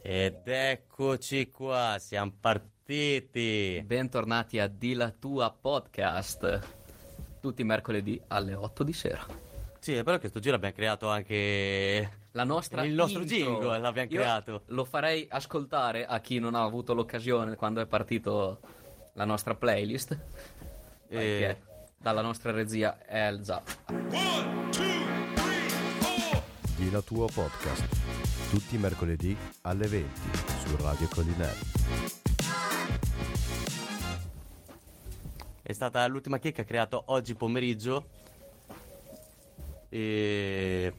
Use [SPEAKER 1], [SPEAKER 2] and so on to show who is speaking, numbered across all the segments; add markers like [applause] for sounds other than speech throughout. [SPEAKER 1] Ed eccoci qua, siamo partiti.
[SPEAKER 2] Bentornati a Di la tua podcast. Tutti i mercoledì alle 8 di sera.
[SPEAKER 1] Sì, è vero che sto giro abbiamo creato anche
[SPEAKER 2] La nostra
[SPEAKER 1] il nostro
[SPEAKER 2] intro.
[SPEAKER 1] jingle, l'abbiamo
[SPEAKER 2] Io
[SPEAKER 1] creato.
[SPEAKER 2] Lo farei ascoltare a chi non ha avuto l'occasione quando è partito la nostra playlist.
[SPEAKER 1] Eh,
[SPEAKER 2] Perché dalla nostra regia Elza.
[SPEAKER 3] One, two, three, four.
[SPEAKER 4] Di la tua podcast. Tutti i mercoledì alle 20 su Radio Collinari.
[SPEAKER 1] È stata l'ultima chicca che ha creato oggi pomeriggio. E...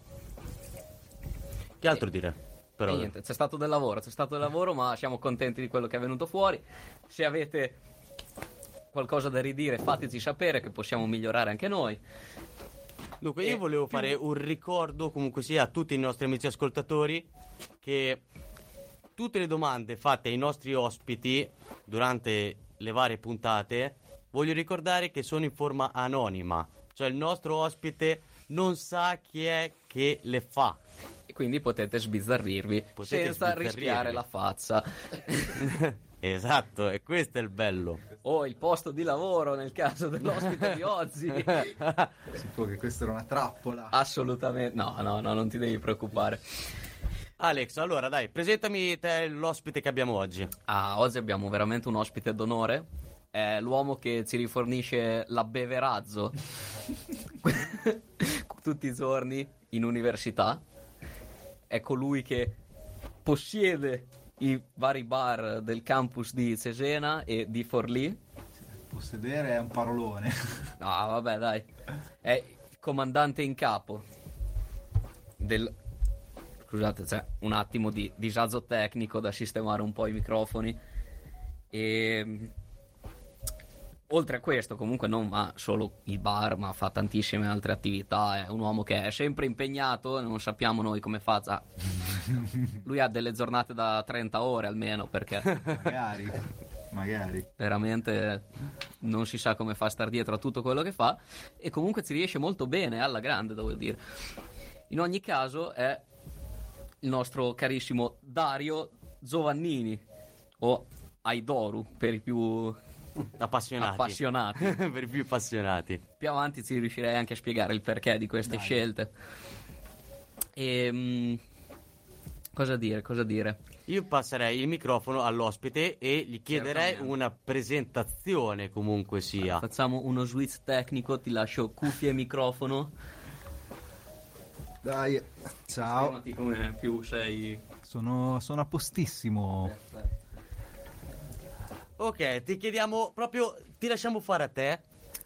[SPEAKER 1] Che altro dire? Però
[SPEAKER 2] E niente, c'è stato del lavoro, c'è stato del lavoro, ma siamo contenti di quello che è venuto fuori. Se avete qualcosa da ridire, fateci sapere che possiamo migliorare anche noi.
[SPEAKER 1] Dunque,
[SPEAKER 2] E
[SPEAKER 1] io volevo
[SPEAKER 2] Eh, più-
[SPEAKER 1] fare un ricordo comunque sia a tutti i nostri amici ascoltatori che tutte le domande fatte ai nostri ospiti durante le varie puntate voglio ricordare che sono in forma anonima, cioè il nostro ospite non sa chi è che le fa. [laughs]
[SPEAKER 2] E quindi potete sbizzarrirvi
[SPEAKER 1] Potete
[SPEAKER 2] senza
[SPEAKER 1] sbizzarrirvi.
[SPEAKER 2] rischiare la faccia.
[SPEAKER 1] esatto, e questo è il bello.
[SPEAKER 2] o il posto di lavoro nel
[SPEAKER 1] [laughs]
[SPEAKER 2] caso dell'ospite di oggi.
[SPEAKER 5] Si può che questa era una trappola.
[SPEAKER 2] Assolutamente. No, no, no, non ti devi preoccupare.
[SPEAKER 1] Alex, allora dai, presentami te l'ospite che abbiamo oggi.
[SPEAKER 2] Ah, oggi abbiamo veramente un ospite d'onore. È l'uomo che ci rifornisce l'abbeverazzo [laughs] tutti i giorni in università. È colui che possiede i vari bar del campus di Cesena e di Forlì.
[SPEAKER 5] Possedere è un parolone.
[SPEAKER 2] No, vabbè, dai. È il comandante in capo del... Scusate, c'è un attimo di disagio tecnico da sistemare un po' i microfoni. E... Oltre a questo, comunque, non va solo i bar, ma fa tantissime altre attività. È un uomo che è sempre impegnato, non sappiamo noi come fa.
[SPEAKER 5] [laughs]
[SPEAKER 2] Ah, Lui ha delle giornate da 30 ore almeno, perché
[SPEAKER 5] Magari. Magari.
[SPEAKER 2] veramente non si sa come fa a star dietro a tutto quello che fa e comunque ci riesce molto bene alla grande devo dire in ogni caso è il nostro carissimo Dario Giovannini o Aidoru per i più
[SPEAKER 1] Appassionati.
[SPEAKER 2] appassionati
[SPEAKER 1] [laughs] per i più appassionati.
[SPEAKER 2] più avanti ci riuscirei anche a spiegare il perché di queste scelte e cosa dire cosa dire
[SPEAKER 1] Io passerei il microfono all'ospite e gli chiederei
[SPEAKER 2] Certamente.
[SPEAKER 1] una presentazione comunque sia.
[SPEAKER 2] facciamo uno switch tecnico ti lascio cuffie e microfono
[SPEAKER 5] Dai. Ciao.
[SPEAKER 2] Fermati come più sei
[SPEAKER 6] Sono, sono a postissimo.
[SPEAKER 2] Eh.
[SPEAKER 1] Ok, ti chiediamo proprio, ti lasciamo fare a te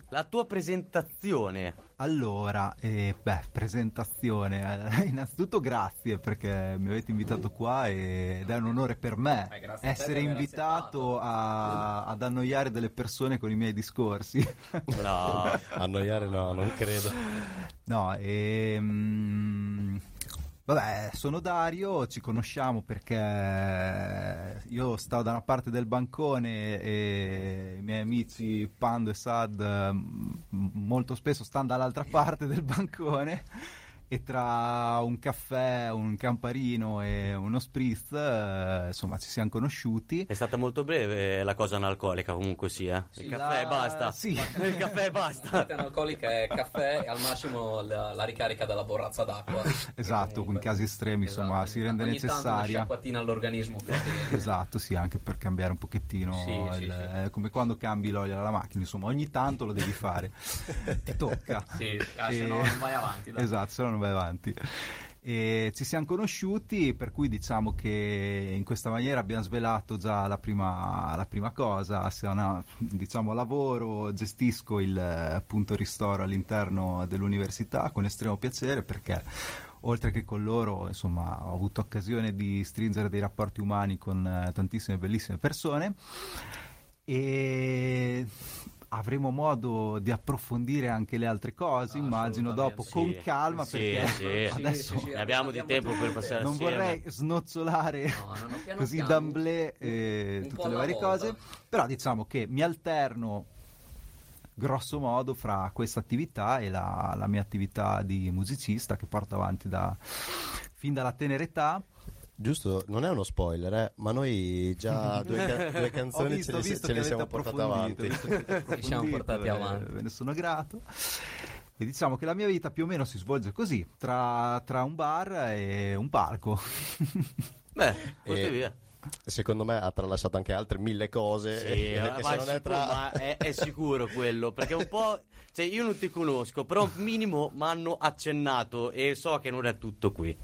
[SPEAKER 1] la tua presentazione.
[SPEAKER 6] Allora, eh, beh, presentazione. [laughs] Eh, Innanzitutto grazie perché mi avete invitato qua e- ed è un onore per me
[SPEAKER 2] Eh, grazie a te
[SPEAKER 6] essere
[SPEAKER 2] di aver
[SPEAKER 6] invitato a- ad annoiare delle persone con i miei discorsi. [laughs]
[SPEAKER 1] Bravo.
[SPEAKER 4] Annoiare no, non credo.
[SPEAKER 6] No, ehm, Vabbè, sono Dario, ci conosciamo perché io stavo da una parte del bancone e i miei amici Pando e Sad eh, m- molto spesso stanno dall'altra parte del bancone e tra un caffè, un camparino e uno spritz, eh, insomma, ci siamo conosciuti.
[SPEAKER 1] È stata molto breve la cosa analcolica comunque sia.
[SPEAKER 6] Sì,
[SPEAKER 1] il caffè
[SPEAKER 6] la-
[SPEAKER 1] e basta.
[SPEAKER 6] sì.
[SPEAKER 1] Il caffè e [laughs]
[SPEAKER 2] La
[SPEAKER 1] basta.
[SPEAKER 2] parte analcolica è caffè e al massimo la, la ricarica della borrazza d'acqua. esatto.
[SPEAKER 6] Esatto, in casi estremi, insomma, si rende
[SPEAKER 2] Ogni Tanto una
[SPEAKER 6] necessaria.
[SPEAKER 2] sciacquatina all'organismo. perché-
[SPEAKER 6] [laughs] Esatto, sì, anche per cambiare un pochettino,
[SPEAKER 2] Sì, sì,
[SPEAKER 6] il-
[SPEAKER 2] sì.
[SPEAKER 6] è come quando cambi l'olio alla macchina, insomma ogni tanto lo
[SPEAKER 2] [laughs]
[SPEAKER 6] devi fare, ti tocca.
[SPEAKER 2] Sì, ah, se no non vai avanti. dai.
[SPEAKER 6] Esatto, se no non vai avanti. E ci siamo conosciuti, per cui diciamo che in questa maniera abbiamo svelato già la prima, la prima cosa, se una- diciamo lavoro, gestisco il eh, appunto ristoro all'interno dell'università con estremo piacere perché oltre che con loro insomma ho avuto occasione di stringere dei rapporti umani con eh, tantissime bellissime persone e avremo modo di approfondire anche le altre cose
[SPEAKER 2] Ah,
[SPEAKER 6] immagino dopo con
[SPEAKER 1] assolutamente. Sì.
[SPEAKER 6] calma
[SPEAKER 1] Sì,
[SPEAKER 6] perché
[SPEAKER 1] sì.
[SPEAKER 6] [laughs] adesso
[SPEAKER 2] Sì, sì, sì.
[SPEAKER 1] Ne abbiamo di tempo per passare
[SPEAKER 6] non
[SPEAKER 1] assieme.
[SPEAKER 6] vorrei snocciolare
[SPEAKER 2] No, no, no, piano
[SPEAKER 6] così
[SPEAKER 2] piano.
[SPEAKER 6] d'amblè eh,
[SPEAKER 2] Un po'
[SPEAKER 6] tutte le
[SPEAKER 2] alla
[SPEAKER 6] varie
[SPEAKER 2] volta.
[SPEAKER 6] cose però diciamo che mi alterno grosso modo fra questa attività e la, la mia attività di musicista che porto avanti da- fin dalla tenera età
[SPEAKER 4] Giusto, non è uno spoiler, eh, ma noi
[SPEAKER 6] [laughs]
[SPEAKER 4] già due, ca- due
[SPEAKER 6] Ho
[SPEAKER 4] canzoni
[SPEAKER 6] visto,
[SPEAKER 4] ce,
[SPEAKER 6] ho
[SPEAKER 4] le,
[SPEAKER 6] visto
[SPEAKER 4] ce le
[SPEAKER 6] che
[SPEAKER 4] siamo
[SPEAKER 6] avete
[SPEAKER 4] portate
[SPEAKER 6] approfondito,
[SPEAKER 4] avanti.
[SPEAKER 6] ho visto che avete
[SPEAKER 2] Ci siamo
[SPEAKER 6] approfondito,
[SPEAKER 2] portati
[SPEAKER 6] eh,
[SPEAKER 2] avanti.
[SPEAKER 6] Ve ne sono grato. E diciamo che la mia vita più o meno si svolge così, tra, tra un bar e un palco. [laughs]
[SPEAKER 1] Beh, così
[SPEAKER 4] E-
[SPEAKER 1] via.
[SPEAKER 4] Secondo me ha tralasciato anche altre mille cose.
[SPEAKER 1] Sì,
[SPEAKER 4] [laughs] e-
[SPEAKER 1] ma
[SPEAKER 4] che
[SPEAKER 1] eh, vai
[SPEAKER 4] eh, se non è
[SPEAKER 1] sicuro,
[SPEAKER 4] tra-
[SPEAKER 1] ma è, è sicuro quello, perché un po'... Cioè, io non ti conosco, però un minimo mi hanno accennato e so che non è tutto qui.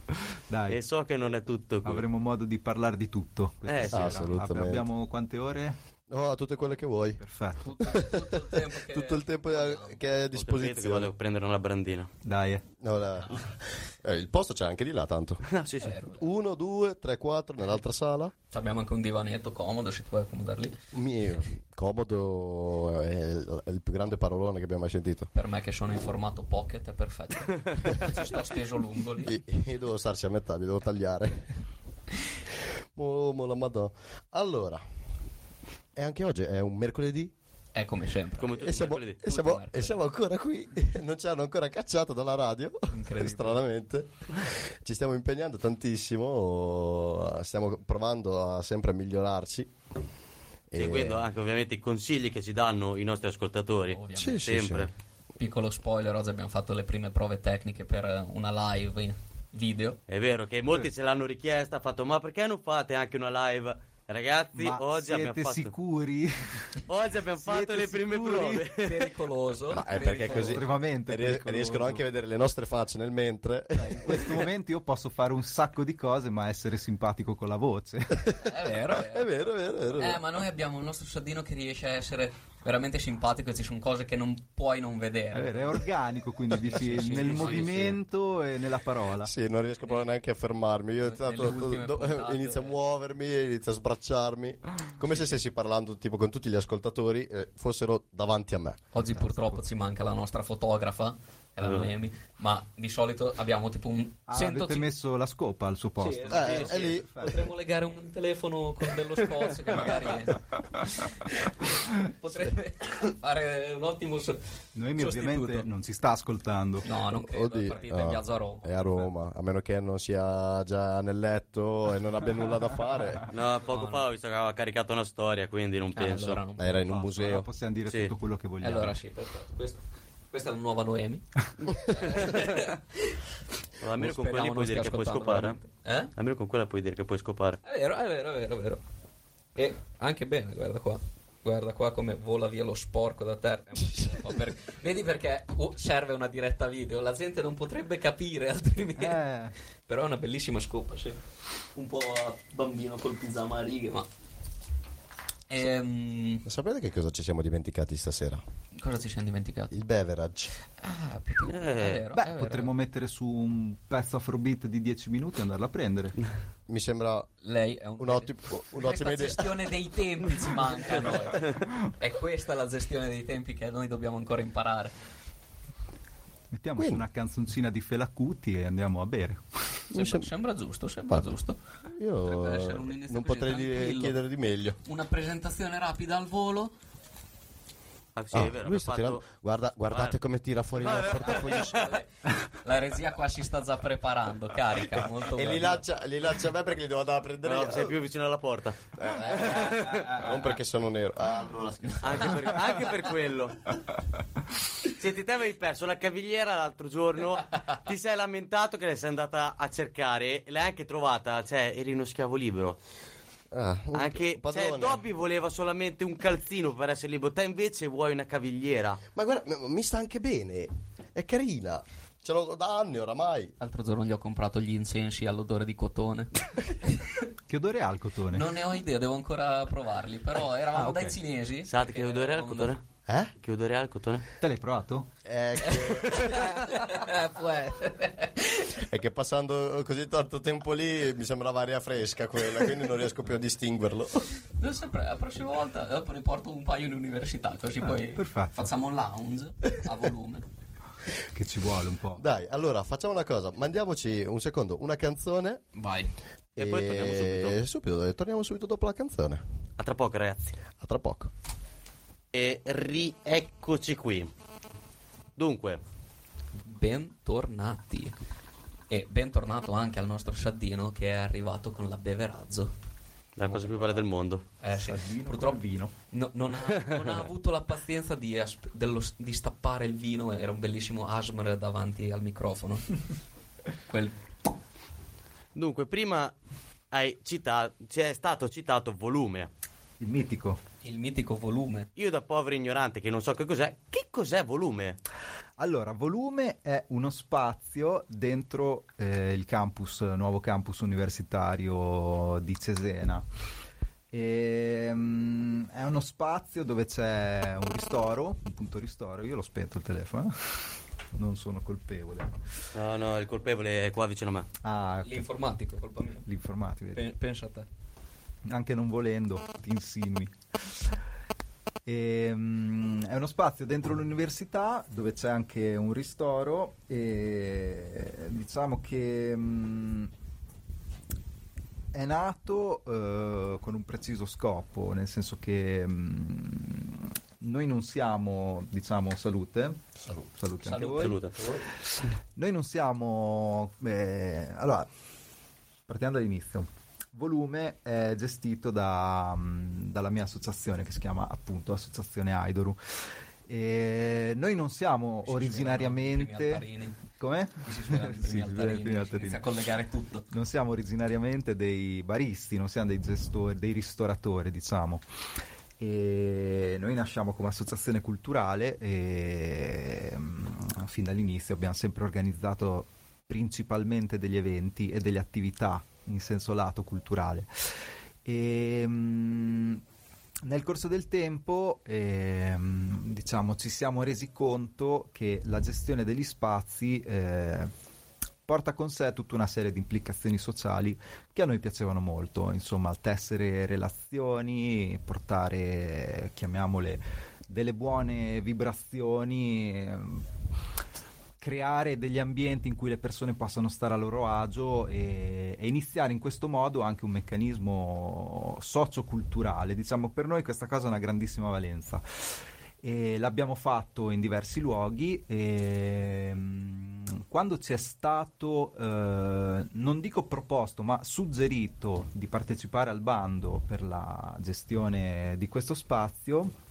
[SPEAKER 6] Dai,
[SPEAKER 1] E so che non è tutto qui.
[SPEAKER 6] avremo modo di parlare di tutto. questa
[SPEAKER 1] Eh, sì,
[SPEAKER 6] sera.
[SPEAKER 4] assolutamente.
[SPEAKER 6] Abbiamo quante ore?
[SPEAKER 4] [laughs] No, tutte quelle che vuoi.
[SPEAKER 6] Perfetto.
[SPEAKER 4] [laughs] Tutto il tempo che- che hai
[SPEAKER 1] Ho capito che vado
[SPEAKER 4] a
[SPEAKER 1] a
[SPEAKER 4] disposizione.
[SPEAKER 1] prendere una brandina.
[SPEAKER 6] Dai, eh.
[SPEAKER 4] No, la- [laughs] Eh, il posto c'è anche di là, tanto.
[SPEAKER 1] [laughs] No, sì, sì.
[SPEAKER 4] Uno, due, tre, quattro, nell'altra sala.
[SPEAKER 2] Abbiamo anche un divanetto comodo, se ti puoi accomodare lì.
[SPEAKER 4] Mi- Comodo eh, è il, è il più grande parolone che abbiamo mai sentito.
[SPEAKER 2] Per me che sono in formato pocket è perfetto.
[SPEAKER 6] [laughs]
[SPEAKER 2] Ci sto steso lungo lì.
[SPEAKER 4] Io, io devo starci a metà, mi devo tagliare. Oh, mo la madonna. Allora, e anche oggi è un mercoledì
[SPEAKER 2] È come sempre.
[SPEAKER 1] Come tutti
[SPEAKER 4] e
[SPEAKER 1] i
[SPEAKER 4] siamo,
[SPEAKER 1] mercoledì.
[SPEAKER 4] e siamo-
[SPEAKER 2] mercoledì.
[SPEAKER 4] e siamo ancora qui. [laughs] Non ci hanno ancora cacciato dalla radio.
[SPEAKER 2] Incredibile.
[SPEAKER 4] [laughs] Stranamente, ci stiamo impegnando tantissimo. Stiamo provando a sempre migliorarci. E-
[SPEAKER 1] Seguendo eh, anche ovviamente i consigli che ci danno i nostri ascoltatori.
[SPEAKER 2] Ovviamente.
[SPEAKER 4] Sì, sì,
[SPEAKER 1] Sempre.
[SPEAKER 4] sì.
[SPEAKER 2] Piccolo spoiler, oggi abbiamo fatto le prime prove tecniche per eh, una live in video.
[SPEAKER 1] È vero che molti ce l'hanno richiesta, ha fatto ma perché non fate anche una live? Ragazzi,
[SPEAKER 6] ma
[SPEAKER 1] oggi abbiamo,
[SPEAKER 6] siete
[SPEAKER 1] fatto,
[SPEAKER 6] sicuri?
[SPEAKER 1] oggi abbiamo
[SPEAKER 6] Siete
[SPEAKER 1] fatto le prime
[SPEAKER 6] sicuri?
[SPEAKER 1] prove.
[SPEAKER 2] [laughs] Pericoloso.
[SPEAKER 6] eh,
[SPEAKER 4] Ma è perché così
[SPEAKER 6] Estremamente
[SPEAKER 4] ries-
[SPEAKER 6] pericoloso.
[SPEAKER 4] riescono anche a vedere le nostre facce nel mentre. [laughs]
[SPEAKER 6] In questo momento io posso fare un sacco di cose, ma essere simpatico con la voce.
[SPEAKER 2] È vero,
[SPEAKER 4] È vero, è vero, è vero.
[SPEAKER 2] Eh, ma noi abbiamo il nostro soldino che riesce a essere veramente simpatico e ci sono cose che non puoi non
[SPEAKER 6] È, vero,
[SPEAKER 2] vedere.
[SPEAKER 6] Eh, è organico, quindi dici,
[SPEAKER 2] Sì, sì,
[SPEAKER 6] nel
[SPEAKER 2] sì,
[SPEAKER 6] movimento e nella parola.
[SPEAKER 4] Sì, non riesco proprio neanche a fermarmi. Io
[SPEAKER 2] Nelle
[SPEAKER 4] tanto
[SPEAKER 2] ultime
[SPEAKER 4] do-
[SPEAKER 2] puntate.
[SPEAKER 4] inizio a muovermi, inizio a sbracciarmi. Come se stessi parlando tipo con tutti gli ascoltatori eh, fossero davanti a me.
[SPEAKER 2] Oggi purtroppo ci manca la nostra fotografa, che è la Noemi, ma di solito abbiamo tipo un
[SPEAKER 6] Ah,
[SPEAKER 2] 100
[SPEAKER 6] Avete messo la scopa al suo posto.
[SPEAKER 4] Eh, è lì.
[SPEAKER 2] Potremmo legare un telefono con dello scotch che [laughs] magari potrebbe fare un ottimo so-
[SPEAKER 6] Noemi
[SPEAKER 2] sostituto.
[SPEAKER 6] ovviamente non si sta ascoltando.
[SPEAKER 2] No, non credo,
[SPEAKER 4] Oddio,
[SPEAKER 2] è partita
[SPEAKER 4] no,
[SPEAKER 2] in viaggio a Roma.
[SPEAKER 4] È a Roma, a meno che non sia già nel letto e non abbia nulla da fare.
[SPEAKER 2] [laughs]
[SPEAKER 1] No, poco
[SPEAKER 2] No,
[SPEAKER 1] fa ho visto che aveva caricato una storia, quindi non
[SPEAKER 2] Ah,
[SPEAKER 1] penso.
[SPEAKER 2] allora, non-
[SPEAKER 4] Era in un
[SPEAKER 6] Basta, allora
[SPEAKER 4] museo.
[SPEAKER 6] possiamo dire
[SPEAKER 1] Sì.
[SPEAKER 6] tutto quello che vogliamo.
[SPEAKER 2] allora sì, perfetto. Questo- Questa è la nuova Noemi.
[SPEAKER 1] Ma almeno con
[SPEAKER 2] Speriamo
[SPEAKER 1] quella
[SPEAKER 2] non
[SPEAKER 1] puoi dire
[SPEAKER 2] stia
[SPEAKER 1] che puoi
[SPEAKER 2] ascoltando,
[SPEAKER 1] scopare.
[SPEAKER 2] veramente. Eh?
[SPEAKER 1] Almeno con quella puoi dire che puoi scopare.
[SPEAKER 2] È vero, è vero, è vero, è vero. E anche bene, guarda qua. Guarda qua come vola via lo sporco da terra. Eh, ma per- Vedi perché oh, serve una diretta video, la gente non potrebbe capire [laughs] altrimenti.
[SPEAKER 6] Eh,
[SPEAKER 2] Però è una bellissima scopa, sì. Un po' a bambino col pizzama a righe, ma... Ehm,
[SPEAKER 4] Sapete che cosa ci siamo dimenticati stasera?
[SPEAKER 2] cosa ci siamo dimenticati?
[SPEAKER 4] Il beverage.
[SPEAKER 2] Ah, più-
[SPEAKER 1] Eh,
[SPEAKER 2] è vero, è
[SPEAKER 6] beh,
[SPEAKER 2] vero.
[SPEAKER 6] potremmo mettere su un pezzo afrobeat di 10 minuti e andarla
[SPEAKER 2] [laughs]
[SPEAKER 6] a prendere.
[SPEAKER 4] Mi sembra
[SPEAKER 2] Lei è un...
[SPEAKER 4] un ottimo- un'ottima
[SPEAKER 2] Questa
[SPEAKER 4] idea.
[SPEAKER 2] gestione dei tempi ci manca a noi. È questa la gestione dei tempi che noi dobbiamo ancora imparare.
[SPEAKER 6] Mettiamo
[SPEAKER 4] Quindi.
[SPEAKER 6] su una canzoncina di Felacuti e andiamo a
[SPEAKER 2] [laughs]
[SPEAKER 6] bere.
[SPEAKER 2] Sembra, sembra giusto, sembra giusto.
[SPEAKER 4] Io
[SPEAKER 2] Potrebbe essere un inizio
[SPEAKER 4] non
[SPEAKER 2] così,
[SPEAKER 4] potrei dire-
[SPEAKER 2] tranquillo.
[SPEAKER 4] chiedere di meglio.
[SPEAKER 2] Una presentazione rapida al volo.
[SPEAKER 1] Ah, sì, è
[SPEAKER 4] Ah,
[SPEAKER 1] vero,
[SPEAKER 4] lui
[SPEAKER 1] abbiamo
[SPEAKER 4] sta
[SPEAKER 1] fatto-
[SPEAKER 4] tirando- Guarda,
[SPEAKER 1] Ah,
[SPEAKER 4] guardate come tira fuori il portafoglio. [laughs]
[SPEAKER 2] La regia qua si sta già preparando, carica, molto
[SPEAKER 4] e
[SPEAKER 2] bene.
[SPEAKER 4] li lancia, li lancia a me perché li devo andare a prendere.
[SPEAKER 1] No,
[SPEAKER 4] io.
[SPEAKER 1] sei più vicino alla porta.
[SPEAKER 4] Eh, eh, eh, non perché sono nero. Ah, allora scherzo.
[SPEAKER 1] Anche per, anche per quello. Senti, te avevi perso la cavigliera l'altro giorno, ti sei lamentato che le sei andata a cercare, l'hai anche trovata, cioè eri uno schiavo libero.
[SPEAKER 4] Ah, un
[SPEAKER 1] Anche,
[SPEAKER 4] padrone.
[SPEAKER 1] cioè, Dobby voleva solamente un calzino per essere libero, te invece vuoi una cavigliera.
[SPEAKER 4] Ma guarda, ma- mi sta anche bene. È carina. Ce l'ho da anni oramai.
[SPEAKER 2] L'altro giorno gli ho comprato gli incensi all'odore di cotone.
[SPEAKER 6] Che odore ha il cotone?
[SPEAKER 2] Non ne ho idea, devo ancora provarli. Però eravamo
[SPEAKER 6] Ah, ok.
[SPEAKER 2] dai cinesi.
[SPEAKER 1] Sapete che odore ha il
[SPEAKER 2] eravamo-
[SPEAKER 1] cotone?
[SPEAKER 4] Eh?
[SPEAKER 1] Che odore ha il cotone?
[SPEAKER 6] Te l'hai provato?
[SPEAKER 4] È che,
[SPEAKER 2] Eh, può essere.
[SPEAKER 4] [laughs] è che passando così tanto tempo lì mi sembrava aria fresca quella, quindi non riesco più a distinguerlo.
[SPEAKER 2] Non saprei, la prossima volta eh, dopo ne porto un paio in università, così
[SPEAKER 6] Ah,
[SPEAKER 2] poi
[SPEAKER 6] perfetto.
[SPEAKER 2] facciamo un lounge a volume.
[SPEAKER 6] Che ci vuole un po'.
[SPEAKER 4] Dai, allora facciamo una cosa, mandiamoci un secondo, una canzone
[SPEAKER 2] Vai.
[SPEAKER 1] E poi torniamo subito.
[SPEAKER 4] subito, torniamo subito dopo la canzone.
[SPEAKER 1] A tra poco, ragazzi.
[SPEAKER 4] A tra poco.
[SPEAKER 1] E rieccoci qui. Dunque,
[SPEAKER 2] Bentornati. E bentornato anche al nostro Sciaddino che è arrivato con l'abbeverazzo.
[SPEAKER 1] La cosa più bella del mondo.
[SPEAKER 2] Eh, sì.
[SPEAKER 5] Purtroppo
[SPEAKER 2] Purtroppo
[SPEAKER 5] vino.
[SPEAKER 2] no- non, ha, non ha avuto la pazienza di, asp- dello s- di stappare il vino. Era un bellissimo asmr davanti al microfono. Quel-
[SPEAKER 1] Dunque, prima hai citato, c'è stato citato volume.
[SPEAKER 5] Il mitico.
[SPEAKER 2] il mitico volume.
[SPEAKER 1] Io da povero ignorante che non so che cos'è, che cos'è volume?
[SPEAKER 6] Allora, volume è uno spazio dentro eh, il campus, nuovo campus universitario di Cesena. Ehm, è uno spazio dove c'è un ristoro, un punto ristoro. Io l'ho spento il telefono, eh. non sono colpevole.
[SPEAKER 1] No, no, il colpevole è qua vicino a me.
[SPEAKER 6] Ah, ok.
[SPEAKER 2] L'informatico, colpa mia.
[SPEAKER 6] l'informatico. vedi.
[SPEAKER 2] Pe- pensa a te.
[SPEAKER 6] anche non volendo, ti insinui. Ehm, è uno spazio dentro l'università dove c'è anche un ristoro e diciamo che mm, è nato eh, con un preciso scopo, nel senso che mm, noi non siamo, diciamo, salute,
[SPEAKER 2] Salute.
[SPEAKER 6] salute anche
[SPEAKER 2] Salute.
[SPEAKER 6] voi,
[SPEAKER 1] Saluta.
[SPEAKER 6] noi non siamo... eh, allora, partiamo dall'inizio. Volume è gestito da, mm, dalla mia associazione che si chiama appunto Associazione Aidoru. E noi non siamo originariamente... Come? [laughs] Sì, i primi altarini.
[SPEAKER 2] Inizia a collegare tutto.
[SPEAKER 6] Non siamo originariamente dei baristi, non siamo dei gestori, dei ristoratori, diciamo. E noi nasciamo come associazione culturale e mm, fin dall'inizio abbiamo sempre organizzato principalmente degli eventi e delle attività in senso lato culturale. E, mm, nel corso del tempo ehm, diciamo, ci siamo resi conto che la gestione degli spazi eh, porta con sé tutta una serie di implicazioni sociali che a noi piacevano molto, insomma tessere relazioni, portare, chiamiamole, delle buone vibrazioni. ehm, creare degli ambienti in cui le persone possano stare a loro agio e, e iniziare in questo modo anche un meccanismo socioculturale. Diciamo, per noi questa cosa ha una grandissima valenza. E l'abbiamo fatto in diversi luoghi e mm, quando ci è stato, eh, non dico proposto, ma suggerito di partecipare al bando per la gestione di questo spazio,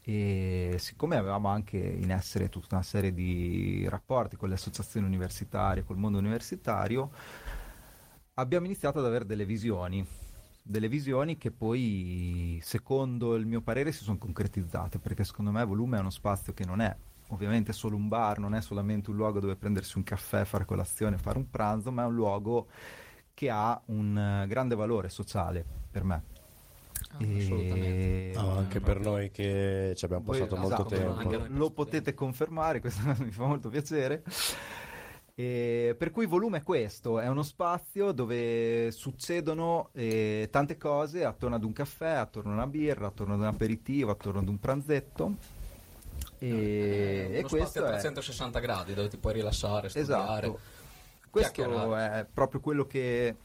[SPEAKER 6] e siccome avevamo anche in essere tutta una serie di rapporti con le associazioni universitarie, col mondo universitario, abbiamo iniziato ad avere delle visioni, delle visioni che poi, secondo il mio parere, si sono concretizzate, perché secondo me Volume è uno spazio che non è ovviamente solo un bar, non è solamente un luogo dove prendersi un caffè, fare colazione, fare un pranzo, ma è un luogo che ha un eh, grande valore sociale per me.
[SPEAKER 2] Ah,
[SPEAKER 6] E- eh,
[SPEAKER 2] assolutamente.
[SPEAKER 4] Eh, No, anche per noi che ci abbiamo
[SPEAKER 6] voi-
[SPEAKER 4] passato molto
[SPEAKER 6] esatto,
[SPEAKER 4] tempo.
[SPEAKER 2] anche-
[SPEAKER 6] Lo potete confermare, [laughs] questo mi fa molto piacere. E per cui volume è questo, è uno spazio dove succedono eh, tante cose attorno ad un caffè, attorno a una birra, attorno ad un aperitivo, attorno ad un pranzetto. Eh, E, e
[SPEAKER 2] Eh, Uno spazio
[SPEAKER 6] questo
[SPEAKER 2] a
[SPEAKER 6] è
[SPEAKER 2] 360 gradi dove ti puoi rilassare, studiare.
[SPEAKER 6] esatto. Questo
[SPEAKER 2] chiacchierare.
[SPEAKER 6] è proprio quello che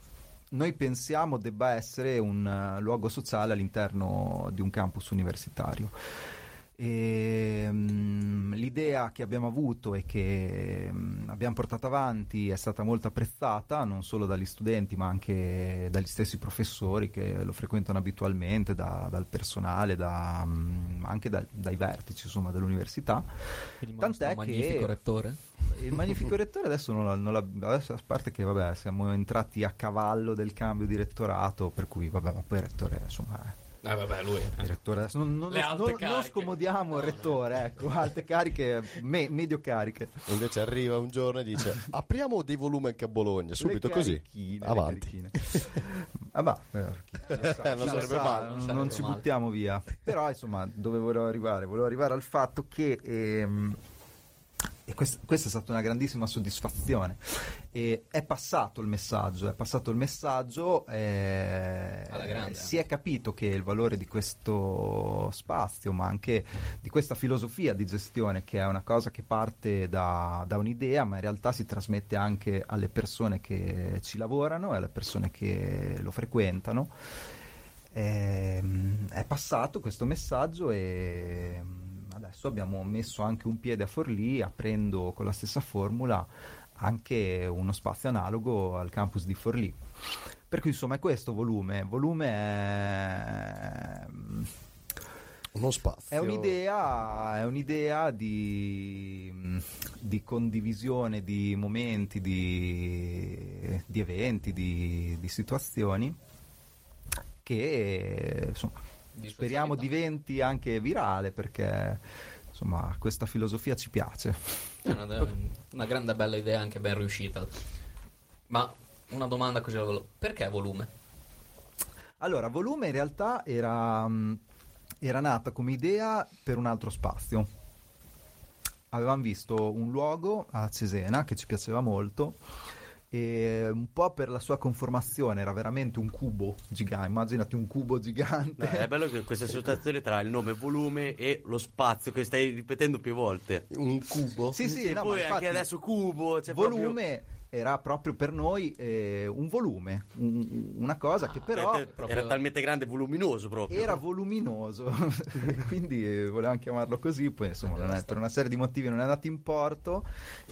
[SPEAKER 6] noi pensiamo debba essere un eh, luogo sociale all'interno di un campus universitario. E, mm, l'idea che abbiamo avuto e che mm, abbiamo portato avanti è stata molto apprezzata non solo dagli studenti ma anche dagli stessi professori che lo frequentano abitualmente, da- dal personale, da, mm, anche dal- dai vertici insomma, dell'università. Tant'è
[SPEAKER 2] Un magnifico
[SPEAKER 6] che
[SPEAKER 2] rettore.
[SPEAKER 6] il magnifico rettore adesso non, l'ha- non l'ha- adesso a parte che vabbè siamo entrati a cavallo del cambio di rettorato per cui vabbè ma poi il rettore insomma eh,
[SPEAKER 2] Eh vabbè, lui.
[SPEAKER 6] il rettore adesso non, non-
[SPEAKER 2] Le alte
[SPEAKER 6] non- non
[SPEAKER 2] cariche.
[SPEAKER 6] scomodiamo il rettore ecco alte cariche me- medio cariche
[SPEAKER 4] Invece arriva un giorno e [laughs] dice apriamo dei volume anche a Bologna, subito
[SPEAKER 6] Le
[SPEAKER 4] così.
[SPEAKER 6] carichine, le
[SPEAKER 4] Avanti.
[SPEAKER 6] carichine. ah ma eh, chi-
[SPEAKER 4] Eh, [laughs] non
[SPEAKER 6] Lo
[SPEAKER 4] sarebbe
[SPEAKER 6] sa,
[SPEAKER 4] male.
[SPEAKER 6] non-
[SPEAKER 2] non sarebbe
[SPEAKER 6] non ci
[SPEAKER 2] male.
[SPEAKER 6] buttiamo via. Però, insomma, dove volevo arrivare? Volevo arrivare al fatto che. ehm, e quest- questa è stata una grandissima soddisfazione. E è passato il messaggio, è passato il messaggio, eh,
[SPEAKER 2] Alla grande.
[SPEAKER 6] si è capito che il valore di questo spazio, ma anche di questa filosofia di gestione, che è una cosa che parte da, da un'idea, ma in realtà si trasmette anche alle persone che ci lavorano e alle persone che lo frequentano. Ehm, è passato questo messaggio e mm, adesso abbiamo messo anche un piede a Forlì aprendo con la stessa formula anche uno spazio analogo al campus di Forlì. Per cui insomma è questo volume. Volume è...
[SPEAKER 4] Uno spazio.
[SPEAKER 6] È un'idea, è un'idea di, di condivisione di momenti, di, di eventi, di, di situazioni che insomma,
[SPEAKER 2] Di
[SPEAKER 6] speriamo
[SPEAKER 2] socialità.
[SPEAKER 6] diventi anche virale perché insomma, questa filosofia ci piace.
[SPEAKER 2] È una, una grande bella idea, anche ben riuscita. Ma una domanda così al volo. Perché volume?
[SPEAKER 6] Allora, volume in realtà era, mh, era nata come idea per un altro spazio. Avevamo visto un luogo a Cesena che ci piaceva molto e un po' per la sua conformazione era veramente un cubo gigante, immaginati un cubo
[SPEAKER 1] No,
[SPEAKER 6] gigante.
[SPEAKER 1] è bello che questa associazione tra il nome volume e lo spazio che stai ripetendo più volte.
[SPEAKER 4] Un cubo.
[SPEAKER 6] [laughs] Sì, sì,
[SPEAKER 1] e
[SPEAKER 6] no, ma
[SPEAKER 1] poi
[SPEAKER 6] infatti-
[SPEAKER 1] anche adesso cubo, cioè
[SPEAKER 6] volume era proprio per noi eh, un volume, un- una cosa che
[SPEAKER 1] proprio-
[SPEAKER 6] però
[SPEAKER 1] era,
[SPEAKER 2] proprio-
[SPEAKER 1] talmente grande e voluminoso proprio.
[SPEAKER 6] era voluminoso, [laughs] e quindi eh, volevamo chiamarlo così, poi insomma non è- per una serie di motivi non è andato in porto.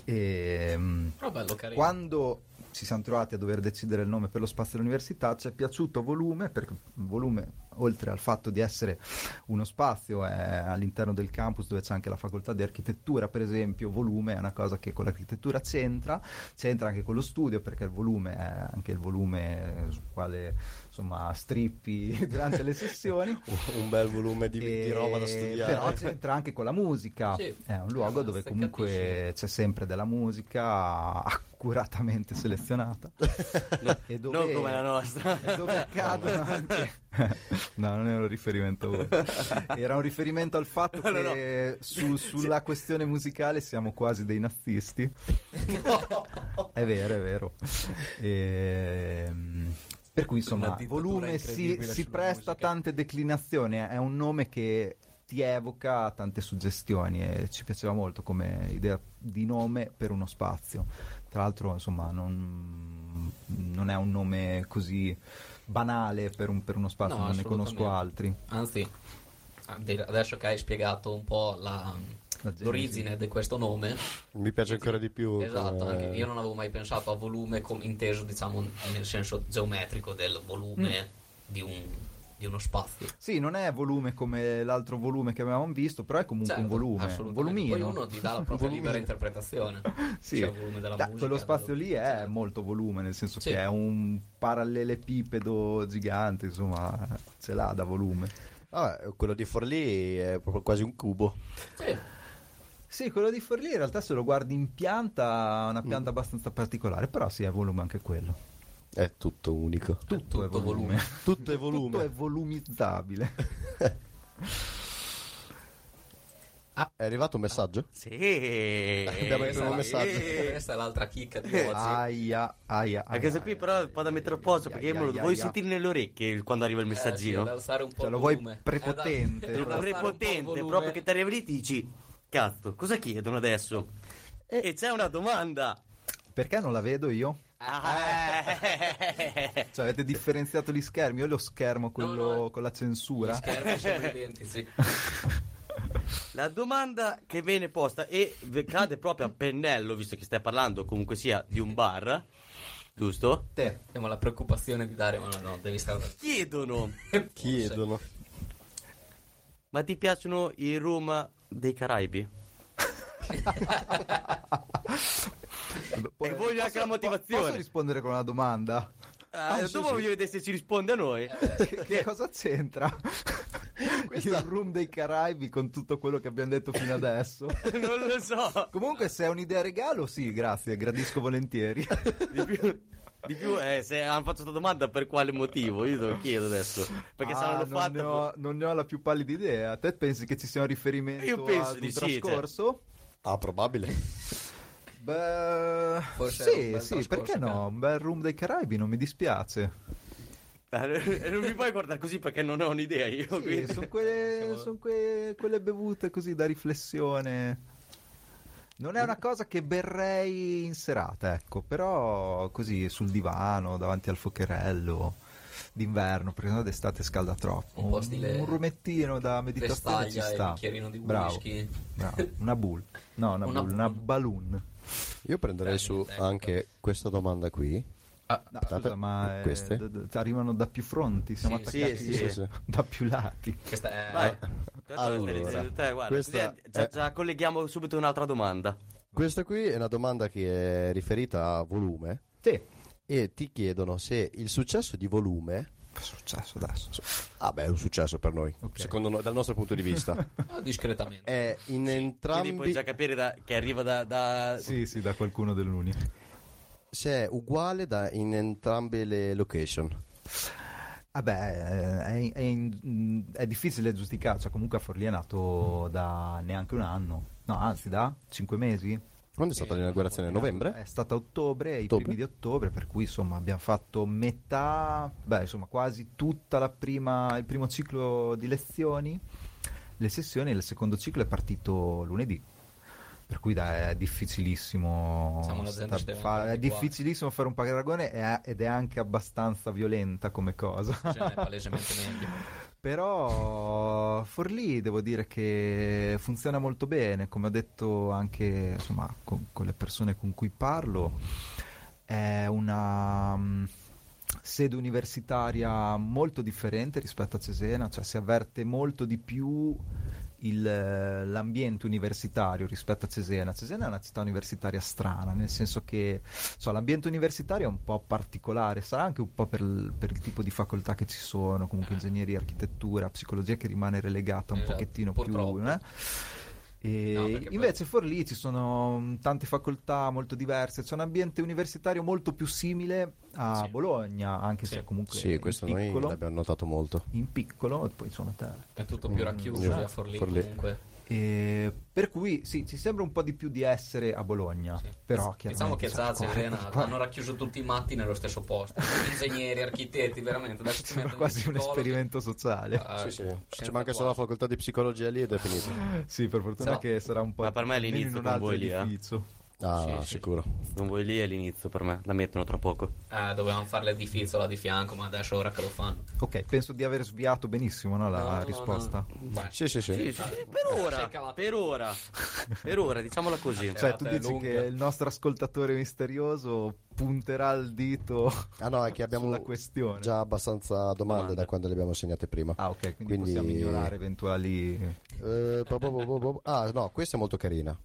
[SPEAKER 6] E, mm,
[SPEAKER 2] Però bello carino.
[SPEAKER 6] quando ci siamo trovati a dover decidere il nome per lo spazio dell'università ci è piaciuto volume perché volume oltre al fatto di essere uno spazio è all'interno del campus dove c'è anche la facoltà di architettura per esempio volume è una cosa che con l'architettura c'entra c'entra anche con lo studio perché il volume è anche il volume sul quale insomma strippi [laughs] durante le sessioni
[SPEAKER 4] Un bel volume di, di
[SPEAKER 6] e-
[SPEAKER 4] roba da studiare.
[SPEAKER 6] Però c'entra anche con la musica.
[SPEAKER 2] Sì.
[SPEAKER 6] È un luogo
[SPEAKER 2] Ah,
[SPEAKER 6] dove
[SPEAKER 2] se
[SPEAKER 6] comunque
[SPEAKER 2] capisci.
[SPEAKER 6] c'è sempre della musica accuratamente selezionata. [laughs] e dove,
[SPEAKER 1] Non come la nostra.
[SPEAKER 6] [laughs] e dove
[SPEAKER 1] [laughs]
[SPEAKER 6] accadono anche... [laughs] No, non era un riferimento a voi. Era un riferimento al fatto
[SPEAKER 1] No, no,
[SPEAKER 6] che su- sulla questione musicale siamo quasi dei nazisti. È vero, è vero. Ehm, Per cui
[SPEAKER 7] Una
[SPEAKER 6] insomma,
[SPEAKER 7] dittatura
[SPEAKER 6] volume si,
[SPEAKER 7] incredibile
[SPEAKER 6] si
[SPEAKER 7] sulla
[SPEAKER 6] presta a
[SPEAKER 7] musica.
[SPEAKER 6] tante declinazioni, è un nome che ti evoca tante suggestioni e ci piaceva molto come idea di nome per uno spazio. Tra l'altro insomma non, non è un nome così banale per, un- per uno spazio,
[SPEAKER 2] No,
[SPEAKER 6] non ne conosco
[SPEAKER 2] assolutamente.
[SPEAKER 6] altri.
[SPEAKER 2] Anzi, adesso che hai spiegato un po' la-
[SPEAKER 6] La genesi.
[SPEAKER 2] l'origine di questo nome,
[SPEAKER 4] Mi piace ancora di più. Eh.
[SPEAKER 2] esatto,
[SPEAKER 4] come-
[SPEAKER 2] anche
[SPEAKER 6] Eh.
[SPEAKER 2] io non avevo mai pensato a volume com- inteso, diciamo, nel senso geometrico del volume
[SPEAKER 6] Mm.
[SPEAKER 2] di, un- di uno spazio.
[SPEAKER 6] Sì, non è volume come l'altro volume che avevamo visto, però è comunque
[SPEAKER 2] Certo,
[SPEAKER 6] un volume, un
[SPEAKER 2] assolutamente.
[SPEAKER 6] volumino.
[SPEAKER 2] Poi uno ti
[SPEAKER 6] [laughs]
[SPEAKER 2] dà la propria libera interpretazione.
[SPEAKER 6] Sì.
[SPEAKER 2] C'è il volume della
[SPEAKER 6] Da-
[SPEAKER 2] musica,
[SPEAKER 6] quello spazio
[SPEAKER 2] dello-
[SPEAKER 6] lì è molto volume, nel senso
[SPEAKER 2] Sì.
[SPEAKER 6] che è un parallelepipedo gigante, insomma, ce l'ha da volume.
[SPEAKER 4] Vabbè, quello di Forlì è proprio quasi un cubo.
[SPEAKER 2] Sì.
[SPEAKER 6] eh, Sì, quello di Forlì in realtà se lo guardi in pianta, è una pianta abbastanza particolare, però sì, è volume anche quello.
[SPEAKER 4] È tutto unico.
[SPEAKER 6] Tutto, è
[SPEAKER 2] tutto volume.
[SPEAKER 6] volume.
[SPEAKER 4] Tutto è volume.
[SPEAKER 6] Tutto è [laughs] volumizzabile.
[SPEAKER 4] Ah, È arrivato un messaggio?
[SPEAKER 1] Sì.
[SPEAKER 4] Abbiamo
[SPEAKER 2] Questa
[SPEAKER 4] detto
[SPEAKER 2] è
[SPEAKER 4] un
[SPEAKER 2] la-
[SPEAKER 4] messaggio.
[SPEAKER 2] Eh, Questa è l'altra chicca di
[SPEAKER 6] Eh,
[SPEAKER 2] oggi.
[SPEAKER 6] ah,
[SPEAKER 2] Eh,
[SPEAKER 6] aia, aia,
[SPEAKER 1] Anche
[SPEAKER 6] aia,
[SPEAKER 1] se qui
[SPEAKER 6] aia,
[SPEAKER 1] però è
[SPEAKER 6] aia,
[SPEAKER 1] un po' da mettere a
[SPEAKER 6] aia,
[SPEAKER 1] posto
[SPEAKER 6] aia,
[SPEAKER 1] perché me lo
[SPEAKER 6] aia,
[SPEAKER 1] vuoi
[SPEAKER 6] aia.
[SPEAKER 1] sentire nelle orecchie il- quando arriva il
[SPEAKER 2] Eh, sì, ad
[SPEAKER 1] messaggino.
[SPEAKER 2] alzare un po'
[SPEAKER 6] Cioè,
[SPEAKER 2] il
[SPEAKER 6] lo vuoi
[SPEAKER 2] volume.
[SPEAKER 6] prepotente.
[SPEAKER 2] Eh, ad- ad alzare un po' il
[SPEAKER 1] prepotente,
[SPEAKER 2] volume.
[SPEAKER 1] proprio che ti arriva lì e ti dici cazzo, cosa chiedono adesso?
[SPEAKER 2] Eh.
[SPEAKER 1] E c'è una domanda.
[SPEAKER 6] Perché non la vedo io?
[SPEAKER 2] Ah.
[SPEAKER 1] Eh.
[SPEAKER 6] Cioè, avete differenziato gli schermi? Io lo schermo quello
[SPEAKER 2] no.
[SPEAKER 6] con la
[SPEAKER 2] Gli
[SPEAKER 6] censura.
[SPEAKER 2] schermi sono
[SPEAKER 6] [laughs]
[SPEAKER 2] identici.
[SPEAKER 1] [laughs] La domanda che viene posta e v- cade proprio a pennello, visto che stai parlando comunque sia di un bar, giusto?
[SPEAKER 6] Te.
[SPEAKER 2] Abbiamo la preoccupazione di dare, ma no, no, devi stare.
[SPEAKER 1] Chiedono,
[SPEAKER 4] Chiedono.
[SPEAKER 1] ma ti piacciono i rum dei Caraibi? E voglio anche la motivazione.
[SPEAKER 6] Posso rispondere con una domanda?
[SPEAKER 1] Ah,
[SPEAKER 6] sì,
[SPEAKER 1] dopo
[SPEAKER 6] sì.
[SPEAKER 1] voglio vedere se ci risponde a noi. [laughs]
[SPEAKER 6] Che, che cosa c'entra? Il room dei Caraibi con tutto quello che abbiamo detto fino adesso.
[SPEAKER 1] non lo so.
[SPEAKER 6] Comunque, se è un'idea regalo, sì, grazie, gradisco volentieri.
[SPEAKER 1] Di più, di più, eh, se hanno fatto questa domanda per quale motivo? Io te lo chiedo adesso. Perché se
[SPEAKER 6] Ah,
[SPEAKER 1] non l'ho
[SPEAKER 6] non
[SPEAKER 1] fatta... boh.
[SPEAKER 6] Ne ho, non ne ho la più pallida idea. Te pensi che ci sia un riferimento
[SPEAKER 1] Io penso
[SPEAKER 6] ad un
[SPEAKER 1] di sì, cioè.
[SPEAKER 6] trascorso?
[SPEAKER 4] Ah, probabile.
[SPEAKER 6] Beh,
[SPEAKER 2] Forse era un
[SPEAKER 6] sì,
[SPEAKER 2] bel
[SPEAKER 6] sì,
[SPEAKER 2] trascorso, eh.
[SPEAKER 6] perché no?
[SPEAKER 2] cara.
[SPEAKER 6] Un bel room dei Caraibi non mi dispiace.
[SPEAKER 1] Eh, non mi puoi guardare così perché non ho un'idea io. quindi-
[SPEAKER 6] sono quelle, son que- quelle bevute così da riflessione. Non è una cosa che berrei in serata, ecco, però così sul divano, davanti al focherello d'inverno, perché sennò d'estate scalda troppo.
[SPEAKER 2] Un po' stile-
[SPEAKER 6] un rumettino da meditazione ci
[SPEAKER 2] Vestaglia e
[SPEAKER 6] sta.
[SPEAKER 2] bicchierino di
[SPEAKER 6] Bravo.
[SPEAKER 2] whisky.
[SPEAKER 6] Bravo. Una bull. No, una,
[SPEAKER 2] Una
[SPEAKER 6] bull, una
[SPEAKER 2] bull.
[SPEAKER 6] balloon.
[SPEAKER 4] [laughs] Io prenderei su anche questa domanda qui.
[SPEAKER 5] No,
[SPEAKER 4] Aspettate,
[SPEAKER 5] scusa, ma eh,
[SPEAKER 4] queste?
[SPEAKER 5] d- d- arrivano da più fronti, siamo
[SPEAKER 2] Sì,
[SPEAKER 5] attaccati
[SPEAKER 1] sì, sì.
[SPEAKER 6] [laughs]
[SPEAKER 5] da più lati.
[SPEAKER 2] [laughs] Questa è...
[SPEAKER 1] Vai.
[SPEAKER 4] allora,
[SPEAKER 1] Te, guarda, così
[SPEAKER 4] questa
[SPEAKER 1] già,
[SPEAKER 4] è-
[SPEAKER 1] già colleghiamo subito un'altra domanda.
[SPEAKER 4] Questa qui è una domanda che è riferita a volume
[SPEAKER 5] Sì.
[SPEAKER 4] e ti chiedono se il successo di volume...
[SPEAKER 5] Che è successo adesso?
[SPEAKER 4] Ah beh, è un successo per noi, secondo noi, dal nostro punto di vista.
[SPEAKER 2] Ah, Discretamente.
[SPEAKER 6] Eh,
[SPEAKER 4] è in
[SPEAKER 1] Quindi puoi
[SPEAKER 4] entrambi...
[SPEAKER 1] già capire da- che arriva da... da-
[SPEAKER 5] Sì, sì, da qualcuno dell'Uni.
[SPEAKER 4] Se è uguale da- in entrambe le location.
[SPEAKER 5] Vabbè,
[SPEAKER 6] Eh, è, è in- è difficile giudicare, cioè comunque a Forlì è nato da neanche un anno, no anzi da 5 mesi.
[SPEAKER 4] Quando è stata l'inaugurazione?
[SPEAKER 6] È
[SPEAKER 4] Novembre?
[SPEAKER 6] stata a ottobre, i
[SPEAKER 4] Ottobre.
[SPEAKER 6] primi di ottobre, per cui insomma abbiamo fatto metà, beh insomma quasi tutta la prima, il primo ciclo di lezioni, le sessioni, il secondo ciclo è partito lunedì. Per cui dai, è difficilissimo,
[SPEAKER 2] Siamo un'azienda
[SPEAKER 6] sta-
[SPEAKER 2] che deve
[SPEAKER 6] fa-
[SPEAKER 2] andare
[SPEAKER 6] è
[SPEAKER 2] di qua.
[SPEAKER 6] difficilissimo fare un paragone e- ed è anche abbastanza violenta come cosa.
[SPEAKER 2] Cioè,
[SPEAKER 6] [laughs]
[SPEAKER 2] è palesemente meglio.
[SPEAKER 6] Però Forlì devo dire che funziona molto bene, come ho detto anche insomma, con, con le persone con cui parlo, è una mm, sede universitaria molto differente rispetto a Cesena, cioè si avverte molto di più il, eh, l'ambiente universitario rispetto a Cesena. Cesena è una città universitaria strana, nel senso che so, l'ambiente universitario è un po' particolare, sarà anche un po' per il, per il tipo di facoltà che ci sono, comunque ingegneria, architettura, psicologia che rimane relegata un
[SPEAKER 2] Esatto,
[SPEAKER 6] pochettino
[SPEAKER 2] purtroppo.
[SPEAKER 6] più. eh. E
[SPEAKER 2] No, perché poi-
[SPEAKER 6] invece Forlì ci sono mh, tante facoltà molto diverse, c'è un ambiente universitario molto più simile a
[SPEAKER 2] Sì.
[SPEAKER 6] Bologna, anche
[SPEAKER 2] Sì.
[SPEAKER 6] se comunque
[SPEAKER 4] Sì,
[SPEAKER 6] in
[SPEAKER 4] questo noi
[SPEAKER 6] piccolo,
[SPEAKER 4] l'abbiamo notato molto.
[SPEAKER 6] in piccolo, e poi sono te.
[SPEAKER 2] È tutto più racchiuso
[SPEAKER 4] Giusto.
[SPEAKER 2] a Forlì,
[SPEAKER 4] Forlì.
[SPEAKER 2] comunque.
[SPEAKER 6] E Eh, per cui sì, ci sembra un po' di più di essere a Bologna,
[SPEAKER 2] Sì.
[SPEAKER 6] però
[SPEAKER 2] Diciamo
[SPEAKER 6] chiaramente,
[SPEAKER 2] che
[SPEAKER 6] cioè,
[SPEAKER 2] Zazza e
[SPEAKER 6] qua-
[SPEAKER 2] Elena
[SPEAKER 6] qua-
[SPEAKER 2] hanno racchiuso tutti i matti nello stesso
[SPEAKER 6] [laughs]
[SPEAKER 2] posto. Ingegneri, architetti, veramente. Adesso ci
[SPEAKER 6] sembra
[SPEAKER 2] mettono
[SPEAKER 6] quasi
[SPEAKER 2] gli
[SPEAKER 6] un
[SPEAKER 2] psicologi.
[SPEAKER 6] esperimento sociale.
[SPEAKER 2] Ah, senza
[SPEAKER 4] Ci manca solo la
[SPEAKER 2] quasi.
[SPEAKER 4] facoltà di psicologia lì ed è finito.
[SPEAKER 6] Sì, per fortuna
[SPEAKER 2] No.
[SPEAKER 6] che sarà un po'
[SPEAKER 1] Ma per me è
[SPEAKER 6] almeno in
[SPEAKER 1] l'inizio
[SPEAKER 6] un
[SPEAKER 1] con
[SPEAKER 6] altro
[SPEAKER 1] voi lì, eh.
[SPEAKER 6] edificio.
[SPEAKER 4] Ah,
[SPEAKER 2] Sì, sì.
[SPEAKER 4] sicuro.
[SPEAKER 1] Non vuoi lì all'inizio per me, la mettono tra poco.
[SPEAKER 2] Eh, dovevamo fare l'edificio là di fianco, ma adesso ora che lo fanno.
[SPEAKER 6] Ok, penso di aver sviato benissimo no, la
[SPEAKER 2] No, no, no,
[SPEAKER 6] risposta.
[SPEAKER 2] no. Vai. Eh,
[SPEAKER 4] Sì, sì, sì.
[SPEAKER 1] Sì, sì, per ora, Eh, per ora, per ora, diciamola così.
[SPEAKER 6] Cioè, tu
[SPEAKER 2] Serata è
[SPEAKER 6] dici
[SPEAKER 2] lunga.
[SPEAKER 6] che il nostro ascoltatore misterioso punterà il dito
[SPEAKER 4] Ah no, è che abbiamo
[SPEAKER 6] sulla questione.
[SPEAKER 4] già abbastanza domande da quando le abbiamo segnate prima.
[SPEAKER 6] Ah, ok, quindi,
[SPEAKER 4] Quindi-
[SPEAKER 6] possiamo ignorare eventuali.
[SPEAKER 4] Eh, po- po- po- po- po- Ah, no, questa è molto carina.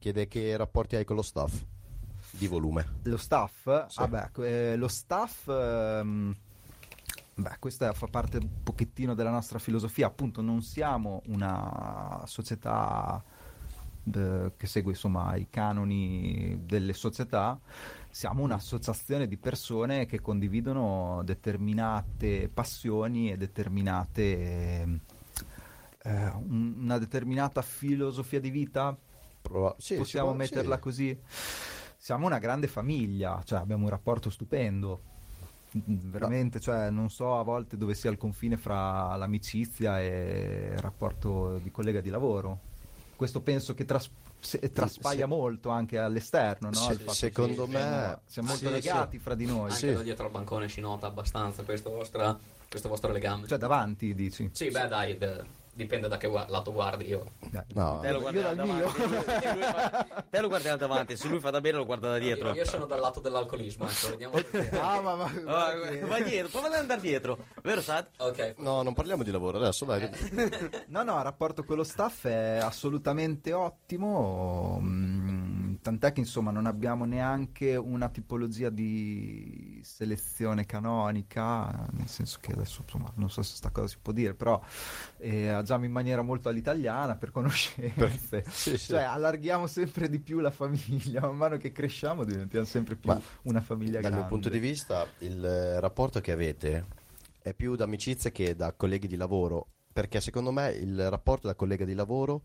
[SPEAKER 4] Chiede che rapporti hai con lo staff di volume.
[SPEAKER 6] Lo staff?
[SPEAKER 4] Sì.
[SPEAKER 6] Vabbè, que- eh, lo staff. ehm, Beh, questa fa parte un pochettino della nostra filosofia, appunto non siamo una società eh, che segue insomma i canoni delle società, siamo un'associazione di persone che condividono determinate passioni e determinate ehm, eh, un- una determinata filosofia di vita,
[SPEAKER 4] Prova- sì,
[SPEAKER 6] possiamo
[SPEAKER 4] si può-
[SPEAKER 6] metterla
[SPEAKER 4] sì.
[SPEAKER 6] così. Siamo una grande famiglia, cioè abbiamo un rapporto stupendo. Mm, Veramente, cioè, non so a volte dove sia il confine fra l'amicizia e il rapporto di collega di lavoro. Questo penso che tras- se- traspaia
[SPEAKER 4] se-
[SPEAKER 6] molto anche all'esterno, no?
[SPEAKER 4] Se-
[SPEAKER 6] Il fatto che
[SPEAKER 4] secondo
[SPEAKER 6] si-
[SPEAKER 4] me-
[SPEAKER 6] siamo molto
[SPEAKER 4] sì,
[SPEAKER 6] legati
[SPEAKER 4] sì.
[SPEAKER 6] fra di noi,
[SPEAKER 2] Anche
[SPEAKER 4] Sì.
[SPEAKER 2] da dietro al bancone si nota abbastanza questo, vostra- questo vostro legame.
[SPEAKER 6] cioè davanti dici.
[SPEAKER 2] sì, beh, dai, d- dipende da che gua- lato guardi io.
[SPEAKER 6] Dai.
[SPEAKER 4] [laughs] No, eh.
[SPEAKER 1] Te lo guarderà davanti, lui- lui [laughs] fa- te lo guarderà davanti, se lui fa da bere lo guarda da dietro.
[SPEAKER 2] Io, io sono dal lato dell'alcolismo, ecco, vediamo.
[SPEAKER 6] [laughs] Ah, ma, ma-
[SPEAKER 1] Ah, va dietro, prova ad andare dietro, vero Sad?
[SPEAKER 2] ok,
[SPEAKER 4] no, non parliamo di lavoro adesso,
[SPEAKER 6] Eh,
[SPEAKER 4] dai.
[SPEAKER 6] No, no, il rapporto con lo staff è assolutamente ottimo, mm, tant'è che insomma non abbiamo neanche una tipologia di selezione canonica, nel senso che adesso insomma non so se sta cosa si può dire, però eh, agiamo in maniera molto all'italiana per conoscenze,
[SPEAKER 4] [laughs] Sì, sì.
[SPEAKER 6] cioè allarghiamo sempre di più la famiglia, [laughs] man mano che cresciamo diventiamo sempre più
[SPEAKER 4] Ma
[SPEAKER 6] una
[SPEAKER 4] Dal
[SPEAKER 6] famiglia
[SPEAKER 4] mio
[SPEAKER 6] grande.
[SPEAKER 4] punto di vista, il eh, rapporto che avete è più da amicizia che da colleghi di lavoro. Perché secondo me il rapporto da collega di lavoro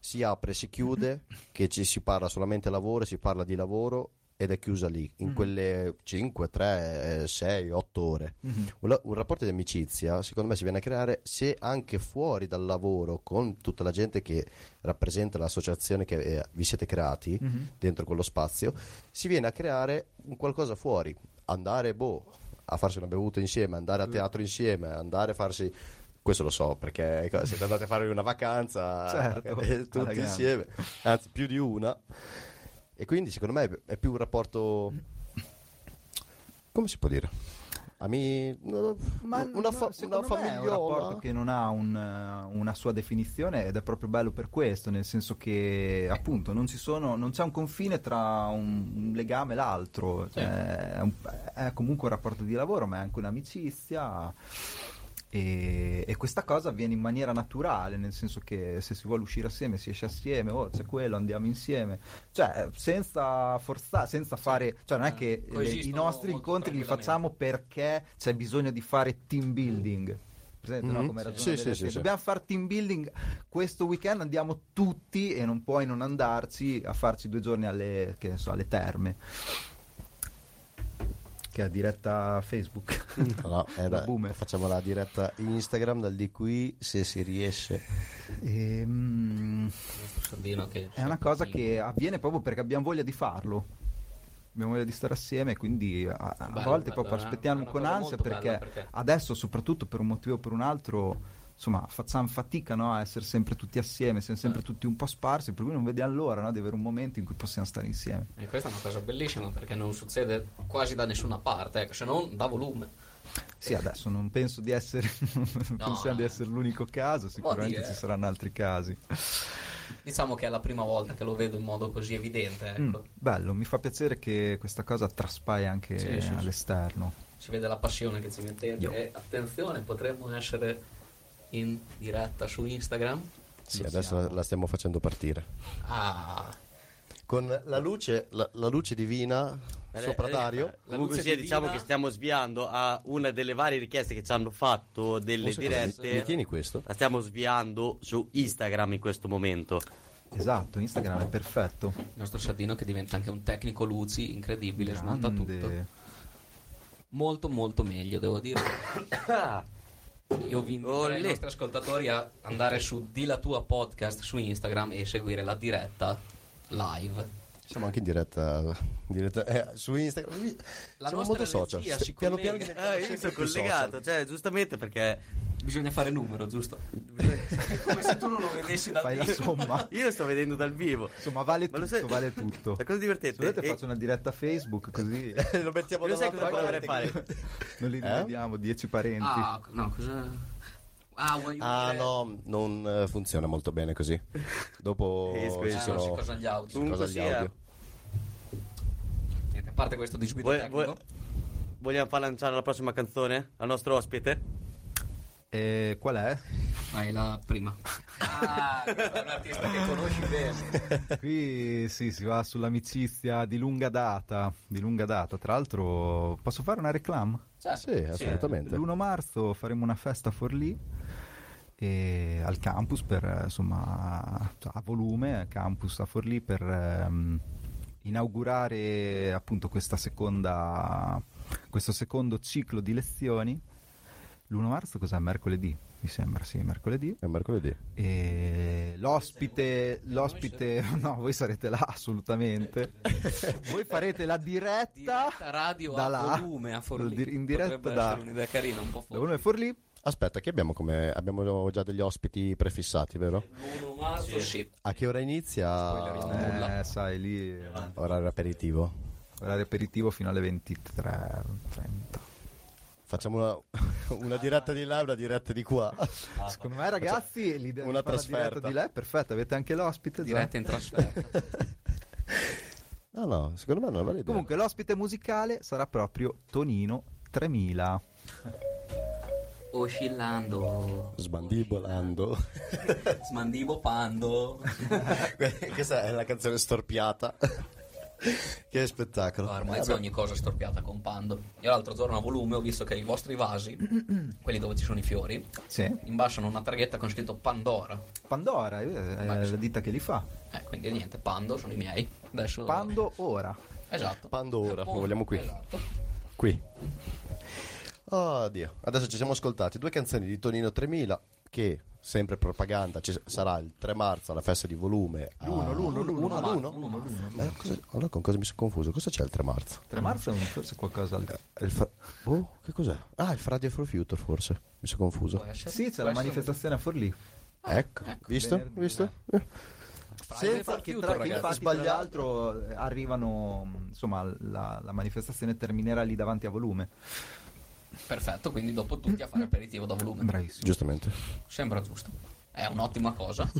[SPEAKER 4] si apre, si chiude,
[SPEAKER 6] Mhm.
[SPEAKER 4] che ci si parla solamente lavoro, si parla di lavoro ed è chiusa lì,
[SPEAKER 6] Mhm.
[SPEAKER 4] in quelle 5, 3, 6, 8 ore.
[SPEAKER 6] Mhm.
[SPEAKER 4] Un, la- un rapporto di amicizia, secondo me, si viene a creare se anche fuori dal lavoro, con tutta la gente che rappresenta l'associazione che eh, vi siete creati,
[SPEAKER 6] Mhm.
[SPEAKER 4] dentro quello spazio, si viene a creare un qualcosa fuori. Andare, boh, a farsi una bevuta insieme, andare
[SPEAKER 6] Mm.
[SPEAKER 4] a teatro insieme, andare a farsi... Questo lo so perché siete andati a fare una vacanza [laughs]
[SPEAKER 6] Certo,
[SPEAKER 4] eh,
[SPEAKER 6] alla
[SPEAKER 4] tutti
[SPEAKER 6] grande.
[SPEAKER 4] insieme, anzi più di una. E quindi secondo me è più un rapporto... Come si può dire? Ami... no,
[SPEAKER 6] Ma
[SPEAKER 4] una,
[SPEAKER 6] no,
[SPEAKER 4] fa- una
[SPEAKER 6] secondo me è un
[SPEAKER 4] famigliola.
[SPEAKER 6] rapporto che non ha un, eh, una sua definizione ed è proprio bello per questo, nel senso che appunto non, ci sono, non c'è un confine tra un, un legame e l'altro, Cioè, è, un- è comunque un rapporto di lavoro ma è anche un'amicizia e, e questa cosa avviene in maniera naturale, nel senso che se si vuole uscire assieme si esce assieme, oh c'è quello, andiamo insieme, cioè senza forzare, senza fare, cioè
[SPEAKER 4] eh,
[SPEAKER 6] non è che le- i
[SPEAKER 2] Coesistono
[SPEAKER 6] nostri
[SPEAKER 2] molto
[SPEAKER 6] incontri li
[SPEAKER 2] tranquillamente.
[SPEAKER 6] facciamo perché c'è bisogno di fare team building. Presente, no?
[SPEAKER 4] Mhm.
[SPEAKER 6] Come
[SPEAKER 4] Sì,
[SPEAKER 6] ragiona
[SPEAKER 4] sì,
[SPEAKER 6] delle
[SPEAKER 4] sì,
[SPEAKER 6] aziende.
[SPEAKER 4] sì.
[SPEAKER 6] Dobbiamo fare team building questo weekend, andiamo tutti e non puoi non andarci a farci due giorni alle, che ne so, alle terme. Che è diretta Facebook.
[SPEAKER 4] No, era-
[SPEAKER 6] Da boomer.
[SPEAKER 4] facciamo la diretta Instagram dal di qui se si riesce.
[SPEAKER 6] [laughs] Ehm, è una cosa che avviene proprio perché abbiamo voglia di farlo. Abbiamo voglia di stare assieme, quindi a, a
[SPEAKER 2] Bello,
[SPEAKER 6] volte
[SPEAKER 2] bello, è
[SPEAKER 6] proprio
[SPEAKER 2] una-
[SPEAKER 6] aspettiamo
[SPEAKER 2] è una
[SPEAKER 6] con
[SPEAKER 2] cosa
[SPEAKER 6] ansia
[SPEAKER 2] molto bella,
[SPEAKER 6] perché,
[SPEAKER 2] perché-
[SPEAKER 6] adesso, soprattutto per un motivo o per un altro, insomma, facciamo fatica no, a essere sempre tutti assieme, siamo sempre
[SPEAKER 2] Mm.
[SPEAKER 6] tutti un po' sparsi, per cui non vediamo l'ora no, di avere un momento in cui possiamo stare insieme.
[SPEAKER 2] E questa è una cosa bellissima perché non succede quasi da nessuna parte, ecco, se non da volume.
[SPEAKER 6] Sì, adesso non penso di essere, [laughs] non pensiamo di essere l'unico caso, sicuramente
[SPEAKER 2] dire- Ecco.
[SPEAKER 6] ci saranno altri casi.
[SPEAKER 2] Diciamo che è la prima volta che lo vedo in modo così evidente,
[SPEAKER 6] Mm,
[SPEAKER 2] ecco.
[SPEAKER 6] bello, mi fa piacere che questa cosa traspaia anche
[SPEAKER 2] Sì, sì, sì.
[SPEAKER 6] all'esterno.
[SPEAKER 2] Si vede la passione che ci mettete.
[SPEAKER 6] Io.
[SPEAKER 2] E attenzione, potremmo essere in diretta su Instagram.
[SPEAKER 4] Sì,
[SPEAKER 6] Lo
[SPEAKER 4] adesso la,
[SPEAKER 6] siamo.
[SPEAKER 4] la stiamo facendo partire.
[SPEAKER 2] Ah,
[SPEAKER 4] Con la luce, la, la luce divina
[SPEAKER 1] Eh,
[SPEAKER 4] sopra Dario.
[SPEAKER 2] La
[SPEAKER 1] Comunque
[SPEAKER 2] luce
[SPEAKER 1] sia,
[SPEAKER 2] divina-
[SPEAKER 1] diciamo che stiamo sviando a una delle varie richieste che ci hanno fatto delle
[SPEAKER 4] Un secondo,
[SPEAKER 1] dirette.
[SPEAKER 4] Mi tieni questo?
[SPEAKER 1] La stiamo sviando su Instagram in questo momento.
[SPEAKER 6] Esatto, Instagram è perfetto.
[SPEAKER 2] il nostro Sardino che diventa anche un tecnico luci incredibile, smonta tutto.
[SPEAKER 6] Grande.
[SPEAKER 2] Molto molto meglio, devo dire.
[SPEAKER 1] Eh,
[SPEAKER 2] Io vi invito i
[SPEAKER 1] Olè.
[SPEAKER 2] nostri ascoltatori a andare su Di la tua podcast su Instagram e seguire la diretta live.
[SPEAKER 4] Siamo anche in diretta, in diretta- eh, su Instagram.
[SPEAKER 2] La
[SPEAKER 4] Siamo
[SPEAKER 2] nostra
[SPEAKER 4] molto social.
[SPEAKER 2] energia si
[SPEAKER 4] Piano
[SPEAKER 2] collega.
[SPEAKER 4] piano diventiamo
[SPEAKER 1] Ah, io
[SPEAKER 4] sempre
[SPEAKER 1] sono
[SPEAKER 4] più social.
[SPEAKER 1] collegato, cioè, giustamente perché
[SPEAKER 2] Bisogna fare numero, giusto? [laughs] Come se tu non lo vedessi da
[SPEAKER 6] Fai la
[SPEAKER 2] [laughs]
[SPEAKER 6] somma.
[SPEAKER 1] io sto vedendo dal vivo.
[SPEAKER 6] Insomma, vale
[SPEAKER 1] Ma lo
[SPEAKER 6] tutto,
[SPEAKER 1] sai-
[SPEAKER 6] vale tutto.
[SPEAKER 1] La cosa divertente
[SPEAKER 6] Se volete
[SPEAKER 1] è-
[SPEAKER 6] faccio una diretta Facebook così
[SPEAKER 4] Lo mettiamo
[SPEAKER 1] Lo sai
[SPEAKER 4] davanti
[SPEAKER 1] [laughs] cosa
[SPEAKER 4] alla
[SPEAKER 1] dovrei
[SPEAKER 4] parte.
[SPEAKER 1] fare?
[SPEAKER 6] [laughs] non li
[SPEAKER 4] Eh?
[SPEAKER 6] vediamo, 10 parenti.
[SPEAKER 2] Ah, no, cosa... Ah, vuoi
[SPEAKER 4] Ah
[SPEAKER 2] dire-
[SPEAKER 4] no, non eh, funziona molto bene così. Dopo
[SPEAKER 1] Eh, scusi.
[SPEAKER 4] ci
[SPEAKER 2] Ah,
[SPEAKER 4] sono
[SPEAKER 2] non si cosa gli audio.
[SPEAKER 4] si cosa
[SPEAKER 1] Comunque
[SPEAKER 4] gli
[SPEAKER 1] sia.
[SPEAKER 4] audio.
[SPEAKER 2] Niente, a parte questo disguido
[SPEAKER 1] Vuoi-
[SPEAKER 2] tecnico.
[SPEAKER 1] vuoi- vogliamo far lanciare la prossima canzone al nostro ospite?
[SPEAKER 6] E qual è?
[SPEAKER 2] Fai la prima. [laughs] Ah, è un artista che conosci bene.
[SPEAKER 6] [laughs] Qui sì, si va sull'amicizia di lunga data, di lunga data. Tra l'altro posso fare una reclama?
[SPEAKER 2] Certo.
[SPEAKER 4] Sì, assolutamente.
[SPEAKER 6] L'1 marzo faremo una festa a Forlì e al campus per eh, insomma a volume campus a Forlì per ehm, inaugurare appunto questa seconda questo secondo ciclo di lezioni l'1 marzo cos'è mercoledì mi sembra sì mercoledì
[SPEAKER 4] È mercoledì.
[SPEAKER 6] e Eh, l'ospite l'ospite [laughs] no voi sarete là
[SPEAKER 4] [laughs]
[SPEAKER 6] assolutamente voi farete la diretta
[SPEAKER 2] Diretta radio
[SPEAKER 6] da
[SPEAKER 2] a
[SPEAKER 6] là,
[SPEAKER 2] volume a Forlì.
[SPEAKER 6] in diretta
[SPEAKER 2] Potrebbe
[SPEAKER 6] da-
[SPEAKER 2] essere un'idea carina, un po'
[SPEAKER 6] da
[SPEAKER 2] forte.
[SPEAKER 6] uno è Forlì
[SPEAKER 4] Aspetta, che abbiamo come abbiamo già degli ospiti prefissati, vero?
[SPEAKER 2] L'uno marzo, sì.
[SPEAKER 4] A che ora inizia?
[SPEAKER 2] Spoilerista.
[SPEAKER 6] eh,
[SPEAKER 2] Nulla.
[SPEAKER 6] sai lì eh,
[SPEAKER 4] Orario aperitivo.
[SPEAKER 6] Orario aperitivo fino alle 23.30.
[SPEAKER 4] Facciamo una, [laughs] una diretta di là, una diretta di qua.
[SPEAKER 2] Ah,
[SPEAKER 6] Secondo me, ragazzi, l'idea
[SPEAKER 4] Una
[SPEAKER 6] di fare la
[SPEAKER 4] trasferta.
[SPEAKER 6] diretta di là è perfetta. Avete anche l'ospite. già.
[SPEAKER 2] Diretta in trasferta.
[SPEAKER 4] [laughs] No, no, secondo me non è una bella idea.
[SPEAKER 6] Comunque, l'ospite musicale sarà proprio Tonino 3000.
[SPEAKER 2] Oscillando.
[SPEAKER 4] Sbandibolando.
[SPEAKER 2] [laughs] Smandibopando.
[SPEAKER 4] Que- [laughs] Questa è la canzone storpiata. che spettacolo.
[SPEAKER 2] No, Ah, ormai c'è ogni cosa storpiata con Pando. Io l'altro giorno a volume ho visto che i vostri vasi, quelli dove ci sono i fiori,
[SPEAKER 6] Sì.
[SPEAKER 2] in basso hanno una targhetta con scritto Pandora.
[SPEAKER 6] Pandora eh, è
[SPEAKER 2] Ma-
[SPEAKER 6] la ditta che li fa.
[SPEAKER 2] Eh, quindi niente, Pando sono i miei. Adesso...
[SPEAKER 6] Pando ora.
[SPEAKER 2] Esatto.
[SPEAKER 4] Pando ora, lo vogliamo qui.
[SPEAKER 2] Esatto.
[SPEAKER 4] Qui. Oddio. Adesso ci siamo ascoltati due canzoni di Tonino 3000 che sempre propaganda ci sarà il 3 marzo alla festa di volume. a-
[SPEAKER 6] L'uno, l'uno, l'uno,
[SPEAKER 4] Uno,
[SPEAKER 6] marzo,
[SPEAKER 4] l'uno?
[SPEAKER 6] l'uno, marzo.
[SPEAKER 4] Ma cosa- allora con cosa mi sono confuso? Cosa c'è il 3 marzo?
[SPEAKER 6] 3 marzo è un- forse qualcosa al-
[SPEAKER 4] Il fra- boh, che cos'è? Ah, il Friday for Future forse. Mi sono confuso.
[SPEAKER 2] Cioè, Può essere.
[SPEAKER 6] Sì, c'è
[SPEAKER 2] Può
[SPEAKER 6] la
[SPEAKER 2] essere.
[SPEAKER 6] manifestazione a Forlì.
[SPEAKER 4] Ecco, visto?
[SPEAKER 6] venerdì,
[SPEAKER 4] Visto? Eh. Senza che
[SPEAKER 2] partito,
[SPEAKER 4] tra,
[SPEAKER 2] ragazzi.
[SPEAKER 4] infatti,
[SPEAKER 6] Infatti,
[SPEAKER 4] sbagliato.
[SPEAKER 6] tra l'altro eh, arrivano, mh, insomma, la, la manifestazione terminerà lì davanti a volume.
[SPEAKER 2] Perfetto, quindi dopo tutti a fare aperitivo da volume.
[SPEAKER 6] Bravissimo.
[SPEAKER 4] Eh, Giustamente.
[SPEAKER 2] Sembra giusto. È un'ottima
[SPEAKER 4] [laughs]
[SPEAKER 2] cosa.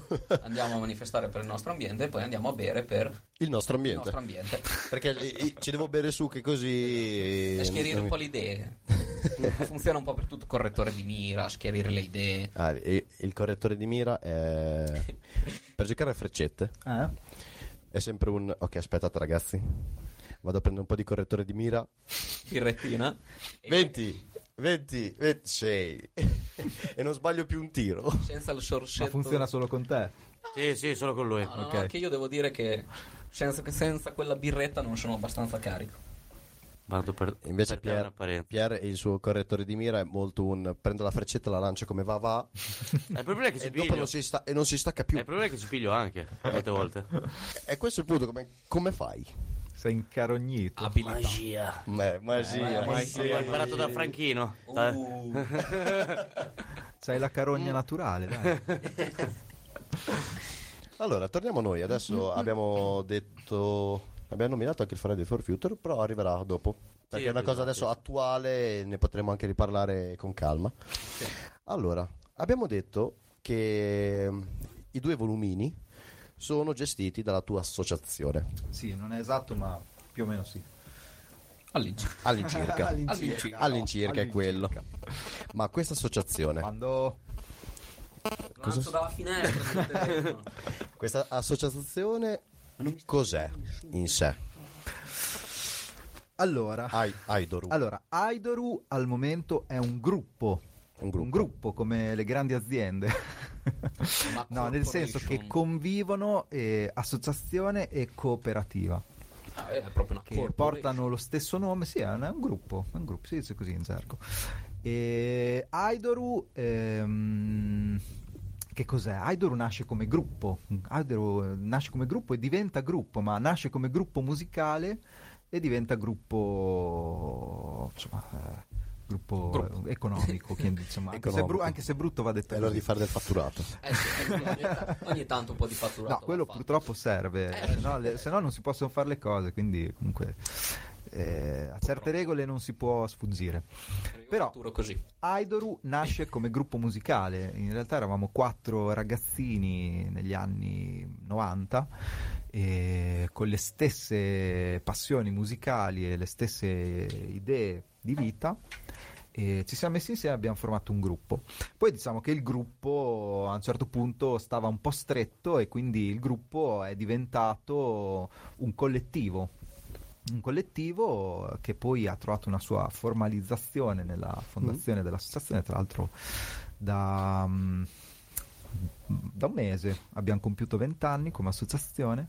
[SPEAKER 2] Andiamo a manifestare per il nostro ambiente e poi andiamo a bere per
[SPEAKER 4] Il nostro
[SPEAKER 2] il
[SPEAKER 4] ambiente.
[SPEAKER 2] nostro ambiente.
[SPEAKER 4] Perché eh, ci devo bere su che così...
[SPEAKER 2] E schierire un
[SPEAKER 4] non mi-
[SPEAKER 2] po' le
[SPEAKER 6] [laughs]
[SPEAKER 2] idee. Funziona un po' per tutto, correttore di mira, schierire le idee.
[SPEAKER 4] Ah, e- il correttore di mira è... per giocare a freccette
[SPEAKER 6] Eh?
[SPEAKER 4] è sempre un... Ok, aspettate ragazzi. Vado a prendere un po' di correttore di mira.
[SPEAKER 2] Birrettina. E
[SPEAKER 4] 20, 20, 26. [laughs] e non sbaglio più un tiro.
[SPEAKER 2] Senza il sorsetto.
[SPEAKER 6] Ma funziona solo con te.
[SPEAKER 1] Sì, sì, solo con lui.
[SPEAKER 2] No, no, no,
[SPEAKER 6] Ok.
[SPEAKER 2] anche io devo dire che senza, che senza quella birretta non sono abbastanza carico.
[SPEAKER 1] Vado per,
[SPEAKER 4] Invece
[SPEAKER 1] per terra
[SPEAKER 4] Pier,
[SPEAKER 1] una parete.
[SPEAKER 4] Pier e il suo correttore di mira è molto un... Prendo la freccetta, la lancio come va va.
[SPEAKER 1] Eh, Il problema è che
[SPEAKER 4] [laughs] e,
[SPEAKER 1] si
[SPEAKER 4] dopo
[SPEAKER 1] piglio.
[SPEAKER 4] non si sta- e non si stacca
[SPEAKER 1] Eh,
[SPEAKER 4] più.
[SPEAKER 1] Il problema è che si piglio anche, molte volte.
[SPEAKER 4] E questo è il punto. Come, come fai?
[SPEAKER 6] Sei incarognito.
[SPEAKER 2] Abilità.
[SPEAKER 4] Ma, Eh, ma
[SPEAKER 1] Eh,
[SPEAKER 4] sì, ma sì.
[SPEAKER 1] Ho imparato da Franchino.
[SPEAKER 4] Uh.
[SPEAKER 1] eh. Da-
[SPEAKER 2] Uh.
[SPEAKER 6] [laughs] Sei la carogna naturale, dai.
[SPEAKER 4] Allora, torniamo a
[SPEAKER 1] [laughs]
[SPEAKER 4] noi. Adesso abbiamo detto. Abbiamo nominato anche il Friday for Future, però arriverà dopo. Perché è una cosa
[SPEAKER 1] esatto,
[SPEAKER 4] adesso
[SPEAKER 1] sì.
[SPEAKER 4] attuale, ne potremo anche riparlare con calma. Allora, abbiamo detto che mm, i due volumini sono gestiti dalla tua associazione
[SPEAKER 6] Sì, non è esatto, ma più o meno sì.
[SPEAKER 2] All'incirca.
[SPEAKER 4] [laughs] all'incirca.
[SPEAKER 2] All'incirca.
[SPEAKER 4] all'incirca è
[SPEAKER 6] All'incirca.
[SPEAKER 4] quello. Ma questa associazione,
[SPEAKER 6] Quando
[SPEAKER 2] Lancio dalla finestra. il
[SPEAKER 6] [laughs]
[SPEAKER 2] telefono.
[SPEAKER 4] questa associazione cos'è in sé?
[SPEAKER 6] Allora,
[SPEAKER 4] Ai- Aidoru,
[SPEAKER 6] allora, Aidoru al momento è un gruppo,
[SPEAKER 4] un gruppo.
[SPEAKER 6] un gruppo come le grandi aziende.
[SPEAKER 2] Ma
[SPEAKER 6] [laughs] no, nel senso che
[SPEAKER 2] corporation.
[SPEAKER 6] convivono eh, associazione e cooperativa
[SPEAKER 2] Ah, è proprio una
[SPEAKER 6] che
[SPEAKER 2] corporation.
[SPEAKER 6] portano lo stesso nome, sì, è un, è un gruppo, è un gruppo, si dice così in gergo. E Aidoru ehm, che cos'è? Aidoru nasce come gruppo, Aidoru eh, nasce come gruppo e diventa gruppo, ma nasce come gruppo musicale e diventa gruppo insomma eh, gruppo,
[SPEAKER 2] Gruppo.
[SPEAKER 6] economico,
[SPEAKER 2] [laughs]
[SPEAKER 6] quindi, insomma, anche, se è bru-
[SPEAKER 4] Economico.
[SPEAKER 6] anche se è brutto va detto
[SPEAKER 4] È l'ora
[SPEAKER 6] così.
[SPEAKER 4] di fare del fatturato.
[SPEAKER 2] Eh sì, ogni, ogni tanto un po' di fatturato.
[SPEAKER 6] No, quello
[SPEAKER 2] va fatto.
[SPEAKER 6] purtroppo serve,
[SPEAKER 2] Eh,
[SPEAKER 6] se no, le- se no non si possono fare le cose, quindi comunque eh, a certe regole non si può sfuggire.
[SPEAKER 2] Io
[SPEAKER 6] però-
[SPEAKER 2] fatturo così.
[SPEAKER 6] Aidoru nasce come gruppo musicale, in realtà eravamo quattro ragazzini negli anni 90 eh, con le stesse passioni musicali e le stesse idee di vita. E ci siamo messi insieme e abbiamo formato un gruppo. Poi diciamo che il gruppo a un certo punto stava un po' stretto e quindi il gruppo è diventato un collettivo. Un collettivo che poi ha trovato una sua formalizzazione nella fondazione dell'associazione, tra l'altro da, mm, da un mese abbiamo compiuto 20 anni come associazione.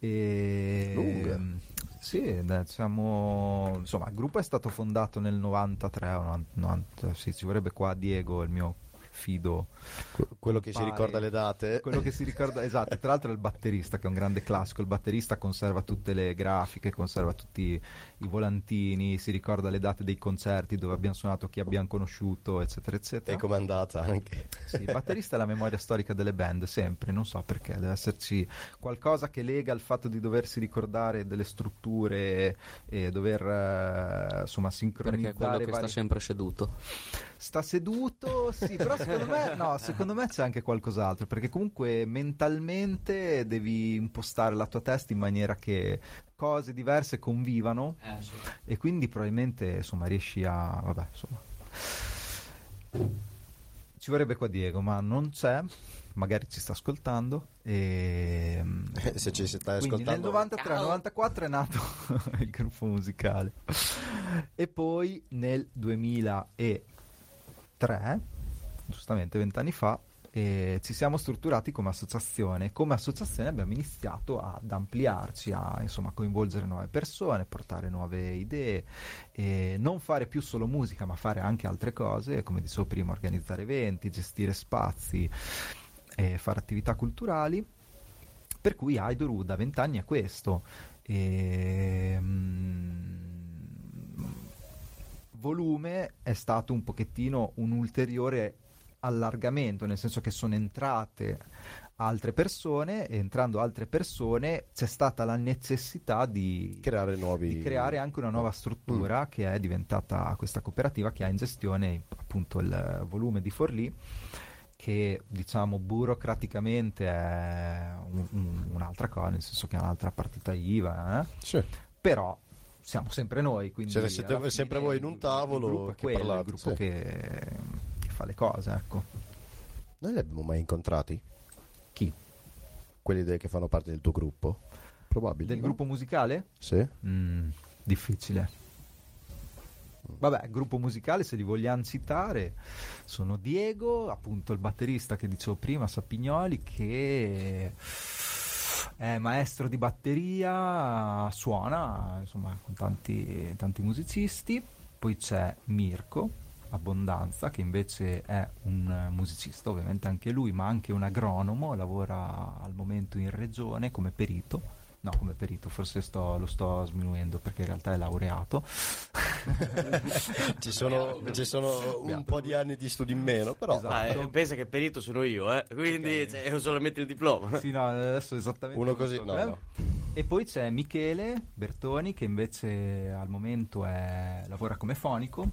[SPEAKER 6] E,
[SPEAKER 4] Lunga.
[SPEAKER 6] Ehm, Sì, da- siamo, insomma, il gruppo è stato fondato nel 93, o 90, 90, sì, ci vorrebbe qua Diego, il mio fido
[SPEAKER 4] Que- quello che si
[SPEAKER 6] Pare.
[SPEAKER 4] ricorda le date
[SPEAKER 6] quello che si ricorda esatto tra l'altro è il batterista che è un grande classico il batterista conserva tutte le grafiche conserva tutti i volantini si ricorda le date dei concerti dove abbiamo suonato chi abbiamo conosciuto eccetera
[SPEAKER 4] [laughs]
[SPEAKER 6] eccetera
[SPEAKER 4] e com'è andata anche
[SPEAKER 6] Sì, il batterista è la memoria storica delle band sempre non so perché deve esserci qualcosa che lega il fatto di doversi ricordare delle strutture e dover eh, insomma
[SPEAKER 2] Perché
[SPEAKER 6] sincronizzare
[SPEAKER 2] è quello che sta
[SPEAKER 6] vari-
[SPEAKER 2] sempre seduto.
[SPEAKER 6] Sta seduto, sì, però secondo me, no, secondo me c'è anche qualcos'altro, perché comunque mentalmente devi impostare la tua testa in maniera che cose diverse convivano
[SPEAKER 2] Eh,
[SPEAKER 6] e quindi probabilmente insomma riesci a... vabbè, insomma... Ci vorrebbe qua Diego, ma non c'è, magari ci sta ascoltando Ehm, e...
[SPEAKER 4] [laughs] [laughs] se ci si sta
[SPEAKER 6] Quindi nel
[SPEAKER 4] ascoltando
[SPEAKER 6] 93 94 è nato [laughs] il gruppo musicale e poi nel 2003 giustamente vent'anni fa eh, ci siamo strutturati come associazione come associazione abbiamo iniziato ad ampliarci a insomma coinvolgere nuove persone portare nuove idee e non fare più solo musica ma fare anche altre cose come dicevo prima organizzare eventi gestire spazi e fare attività culturali per cui Aidoru da vent'anni è questo. mm, Ehm, Volume è stato un pochettino un ulteriore allargamento, nel senso che sono entrate altre persone e entrando altre persone c'è stata la necessità di
[SPEAKER 4] Creare nuovi...
[SPEAKER 6] di creare anche una nuova
[SPEAKER 4] Mm.
[SPEAKER 6] struttura che è diventata questa cooperativa che ha in gestione appunto il volume di Forlì che diciamo burocraticamente è un- un- un'altra cosa, nel senso che è un'altra partita IVA, eh?
[SPEAKER 4] Sì.
[SPEAKER 6] però siamo sempre noi, quindi
[SPEAKER 4] Siete- siete-
[SPEAKER 6] alla
[SPEAKER 4] sempre voi in un tavolo
[SPEAKER 6] il gruppo è
[SPEAKER 4] che
[SPEAKER 6] quello,
[SPEAKER 4] parlate,
[SPEAKER 6] il gruppo
[SPEAKER 4] sì.
[SPEAKER 6] che, che fa le cose, ecco.
[SPEAKER 4] Noi li abbiamo mai incontrati?
[SPEAKER 6] Chi?
[SPEAKER 4] Quelli de- che fanno parte del tuo gruppo? Probabile.
[SPEAKER 6] Del
[SPEAKER 4] no?
[SPEAKER 6] gruppo musicale? [laughs]
[SPEAKER 4] Sì.
[SPEAKER 6] Mm, difficile. Vabbè, gruppo musicale, se li vogliamo citare, sono Diego, appunto il batterista che dicevo prima, Sapignoli, che è maestro di batteria, suona insomma con tanti, tanti musicisti. Poi c'è Mirko Abbondanza, che invece è un musicista, ovviamente anche lui, ma anche un agronomo, lavora al momento in regione come perito. No, come perito, forse sto- lo sto sminuendo perché in realtà è laureato.
[SPEAKER 4] ci, sono, ci sono un po' di anni di studi in meno, però...
[SPEAKER 6] Esatto.
[SPEAKER 1] [laughs] Ah, eh, pensa che perito sono io, eh. Quindi cioè, è solamente il diploma.
[SPEAKER 6] [laughs] Sì, no, adesso esattamente.
[SPEAKER 4] Uno
[SPEAKER 6] non
[SPEAKER 4] così,
[SPEAKER 6] so,
[SPEAKER 4] no,
[SPEAKER 6] eh.
[SPEAKER 4] no.
[SPEAKER 6] E poi c'è Michele Bertoni che invece al momento è- lavora come fonico.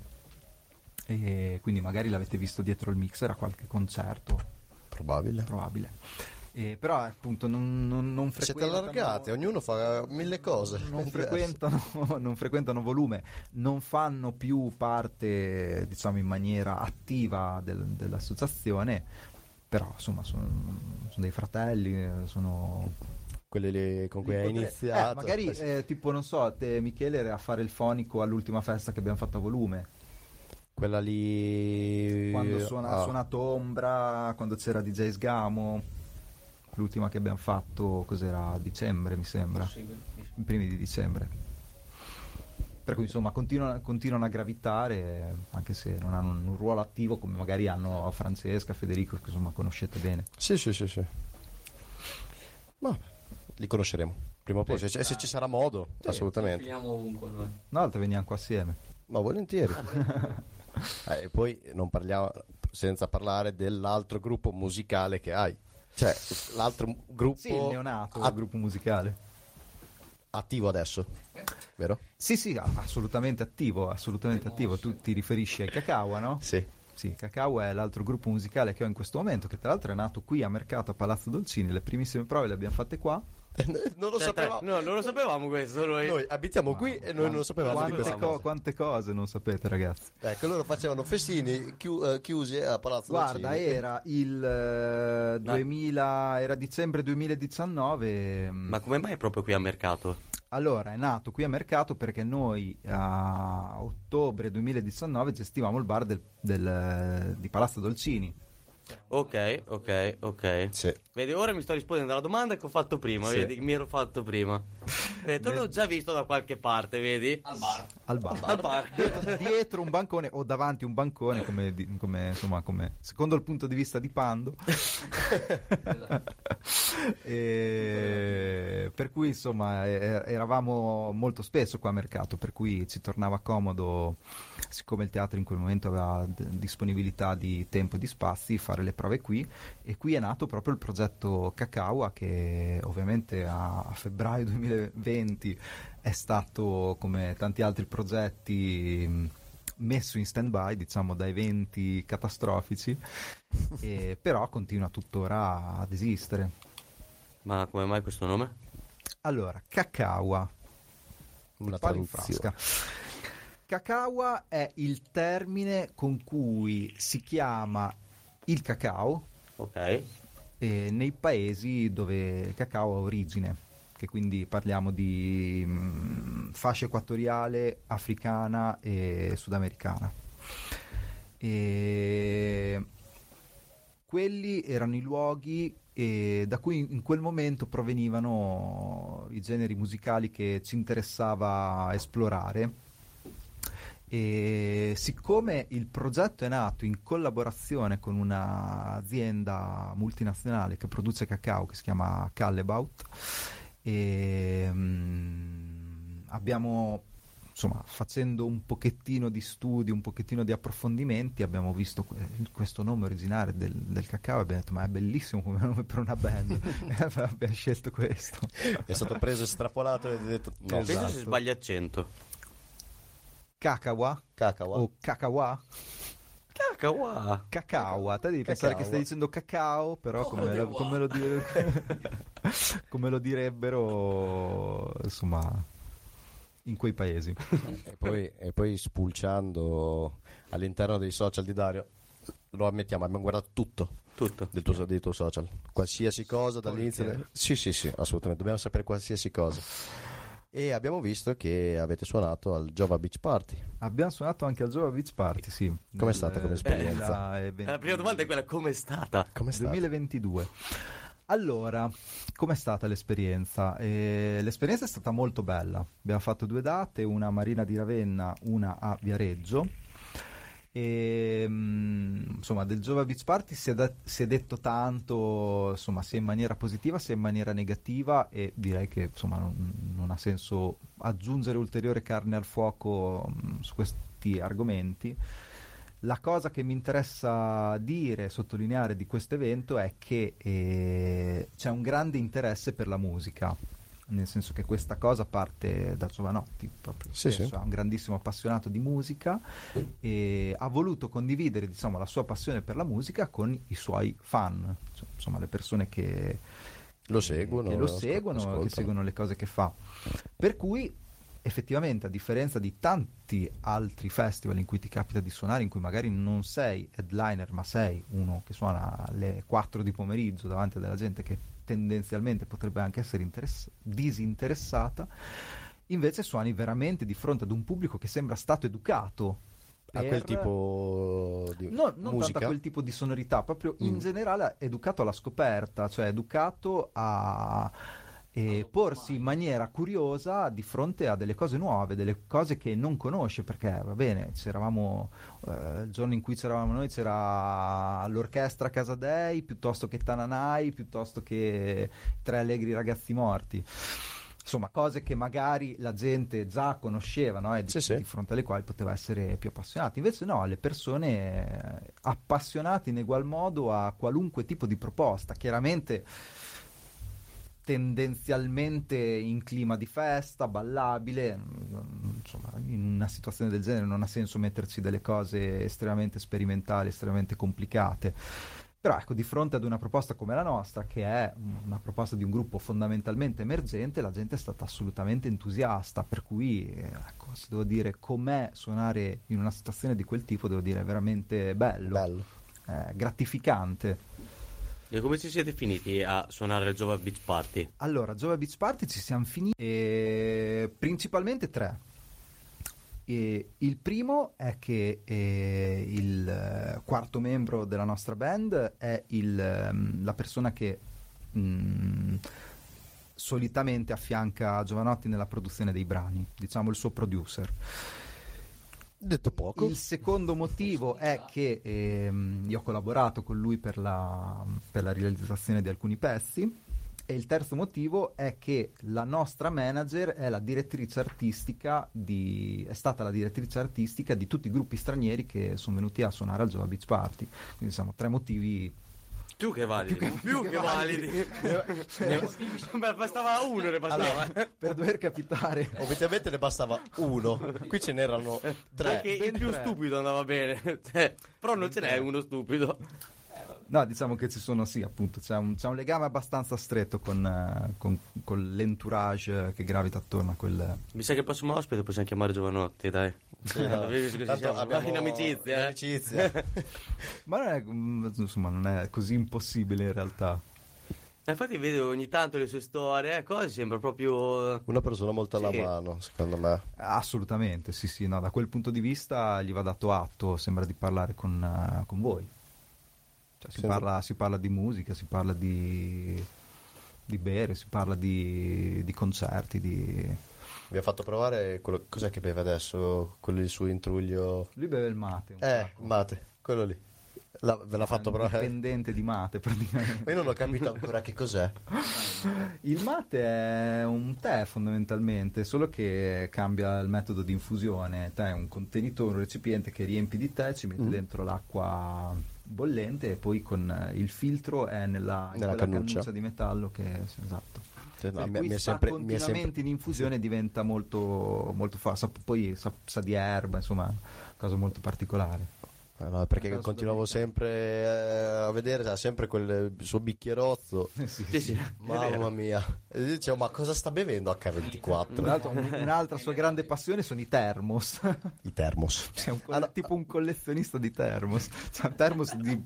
[SPEAKER 6] E quindi magari l'avete visto dietro il mixer a qualche concerto,
[SPEAKER 4] Probabile.
[SPEAKER 6] probabile. E però appunto non, non, non
[SPEAKER 4] Siete
[SPEAKER 6] frequentano-
[SPEAKER 4] allargate, ognuno fa mille cose. [laughs]
[SPEAKER 6] non
[SPEAKER 4] diverse.
[SPEAKER 6] frequentano, [laughs] non frequentano volume, non fanno più parte, diciamo, in maniera attiva del- dell'associazione, però insomma sono, sono dei fratelli, eh, sono...
[SPEAKER 4] Quelli lì con cui
[SPEAKER 6] li
[SPEAKER 4] hai
[SPEAKER 6] potrei-
[SPEAKER 4] iniziato.
[SPEAKER 6] Eh, magari eh, tipo, non so, te, Michele era a fare il fonico all'ultima festa che abbiamo fatto a volume,
[SPEAKER 4] Quella lì...
[SPEAKER 6] quando suona,
[SPEAKER 4] Ah,
[SPEAKER 6] ha suonato Ombra, quando c'era DJ Sgamo. L'ultima che abbiamo fatto, cos'era? A dicembre, mi sembra. I primi di dicembre. Per cui insomma continuano, continuano a gravitare, eh, anche se non hanno un ruolo attivo come magari hanno Francesca, Federico, che insomma conoscete bene.
[SPEAKER 4] Sì, sì, sì, sì. Ma li conosceremo. Prima o poi, se, c- se ci sarà modo, assolutamente.
[SPEAKER 2] Finiamo ovunque noi.
[SPEAKER 6] Una volta veniamo qua assieme.
[SPEAKER 4] Ma
[SPEAKER 6] [laughs]
[SPEAKER 4] volentieri. Eh, e poi non parliamo senza parlare dell'altro gruppo musicale che hai. Cioè, l'altro m- gruppo
[SPEAKER 6] Sì, il neonato,
[SPEAKER 4] a-
[SPEAKER 6] il gruppo musicale.
[SPEAKER 4] attivo adesso, vero?
[SPEAKER 6] Sì, sì, a- assolutamente attivo, assolutamente attivo. Tu ti riferisci ai Cacawa, no?
[SPEAKER 4] Sì. [laughs]
[SPEAKER 6] Sì, Cacao è l'altro gruppo musicale che ho in questo momento, che tra l'altro è nato qui a Mercato a Palazzo Dolcini. Le primissime prove le abbiamo fatte qua.
[SPEAKER 4] non lo
[SPEAKER 1] Cioè, tra-
[SPEAKER 4] sapevamo.
[SPEAKER 1] No, non lo sapevamo questo noi.
[SPEAKER 4] Noi abitiamo qui e noi non lo sapevamo di
[SPEAKER 6] Quante,
[SPEAKER 4] questa
[SPEAKER 6] co-
[SPEAKER 4] cosa.
[SPEAKER 6] quante cose non sapete, ragazzi.
[SPEAKER 4] Ecco, loro facevano festini chiu- eh, chiusi a Palazzo
[SPEAKER 6] Guarda,
[SPEAKER 4] Dolcini.
[SPEAKER 6] era il eh, 2000, era dicembre 2019. mm,
[SPEAKER 1] Ma come mai proprio qui a mercato?
[SPEAKER 6] Allora, è nato qui a mercato perché noi a ottobre 2019 gestivamo il bar del- del- di Palazzo Dolcini.
[SPEAKER 1] Ok, ok,
[SPEAKER 6] eh.
[SPEAKER 1] ok.
[SPEAKER 4] Sì.
[SPEAKER 1] Vedi, ora mi sto rispondendo alla domanda che ho fatto prima,
[SPEAKER 6] Sì.
[SPEAKER 1] vedi, mi ero fatto prima. Ho detto, l'ho già visto da qualche parte, vedi?
[SPEAKER 2] Al bar.
[SPEAKER 6] Al bar.
[SPEAKER 1] Al bar.
[SPEAKER 6] Dietro un bancone o davanti un bancone, come, di- come, insomma, come- secondo il punto di vista di Pando. [laughs] E Eh, per cui insomma e- eravamo molto spesso qua a mercato, per cui ci tornava comodo, siccome il teatro in quel momento aveva d- disponibilità di tempo e di spazi, fare le prove qui e qui è nato proprio il progetto Cacaua che ovviamente a, a febbraio 2020 è stato come tanti altri progetti mh, messo in stand by diciamo da eventi catastrofici e però continua tuttora ad esistere
[SPEAKER 1] Ma come mai questo nome?
[SPEAKER 6] allora Cacaua
[SPEAKER 4] Una
[SPEAKER 6] palo in
[SPEAKER 4] traduzione.
[SPEAKER 6] frasca. Cacaua è il termine con cui si chiama il cacao
[SPEAKER 1] Ok.
[SPEAKER 6] eh, nei paesi dove il cacao ha origine, che quindi parliamo di mm, fascia equatoriale, africana e sudamericana. E quelli erano i luoghi eh, da cui in quel momento provenivano i generi musicali che ci interessava esplorare. E siccome il progetto è nato in collaborazione con un'azienda multinazionale che produce cacao che si chiama Callebaut, e, mm, ehm, abbiamo insomma, facendo un pochettino di studi, un pochettino di approfondimenti, abbiamo visto que- questo nome originale del, del cacao e abbiamo detto ma è bellissimo come [laughs] nome per
[SPEAKER 4] [laughs]
[SPEAKER 6] una band. [laughs] E abbiamo scelto questo.
[SPEAKER 4] È stato preso, estrapolato e detto no.
[SPEAKER 1] Penso
[SPEAKER 6] Esatto.
[SPEAKER 1] si sbaglia accento.
[SPEAKER 6] Cacawa
[SPEAKER 4] Cacawa.
[SPEAKER 6] o cacawa?
[SPEAKER 1] Cacao.
[SPEAKER 6] Cacawa, te devi pensare che stai dicendo cacao, però come lo, come lo dire-
[SPEAKER 4] [laughs]
[SPEAKER 6] come lo direbbero insomma in
[SPEAKER 4] [laughs]
[SPEAKER 6] quei paesi.
[SPEAKER 4] E, poi, e poi spulciando all'interno dei social di Dario, lo ammettiamo, abbiamo guardato tutto
[SPEAKER 1] Tutto.
[SPEAKER 4] del tuo, dei tuoi social. Qualsiasi cosa dall'inizio. del- Sì, sì, sì, assolutamente. Dobbiamo sapere qualsiasi cosa. E abbiamo visto che avete suonato al Jova Beach Party.
[SPEAKER 6] Abbiamo suonato anche al Jova Beach Party, sì.
[SPEAKER 4] Com'è stata come esperienza?
[SPEAKER 1] La prima domanda è quella com'è stata?
[SPEAKER 4] Com'è stato?
[SPEAKER 6] 2022. Allora, com'è stata l'esperienza? Eh, l'esperienza è stata molto bella. Abbiamo fatto due date, una a Marina di Ravenna, una a Viareggio. E, mm, insomma, del Jova Beach Party si è, da- si è detto tanto, insomma, sia in maniera positiva sia in maniera negativa e direi che insomma, non, non ha senso aggiungere ulteriore carne al fuoco mm, su questi argomenti. La cosa che mi interessa dire, sottolineare di questo evento è che eh, c'è un grande interesse per la musica, nel senso che questa cosa parte da Giovanotti, proprio
[SPEAKER 4] Sì,
[SPEAKER 6] stesso,
[SPEAKER 4] sì.
[SPEAKER 6] è un grandissimo appassionato di musica e ha voluto condividere diciamo, la sua passione per la musica con i suoi fan, cioè, insomma le persone che
[SPEAKER 4] Lo seguono,
[SPEAKER 6] che lo
[SPEAKER 4] lo ascol-
[SPEAKER 6] seguono,
[SPEAKER 4] ascoltano.
[SPEAKER 6] che seguono le cose che fa. Per cui effettivamente a differenza di tanti altri festival in cui ti capita di suonare, in cui magari non sei headliner ma sei uno che suona alle 4 di pomeriggio davanti a della gente che tendenzialmente potrebbe anche essere interess- disinteressata, invece suoni veramente di fronte ad un pubblico che sembra stato educato.
[SPEAKER 4] A
[SPEAKER 6] per-
[SPEAKER 4] quel tipo di
[SPEAKER 6] No, non
[SPEAKER 4] musica. Mm.
[SPEAKER 6] tanto a quel tipo di sonorità, proprio in generale educato alla scoperta, cioè educato
[SPEAKER 4] Ah,
[SPEAKER 6] a eh, porsi in maniera curiosa di fronte a delle cose nuove, delle cose che non conosce, perché va bene, c'eravamo eh, il giorno in cui c'eravamo noi c'era l'orchestra Casadei, piuttosto che Tananai, piuttosto che Tre Allegri Ragazzi Morti. Insomma, cose che magari la gente già conosceva, no? E di,
[SPEAKER 4] Sì, sì.
[SPEAKER 6] di fronte alle quali poteva essere più appassionati. Invece no, le persone eh, appassionate in egual modo a qualunque tipo di proposta, chiaramente tendenzialmente in clima di festa, ballabile, mm, insomma, in una situazione del genere non ha senso metterci delle cose estremamente sperimentali, estremamente complicate. Però ecco, di fronte ad una proposta come la nostra, che è una proposta di un gruppo fondamentalmente emergente, la gente è stata assolutamente entusiasta, per cui eh, ecco, se devo dire com'è suonare in una situazione di quel tipo, devo dire è veramente bello,
[SPEAKER 4] Bello.
[SPEAKER 6] eh, gratificante.
[SPEAKER 1] E come ci siete finiti a suonare il Jova Beach Party?
[SPEAKER 6] Allora, Jova Beach Party ci siamo finiti eh, principalmente tre. E il primo è che eh, il eh, quarto membro della nostra band è il, ehm, la persona che mm, solitamente affianca Giovanotti nella produzione dei brani, diciamo il suo producer.
[SPEAKER 4] Detto poco.
[SPEAKER 6] Il secondo motivo è che ehm, io ho collaborato con lui per la, per la realizzazione di alcuni pezzi. E il terzo motivo è che la nostra manager è la direttrice artistica di, è stata la direttrice artistica di tutti i gruppi stranieri che sono venuti a suonare al Jova Beach Party. Quindi diciamo tre motivi.
[SPEAKER 1] Più che validi. Più che, validi. Beh, bastava uno, ne bastava.
[SPEAKER 4] Allora, eh,
[SPEAKER 6] Per dover capitare
[SPEAKER 4] Ovviamente ne bastava uno, qui ce n'erano tre.
[SPEAKER 1] Perché il più stupido andava bene. Cioè, però non ce n'è uno stupido.
[SPEAKER 6] No, diciamo che ci sono, sì, appunto, c'è un, c'è un legame abbastanza stretto con, eh, con- con l'entourage che gravita attorno a quel...
[SPEAKER 1] Mi sa che il prossimo ospite possiamo chiamare Giovanotti, dai.
[SPEAKER 4] No,
[SPEAKER 1] Vedi così
[SPEAKER 4] tanto
[SPEAKER 1] siamo
[SPEAKER 4] abbiamo-
[SPEAKER 1] in amicizia, eh.
[SPEAKER 4] amicizia.
[SPEAKER 6] Ma non è, mm, insomma, non è così impossibile in realtà.
[SPEAKER 1] Ma [laughs] Infatti vedo ogni tanto le sue storie, eh, cose sembra proprio...
[SPEAKER 4] Una persona molto alla
[SPEAKER 1] Sì.
[SPEAKER 4] mano, secondo me.
[SPEAKER 6] Assolutamente, sì, sì, no, da quel punto di vista gli va dato atto, sembra di parlare con, eh, con voi. Cioè, si,
[SPEAKER 4] Sì.
[SPEAKER 6] parla, si parla di musica, si parla di, di bere, si parla di, di concerti, di...
[SPEAKER 4] Vi ha fatto provare quello... cos'è che beve adesso? Quello il suo intruglio.
[SPEAKER 6] Lui beve il mate. un
[SPEAKER 4] Eh,
[SPEAKER 6] sacco.
[SPEAKER 4] mate, quello lì. La- ve l'ha fatto eh.
[SPEAKER 6] un
[SPEAKER 4] provare.
[SPEAKER 6] dipendente di
[SPEAKER 4] [laughs]
[SPEAKER 6] mate praticamente.
[SPEAKER 4] Ma io non ho capito ancora che cos'è.
[SPEAKER 6] Il mate è un tè fondamentalmente, solo che cambia il metodo di infusione. Il Tè è un contenitore, un recipiente che riempi di tè, ci
[SPEAKER 4] Mm.
[SPEAKER 6] metti dentro l'acqua bollente e poi con eh, il filtro è nella, in
[SPEAKER 4] Nella
[SPEAKER 6] quella
[SPEAKER 4] cannuccia.
[SPEAKER 6] di metallo che sì, esatto.
[SPEAKER 4] Cioè, no,
[SPEAKER 6] Per
[SPEAKER 4] mi,
[SPEAKER 6] cui
[SPEAKER 4] mi è
[SPEAKER 6] sta
[SPEAKER 4] sempre, mi è
[SPEAKER 6] continuamente
[SPEAKER 4] sempre-
[SPEAKER 6] in infusione e diventa molto, molto fa, sa- poi sa, sa di erba, insomma, cosa molto particolare. [laughs]
[SPEAKER 4] Ah, no, perché
[SPEAKER 6] Cosa
[SPEAKER 4] continuavo sempre eh, a vedere, c'era sempre quel suo bicchierozzo.
[SPEAKER 1] Sì, sì.
[SPEAKER 4] Mamma mia. E io dicevo, ma cosa sta bevendo
[SPEAKER 6] Tra
[SPEAKER 4] H24?
[SPEAKER 6] l'altro un- un'altra sua grande passione sono i termos. [laughs]
[SPEAKER 4] I termos.
[SPEAKER 6] È Cioè, un colle- tipo
[SPEAKER 4] ah.
[SPEAKER 6] un collezionista di termos. Cioè, termos di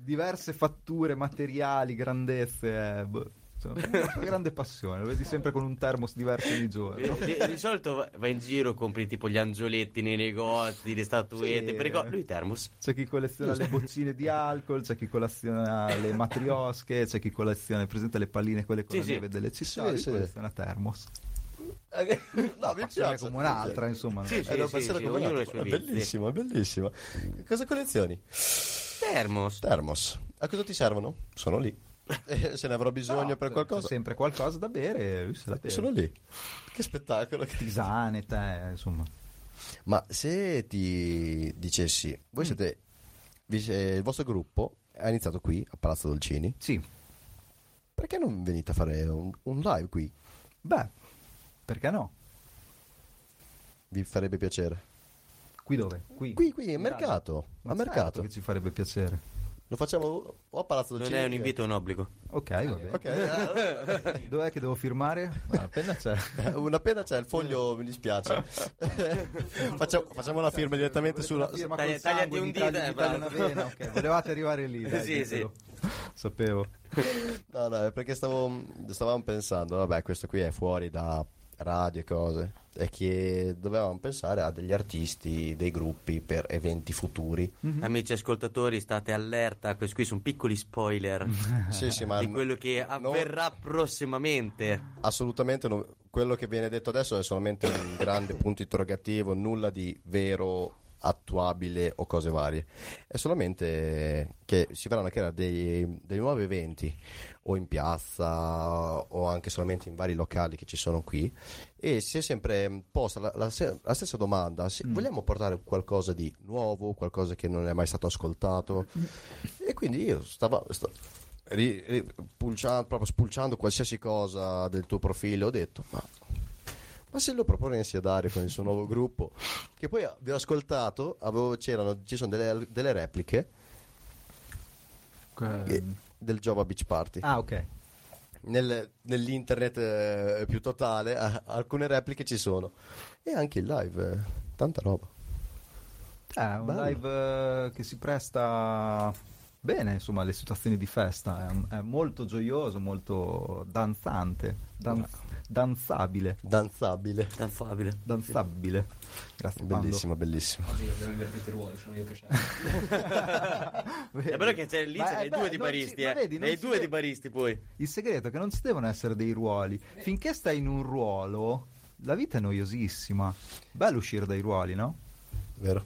[SPEAKER 6] diverse fatture, materiali, grandezze. eh, boh. Insomma, una
[SPEAKER 4] [laughs]
[SPEAKER 6] sua grande passione. Lo vedi sempre con un termos diverso ogni
[SPEAKER 1] Di,
[SPEAKER 4] Eh,
[SPEAKER 6] giorno.
[SPEAKER 1] di- di solito va- vai in giro, compri tipo gli angioletti nei negozi, le statuette,
[SPEAKER 6] Sì. eh.
[SPEAKER 1] per ricordo, lui Termus.
[SPEAKER 6] C'è chi colleziona le boccine di alcol, c'è chi colleziona le matriosche, c'è chi colleziona, presente le palline quelle con
[SPEAKER 1] Sì,
[SPEAKER 6] la
[SPEAKER 1] sì.
[SPEAKER 6] neve delle cicciole,
[SPEAKER 4] Sì,
[SPEAKER 6] chi
[SPEAKER 4] sì.
[SPEAKER 6] colleziona termos.
[SPEAKER 1] Eh,
[SPEAKER 4] no, mi
[SPEAKER 6] Cioè,
[SPEAKER 4] piace.
[SPEAKER 6] come un'altra, insomma.
[SPEAKER 1] Sì, sì.
[SPEAKER 4] Eh, no, passione come
[SPEAKER 1] ognuno
[SPEAKER 4] un'altra.
[SPEAKER 1] ha i suoi
[SPEAKER 4] È
[SPEAKER 1] vizi.
[SPEAKER 4] bellissimo, è bellissimo. Cosa collezioni?
[SPEAKER 1] Termus.
[SPEAKER 4] Termos. A cosa ti servono?
[SPEAKER 1] [laughs]
[SPEAKER 4] Sono lì. Eh, Se ne avrò bisogno
[SPEAKER 6] No,
[SPEAKER 4] per
[SPEAKER 6] c'è
[SPEAKER 4] qualcosa, eh,
[SPEAKER 6] sempre qualcosa da bere, lui se la beve.
[SPEAKER 4] sono lì. Che spettacolo.
[SPEAKER 6] Tisane, tè, insomma.
[SPEAKER 4] Ma se ti dicessi, voi
[SPEAKER 6] Mm.
[SPEAKER 4] siete, vi- eh, il vostro gruppo ha iniziato qui a Palazzo Dolcini,
[SPEAKER 6] Sì,
[SPEAKER 4] perché non venite a fare un, un live qui?
[SPEAKER 6] beh, perché no?
[SPEAKER 4] Vi farebbe piacere.
[SPEAKER 6] Qui dove? Qui,
[SPEAKER 4] Qui, qui, a
[SPEAKER 6] In
[SPEAKER 4] mercato,
[SPEAKER 6] Ma
[SPEAKER 4] a
[SPEAKER 6] certo
[SPEAKER 4] mercato.
[SPEAKER 6] Che ci farebbe piacere.
[SPEAKER 4] Lo facciamo o a Palazzo
[SPEAKER 1] Non
[SPEAKER 4] Dolcini.
[SPEAKER 1] è un
[SPEAKER 4] che-
[SPEAKER 1] invito, è un obbligo.
[SPEAKER 6] Ok, va bene.
[SPEAKER 4] Ok, eh,
[SPEAKER 6] Dov'è che devo firmare? Ah, appena
[SPEAKER 1] [laughs]
[SPEAKER 6] c'è.
[SPEAKER 4] una appena c'è il foglio, mi dispiace. facciamo, facciamo la firma direttamente sulla...
[SPEAKER 6] Firma
[SPEAKER 1] Taglia-
[SPEAKER 6] col sangue,
[SPEAKER 1] tagliati un
[SPEAKER 6] mi taglio-
[SPEAKER 1] dito, eh,
[SPEAKER 6] mi taglio una
[SPEAKER 1] bravo.
[SPEAKER 6] vena, ok. Volevate
[SPEAKER 1] [laughs]
[SPEAKER 6] arrivare lì, dai,
[SPEAKER 1] Sì,
[SPEAKER 6] ditelo. Sapevo.
[SPEAKER 4] No, no, è perché stavo, stavamo pensando, vabbè, questo qui è fuori da radio e cose, e che dovevamo pensare a degli artisti, dei gruppi per eventi futuri.
[SPEAKER 6] Mhm.
[SPEAKER 1] Amici ascoltatori, state allerta, questi qui sono piccoli
[SPEAKER 6] [laughs]
[SPEAKER 1] spoiler
[SPEAKER 6] Ah.
[SPEAKER 4] Sì, sì, ma
[SPEAKER 1] di quello che
[SPEAKER 4] no,
[SPEAKER 1] avverrà prossimamente.
[SPEAKER 4] assolutamente non- quello che viene detto adesso è solamente un grande punto interrogativo, nulla di vero, attuabile o cose varie. È solamente che si verranno a creare dei, dei nuovi eventi, o in piazza, o anche solamente in vari locali che ci sono qui, e si è sempre mh, posta la, la se- la stessa domanda, se vogliamo portare qualcosa di nuovo, qualcosa che non è mai stato ascoltato, e quindi io stavo... sta- ri- ri- pulcia- proprio spulciando qualsiasi cosa del tuo profilo ho detto ma, ma se lo proponessi a Dario con il suo nuovo gruppo che poi vi ho ascoltato avevo- c'erano, ci sono delle, delle repliche eh, del Java Beach Party
[SPEAKER 6] Ah, ok.
[SPEAKER 4] Nel- nell'internet eh, più totale [laughs] a- alcune repliche ci sono e anche in live eh, tanta roba
[SPEAKER 6] È un
[SPEAKER 4] Bello.
[SPEAKER 6] live eh, che si presta bene, insomma, alle situazioni di festa. È, un- è molto gioioso, molto danzante, dan- danzabile,
[SPEAKER 4] danzabile
[SPEAKER 1] Affabile.
[SPEAKER 6] danzabile. Grazie,
[SPEAKER 4] bellissimo bellissimo
[SPEAKER 2] Ah,
[SPEAKER 1] È vero Eh, che c'è, lì
[SPEAKER 6] Ma,
[SPEAKER 1] c'è dei
[SPEAKER 6] eh,
[SPEAKER 1] due
[SPEAKER 6] beh,
[SPEAKER 1] di
[SPEAKER 6] non ci-
[SPEAKER 1] baristi,
[SPEAKER 6] ma
[SPEAKER 1] eh.
[SPEAKER 6] vedi, non
[SPEAKER 1] Dei
[SPEAKER 6] si
[SPEAKER 1] due di
[SPEAKER 6] vede.
[SPEAKER 1] baristi poi.
[SPEAKER 6] Il segreto è che non ci devono essere dei ruoli. Finché stai in un ruolo, la vita è noiosissima. Bello uscire dai ruoli, no?
[SPEAKER 4] vero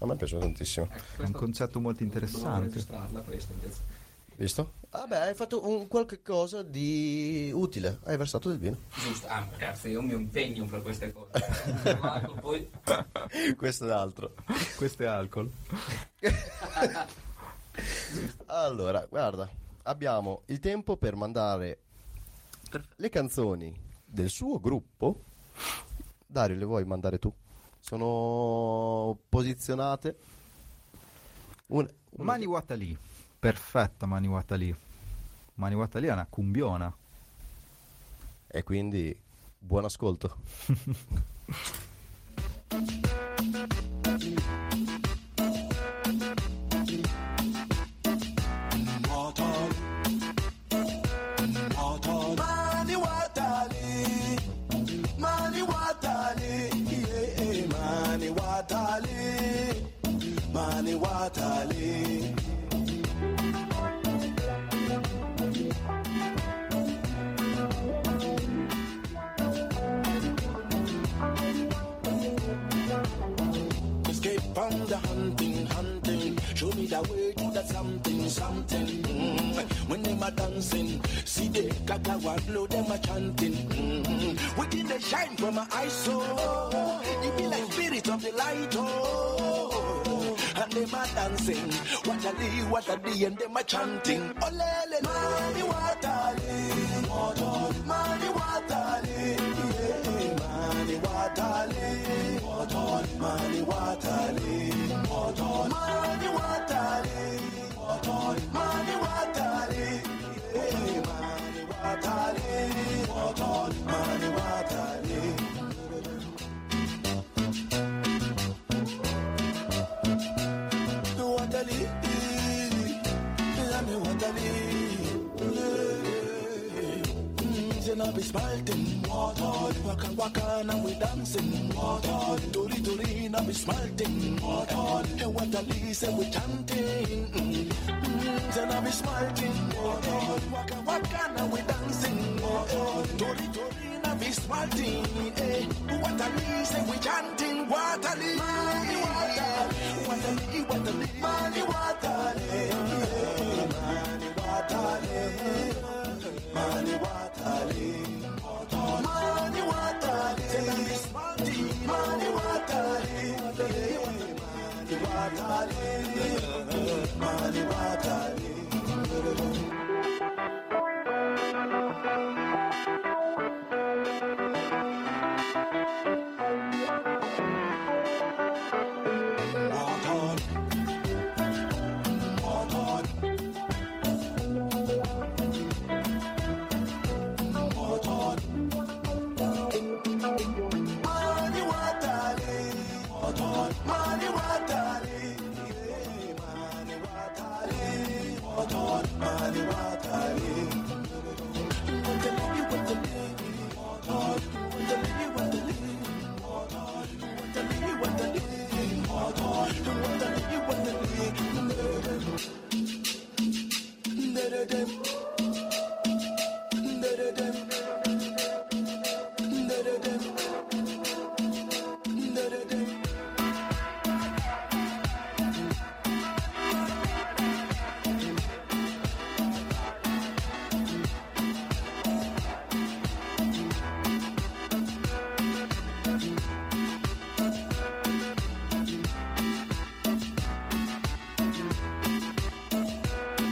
[SPEAKER 4] a me piace tantissimo
[SPEAKER 6] [laughs] È un concetto molto interessante.
[SPEAKER 4] visto? vabbè hai fatto un qualche cosa di utile hai versato del vino
[SPEAKER 2] Giusto, ah, cazzo, io mi impegno per queste
[SPEAKER 6] [laughs]
[SPEAKER 2] cose. Marco, poi...
[SPEAKER 4] [laughs] questo è l'altro
[SPEAKER 6] Questo
[SPEAKER 4] [laughs]
[SPEAKER 6] è alcol.
[SPEAKER 4] Allora, guarda, abbiamo il tempo per mandare le canzoni del suo gruppo. Dario, le vuoi mandare tu? Sono posizionate. Un- un-
[SPEAKER 6] Mani Watali. Perfetta Mani Watali. Mani Watali è una cumbiona.
[SPEAKER 4] E quindi buon ascolto.
[SPEAKER 7] Mani watali, mani watali, yeah, yeah, mani watali, mani watali. something, something. Mm. When them a dancing, see the kakawa blow, them a chanting. Mm. Within the shine from my eyes, so it be like spirit of the light, oh. And them a dancing, what a day, what a day, and them a chanting. Oh, lele, mani watali, mojo, mani watali, yeah, mani watali, mojo, mani watali, mojo, mani watali, mojo, mani watali, yeah, mani watali, mojo, mani watali. Watali, dame Watali. Then I be smiling, water. Waka waka, now we dancing, water. Tori tori, now be smiling, water. Hey Watali, say we chanting. Then I be smiling, water. Waka waka, now we dancing, water. Tori tori, now be smiling. Hey Watali, say we chanting, Watali, Watali. Watali, Watali, Mani Watali, Mani Watali, Mani Watali, Mani Watali, Mani Watali, Mani Watali, Mani Watali. Walk on. Walk on. Walk on. Mani watali. Walk on. Mani watali. Yeah, mani watali. Walk on. Mani watali. What the lady, what the lady. Walk on. What the lady, what the lady. Walk on. What the lady, what the lady. Walk on. What the lady, what the lady. Da-da-dum. Da-da-dum. Da-da-dum. Da-da-dum.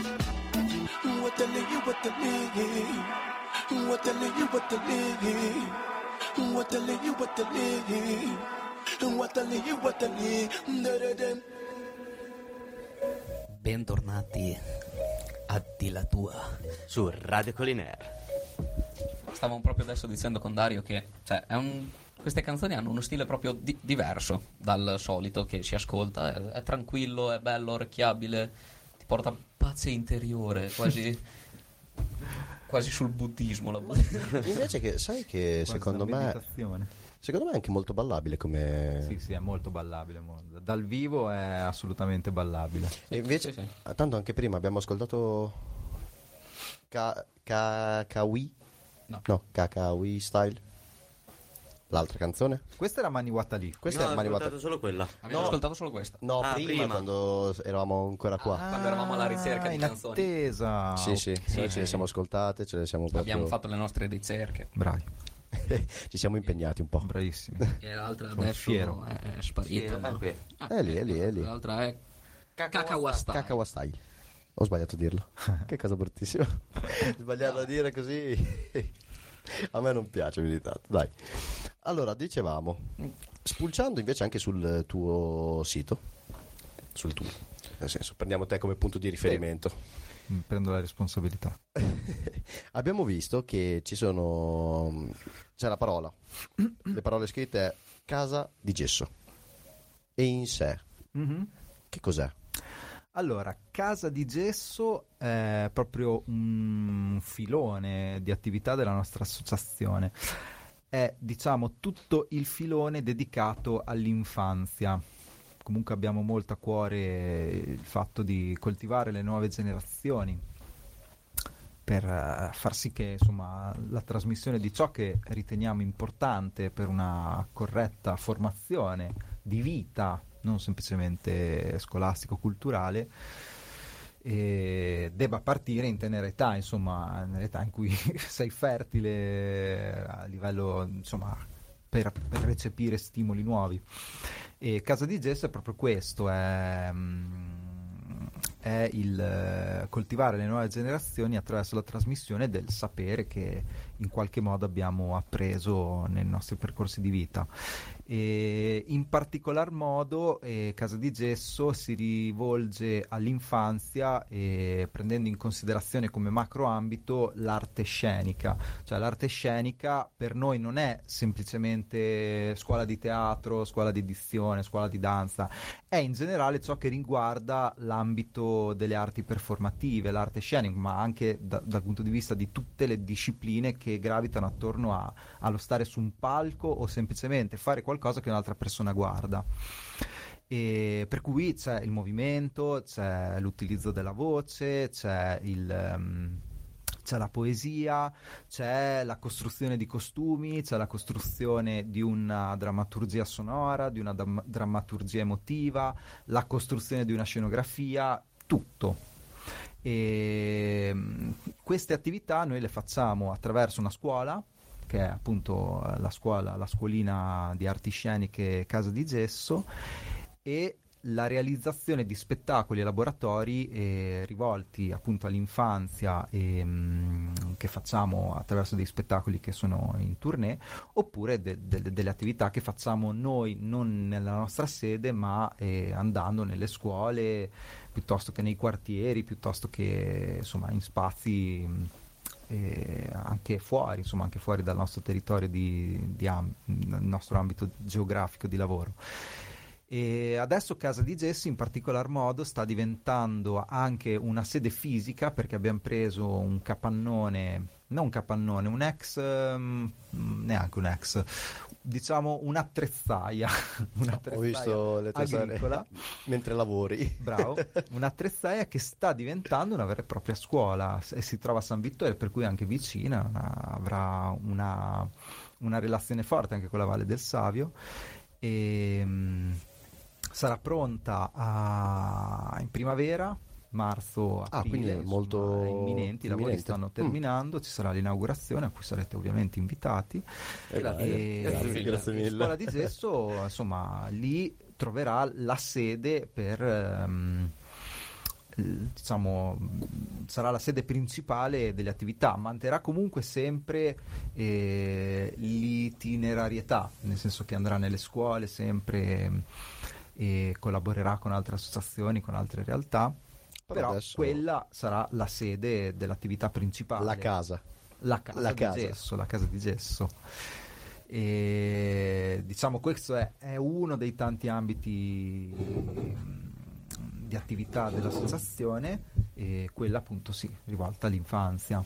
[SPEAKER 7] What the lady, what the lady, what the lady, what the lady, what the lady, what the lady, what the lady, what the lady, da da da.
[SPEAKER 2] Bentornati a Di la tua.
[SPEAKER 1] su Radio Colinaire.
[SPEAKER 2] Stavo proprio adesso dicendo con Dario che cioè, è un- queste canzoni hanno uno stile proprio di- diverso dal solito che si ascolta. È, è tranquillo, è bello, orecchiabile, ti porta pace interiore, [laughs] quasi, quasi sul buddismo. [laughs] La
[SPEAKER 4] Invece che, sai che secondo me, Eh.
[SPEAKER 6] meditazione.
[SPEAKER 4] secondo me è anche molto ballabile come...
[SPEAKER 6] Sì, sì, è molto ballabile. mo- Dal vivo è assolutamente ballabile.
[SPEAKER 4] E invece,
[SPEAKER 2] Sì, sì.
[SPEAKER 4] ah, tanto anche prima abbiamo ascoltato Ka- Ka- Kawi?
[SPEAKER 2] No.
[SPEAKER 4] no, Kakawi Style. L'altra canzone?
[SPEAKER 6] Questa era Mani Watali.
[SPEAKER 4] Questa
[SPEAKER 1] no,
[SPEAKER 4] è
[SPEAKER 1] ho
[SPEAKER 4] Mani
[SPEAKER 1] ascoltato
[SPEAKER 4] Watali.
[SPEAKER 1] solo quella.
[SPEAKER 2] Abbiamo ascoltato solo questa.
[SPEAKER 4] No,
[SPEAKER 1] Ah,
[SPEAKER 4] prima,
[SPEAKER 1] prima.
[SPEAKER 4] quando eravamo ancora qua.
[SPEAKER 2] Quando eravamo alla ricerca di
[SPEAKER 6] Ah, in
[SPEAKER 2] canzoni.
[SPEAKER 1] Ah.
[SPEAKER 6] attesa.
[SPEAKER 4] sì, sì, noi ce le siamo ascoltate, ce le siamo proprio...
[SPEAKER 2] Abbiamo fatto le nostre ricerche.
[SPEAKER 6] Bravi,
[SPEAKER 4] [laughs] Ci siamo impegnati un po'.
[SPEAKER 2] [laughs]
[SPEAKER 6] bravissimi.
[SPEAKER 2] E l'altra
[SPEAKER 6] Sono
[SPEAKER 2] adesso
[SPEAKER 6] fiero.
[SPEAKER 2] è, è sparita. no? Ah,
[SPEAKER 4] È lì, è lì, è lì.
[SPEAKER 2] L'altra è Cacawasta.
[SPEAKER 4] Cacawa Style. Ho sbagliato a [laughs] dirlo. che cosa bruttissima. [laughs] Sbagliato a dire così. a me non piace più di tanto. Dai. Allora, dicevamo, spulciando invece anche sul tuo sito, sul tuo, nel senso, prendiamo te come punto di riferimento.
[SPEAKER 6] Mi Mm, Prendo la responsabilità.
[SPEAKER 4] [laughs] Abbiamo visto che ci sono c'è la [clears throat] parola. Le parole scritte è casa di gesso e in sé.
[SPEAKER 6] Mhm.
[SPEAKER 4] Che cos'è?
[SPEAKER 6] Allora, Casa di Gesso è proprio un filone di attività della nostra associazione. È, diciamo, tutto il filone dedicato all'infanzia. Comunque abbiamo molto a cuore il fatto di coltivare le nuove generazioni per eh, far sì che insomma, la trasmissione di ciò che riteniamo importante per una corretta formazione di vita, non semplicemente scolastico-culturale, eh, debba partire in tenera età, insomma, nell'età in cui [laughs] sei fertile a livello, insomma, per, per recepire stimoli nuovi. E Casa di Gesso è proprio questo, è, mm, è il eh, coltivare le nuove generazioni attraverso la trasmissione del sapere che in qualche modo abbiamo appreso nei nostri percorsi di vita. E in particolar modo eh, Casa di Gesso si rivolge all'infanzia eh, prendendo in considerazione come macro ambito l'arte scenica, cioè l'arte scenica per noi non è semplicemente scuola di teatro, scuola di edizione, scuola di danza, è in generale ciò che riguarda l'ambito delle arti performative, l'arte scenica, ma anche da- dal punto di vista di tutte le discipline che gravitano attorno a- allo stare su un palco o semplicemente fare qualcosa che un'altra persona guarda. E per cui c'è il movimento, c'è l'utilizzo della voce, c'è il, ehm, c'è la poesia, c'è la costruzione di costumi, c'è la costruzione di una drammaturgia sonora, di una dam- drammaturgia emotiva, la costruzione di una scenografia, tutto. E mm, queste attività noi le facciamo attraverso una scuola, che è appunto eh, la scuola, la scuolina di arti sceniche Casa di Gesso, e la realizzazione di spettacoli e laboratori eh, rivolti appunto all'infanzia e, mm, che facciamo attraverso dei spettacoli che sono in tournée oppure de- de- delle attività che facciamo noi non nella nostra sede ma eh, andando nelle scuole piuttosto che nei quartieri piuttosto che insomma in spazi mm, eh, anche fuori insomma anche fuori dal nostro territorio di, di am- dal nostro ambito geografico di lavoro e adesso Casa di Gessi in particolar modo sta diventando anche una sede fisica perché abbiamo preso un capannone, non un capannone, un ex, ehm, neanche un ex, diciamo un'attrezzaia, [laughs]
[SPEAKER 4] Ho
[SPEAKER 6] un'attrezzaia
[SPEAKER 4] visto le tue
[SPEAKER 6] agricola.
[SPEAKER 4] sorelle mentre lavori. [laughs]
[SPEAKER 6] Bravo, [laughs] un'attrezzaia che sta diventando una vera e propria scuola e si trova a San Vittorio, per cui è anche vicina, una- avrà una, una relazione forte anche con la Valle del Savio e mm, sarà pronta a- in primavera, marzo,
[SPEAKER 4] Ah,
[SPEAKER 6] aprile,
[SPEAKER 4] quindi è
[SPEAKER 6] insomma,
[SPEAKER 4] molto
[SPEAKER 6] è imminente, i lavori
[SPEAKER 4] imminente.
[SPEAKER 6] stanno
[SPEAKER 4] Mm.
[SPEAKER 6] terminando, ci sarà l'inaugurazione a cui sarete ovviamente invitati.
[SPEAKER 4] Eh, grazie.
[SPEAKER 6] E-
[SPEAKER 4] Grazie,
[SPEAKER 2] e-
[SPEAKER 4] grazie
[SPEAKER 6] la
[SPEAKER 4] mille.
[SPEAKER 6] Scuola di Gesso, insomma, lì troverà la sede per ehm, l- diciamo mh, sarà la sede principale delle attività manterrà comunque sempre eh, l'itinerarietà nel senso che andrà nelle scuole sempre mh, e collaborerà con altre associazioni con altre realtà
[SPEAKER 4] Però
[SPEAKER 6] però,
[SPEAKER 4] adesso-
[SPEAKER 6] quella sarà la sede dell'attività principale
[SPEAKER 4] La casa.
[SPEAKER 6] la casa,
[SPEAKER 4] La
[SPEAKER 6] di
[SPEAKER 4] casa.
[SPEAKER 6] gesso, la casa di gesso. E, diciamo questo è, è uno dei tanti ambiti mm, di attività dell'associazione e quella appunto sì, rivolta all'infanzia.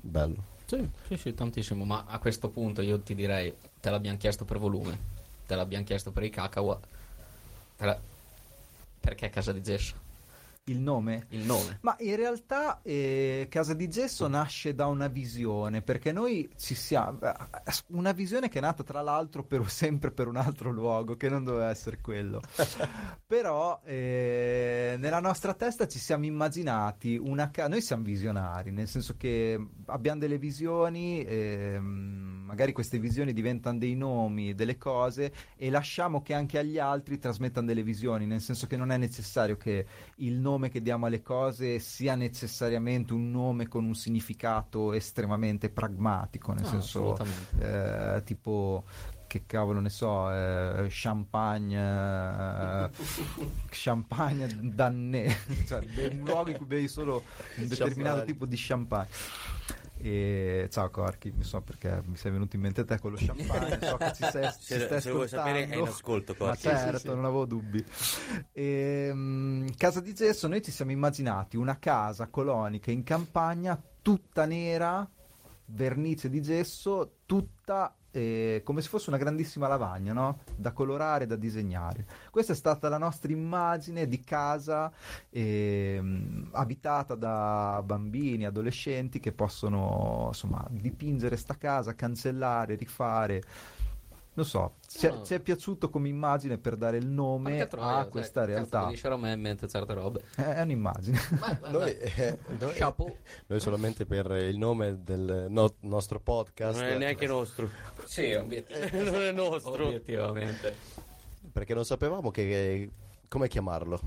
[SPEAKER 4] Bello.
[SPEAKER 2] Sì, sì, sì, tantissimo. Ma a questo punto io ti direi: te l'abbiamo chiesto per volume, te l'abbiamo chiesto per i cacawa. te la- Perché Casa di Gesso?
[SPEAKER 6] Il nome?
[SPEAKER 2] Il nome.
[SPEAKER 6] Ma in realtà eh, Casa di Gesso nasce da una visione, perché noi ci siamo... Una visione che è nata tra l'altro per, sempre per un altro luogo, che non doveva essere quello. Però eh, nella nostra testa ci siamo immaginati una casa... Noi siamo visionari, nel senso che abbiamo delle visioni, ehm, magari queste visioni diventano dei nomi, delle cose, e lasciamo che anche agli altri trasmettano delle visioni, nel senso che non è necessario che il nome che diamo alle cose sia necessariamente un nome con un significato estremamente pragmatico, nel
[SPEAKER 2] No,
[SPEAKER 6] senso
[SPEAKER 2] assolutamente.
[SPEAKER 6] eh, tipo che cavolo ne so, eh, champagne, eh, champagne danné, [laughs] cioè be- un luogo in cui bevi solo un determinato
[SPEAKER 4] Champagne.
[SPEAKER 6] tipo di champagne. E ciao Corky, mi so perché mi sei venuto in mente te con lo champagne, so che ci sei, ci
[SPEAKER 1] [laughs] Se-
[SPEAKER 6] stai
[SPEAKER 1] se vuoi sapere,
[SPEAKER 6] ascoltando.
[SPEAKER 1] è in ascolto,
[SPEAKER 6] Ma
[SPEAKER 1] Corky.
[SPEAKER 6] certo, non avevo dubbi. Ehm, casa di Gesso, noi ci siamo immaginati una casa colonica in campagna, tutta nera, vernice di gesso, tutta eh, come se fosse una grandissima lavagna, no? Da colorare, da disegnare. Questa è stata la nostra immagine di casa ehm, abitata da bambini, adolescenti che possono insomma dipingere sta casa, cancellare, rifare. non so, ci è,
[SPEAKER 2] No.
[SPEAKER 6] ci è piaciuto come immagine per dare il nome
[SPEAKER 2] Porca troia,
[SPEAKER 6] a
[SPEAKER 2] sai,
[SPEAKER 6] questa
[SPEAKER 2] cazzo,
[SPEAKER 6] realtà.
[SPEAKER 2] mi dicevano a me in mente certe robe.
[SPEAKER 6] È è un'immagine. [laughs]
[SPEAKER 2] Ma, ma-
[SPEAKER 4] Noi,
[SPEAKER 2] ma-
[SPEAKER 4] eh, noi-
[SPEAKER 2] Chapeau.
[SPEAKER 4] noi solamente per il nome del no- nostro podcast,
[SPEAKER 6] certo,
[SPEAKER 1] Non è neanche nostro. [laughs]
[SPEAKER 2] Sì, Eh, obiettivamente.
[SPEAKER 1] non è nostro.
[SPEAKER 2] obiettivamente.
[SPEAKER 4] perché non sapevamo che- come chiamarlo.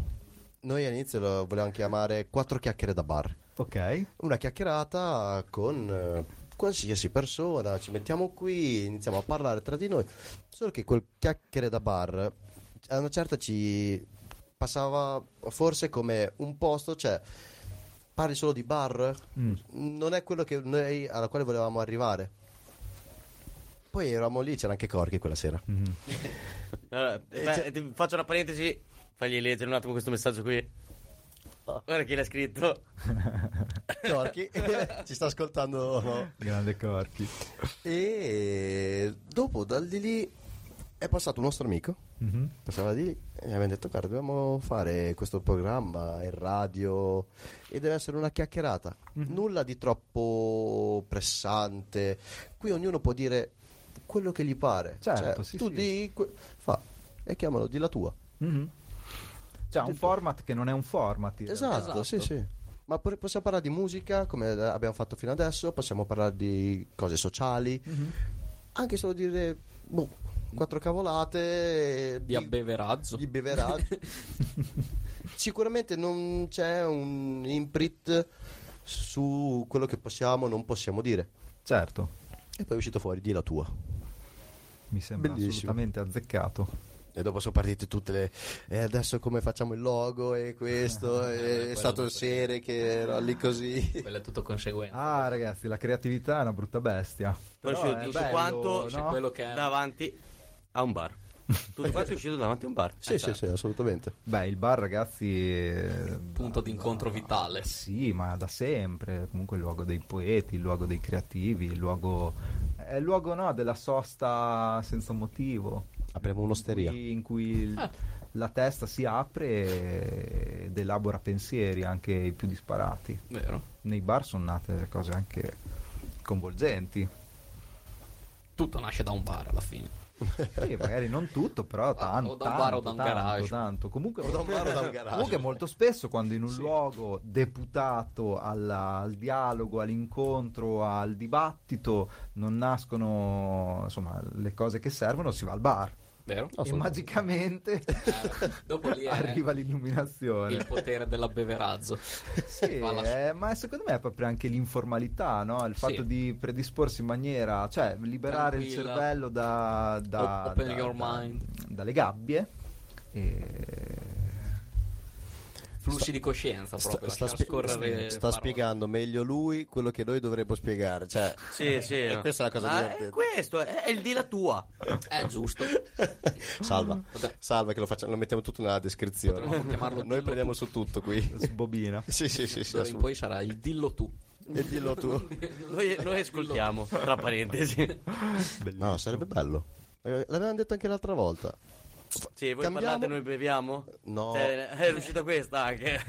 [SPEAKER 4] Noi all'inizio lo volevamo chiamare Quattro chiacchiere da bar.
[SPEAKER 6] ok.
[SPEAKER 4] Una chiacchierata con eh, qualsiasi persona, ci mettiamo qui, iniziamo a parlare tra di noi. Solo che quel chiacchiere da bar a una certa ci passava forse come un posto, cioè parli solo di bar,
[SPEAKER 6] Mm.
[SPEAKER 4] non è quello che noi alla quale volevamo arrivare. Poi eravamo lì, c'era anche Corky quella sera.
[SPEAKER 6] [laughs] Mhm.
[SPEAKER 1] Allora, beh,
[SPEAKER 4] cioè-
[SPEAKER 1] ti- faccio una parentesi. Fagli leggere un attimo questo messaggio qui. Guarda chi l'ha scritto.
[SPEAKER 4] Corky [laughs] ci sta ascoltando. no?
[SPEAKER 6] Grande Corky.
[SPEAKER 4] E dopo dal di lì è passato un nostro amico.
[SPEAKER 6] Mhm.
[SPEAKER 4] Passava di lì e mi avevano detto: Guarda, dobbiamo fare questo programma in radio e deve essere una chiacchierata.
[SPEAKER 6] Mhm.
[SPEAKER 4] Nulla di troppo pressante. Qui ognuno può dire quello che gli pare.
[SPEAKER 6] Certo,
[SPEAKER 4] Cioè,
[SPEAKER 6] sì,
[SPEAKER 4] tu
[SPEAKER 6] sì.
[SPEAKER 4] di que- fa e chiamalo di la tua.
[SPEAKER 6] Mhm. Cioè, un format che non è un format. in realtà.
[SPEAKER 4] Esatto, sì, sì. Ma pure possiamo parlare di musica come abbiamo fatto fino adesso, possiamo parlare di cose sociali,
[SPEAKER 6] Mm-hmm.
[SPEAKER 4] anche solo dire boh, quattro cavolate
[SPEAKER 2] Di abbeverazzo.
[SPEAKER 4] di [laughs] beveraggi. Sicuramente non c'è un imprint su quello che possiamo o non possiamo dire.
[SPEAKER 6] Certo,
[SPEAKER 4] E poi è uscito fuori, di la tua.
[SPEAKER 6] mi sembra
[SPEAKER 4] Bellissimo.
[SPEAKER 6] assolutamente azzeccato.
[SPEAKER 4] E dopo sono partite tutte le. E adesso come facciamo il logo e [laughs] questo? e è
[SPEAKER 2] quello
[SPEAKER 4] stato il
[SPEAKER 2] dopo.
[SPEAKER 4] sere che Eh, era lì così.
[SPEAKER 2] [laughs] Quello è tutto conseguente.
[SPEAKER 6] Ah, ragazzi, la creatività è una brutta bestia.
[SPEAKER 1] Poi è
[SPEAKER 6] Però
[SPEAKER 1] uscito
[SPEAKER 6] è
[SPEAKER 1] tutto
[SPEAKER 6] bello,
[SPEAKER 1] quanto
[SPEAKER 6] no?
[SPEAKER 2] Quello che è.
[SPEAKER 1] davanti a un bar. Tutto quanto è uscito davanti a un bar.
[SPEAKER 4] Sì, sì, sì, assolutamente.
[SPEAKER 6] Beh, il bar, ragazzi, eh,
[SPEAKER 2] Punto d'incontro vitale.
[SPEAKER 6] sì, ma da sempre. Comunque, il luogo dei poeti, il luogo dei creativi, il luogo. È il luogo no, della sosta senza motivo.
[SPEAKER 4] Apriamo un'osteria.
[SPEAKER 6] Qui- In cui il- la testa si apre ed elabora pensieri anche i più disparati.
[SPEAKER 2] Vero.
[SPEAKER 6] Nei bar sono nate cose anche coinvolgenti.
[SPEAKER 2] Tutto nasce da un bar alla fine.
[SPEAKER 6] Sì, magari non tutto, però
[SPEAKER 2] Ah,
[SPEAKER 6] tanto.
[SPEAKER 2] o da un bar o
[SPEAKER 6] tanto,
[SPEAKER 2] da un
[SPEAKER 6] tanto,
[SPEAKER 2] garage.
[SPEAKER 6] tanto. Comunque,
[SPEAKER 4] O da un bar o da un garage.
[SPEAKER 6] comunque molto spesso quando in un luogo deputato alla- al dialogo, all'incontro, al dibattito, non nascono insomma, le cose che servono, si va al bar.
[SPEAKER 2] Vero?
[SPEAKER 6] E magicamente
[SPEAKER 2] Eh, dopo lì è
[SPEAKER 6] [laughs] arriva l'illuminazione.
[SPEAKER 2] il potere dell'abbeverazzo. [laughs]
[SPEAKER 6] Sì,
[SPEAKER 2] Fa la-
[SPEAKER 6] eh, ma secondo me è proprio anche l'informalità, no? il
[SPEAKER 2] Sì.
[SPEAKER 6] fatto di predisporsi in maniera, cioè liberare il
[SPEAKER 2] Tranquilla.
[SPEAKER 6] cervello da, da-
[SPEAKER 2] Open
[SPEAKER 6] da-
[SPEAKER 2] your
[SPEAKER 6] da-
[SPEAKER 2] mind.
[SPEAKER 6] dalle gabbie. E...
[SPEAKER 2] Flussi di coscienza
[SPEAKER 4] Sta-
[SPEAKER 2] proprio.
[SPEAKER 4] sta
[SPEAKER 2] lasciar
[SPEAKER 4] spie-
[SPEAKER 2] scorrere
[SPEAKER 4] sta
[SPEAKER 2] parole.
[SPEAKER 4] spiegando meglio lui quello che noi dovremmo spiegare. Cioè,
[SPEAKER 1] Sì, sì.
[SPEAKER 4] [laughs] E questa è la cosa
[SPEAKER 1] Ah,
[SPEAKER 4] divertente.
[SPEAKER 1] è questo è, è il di la tua.
[SPEAKER 2] È Eh, giusto.
[SPEAKER 4] [laughs] salva, salva che lo, facciamo, lo mettiamo tutto nella descrizione.
[SPEAKER 2] Potremmo chiamarlo
[SPEAKER 4] [laughs] Noi
[SPEAKER 2] dillo
[SPEAKER 4] prendiamo su tutto qui.
[SPEAKER 2] [laughs]
[SPEAKER 6] Sbobina.
[SPEAKER 4] [laughs] Sì, sì, sì, sì,
[SPEAKER 2] D'ora in
[SPEAKER 4] assolut-
[SPEAKER 2] poi sarà il dillo tu.
[SPEAKER 4] E dillo tu.
[SPEAKER 1] Noi, noi ascoltiamo, tra parentesi.
[SPEAKER 4] No, sarebbe bello. Eh, L'avevamo detto anche l'altra volta.
[SPEAKER 1] Sì, voi
[SPEAKER 4] Cambiamo-
[SPEAKER 1] parlate, noi beviamo?
[SPEAKER 4] No.
[SPEAKER 1] Eh, è riuscita questa anche.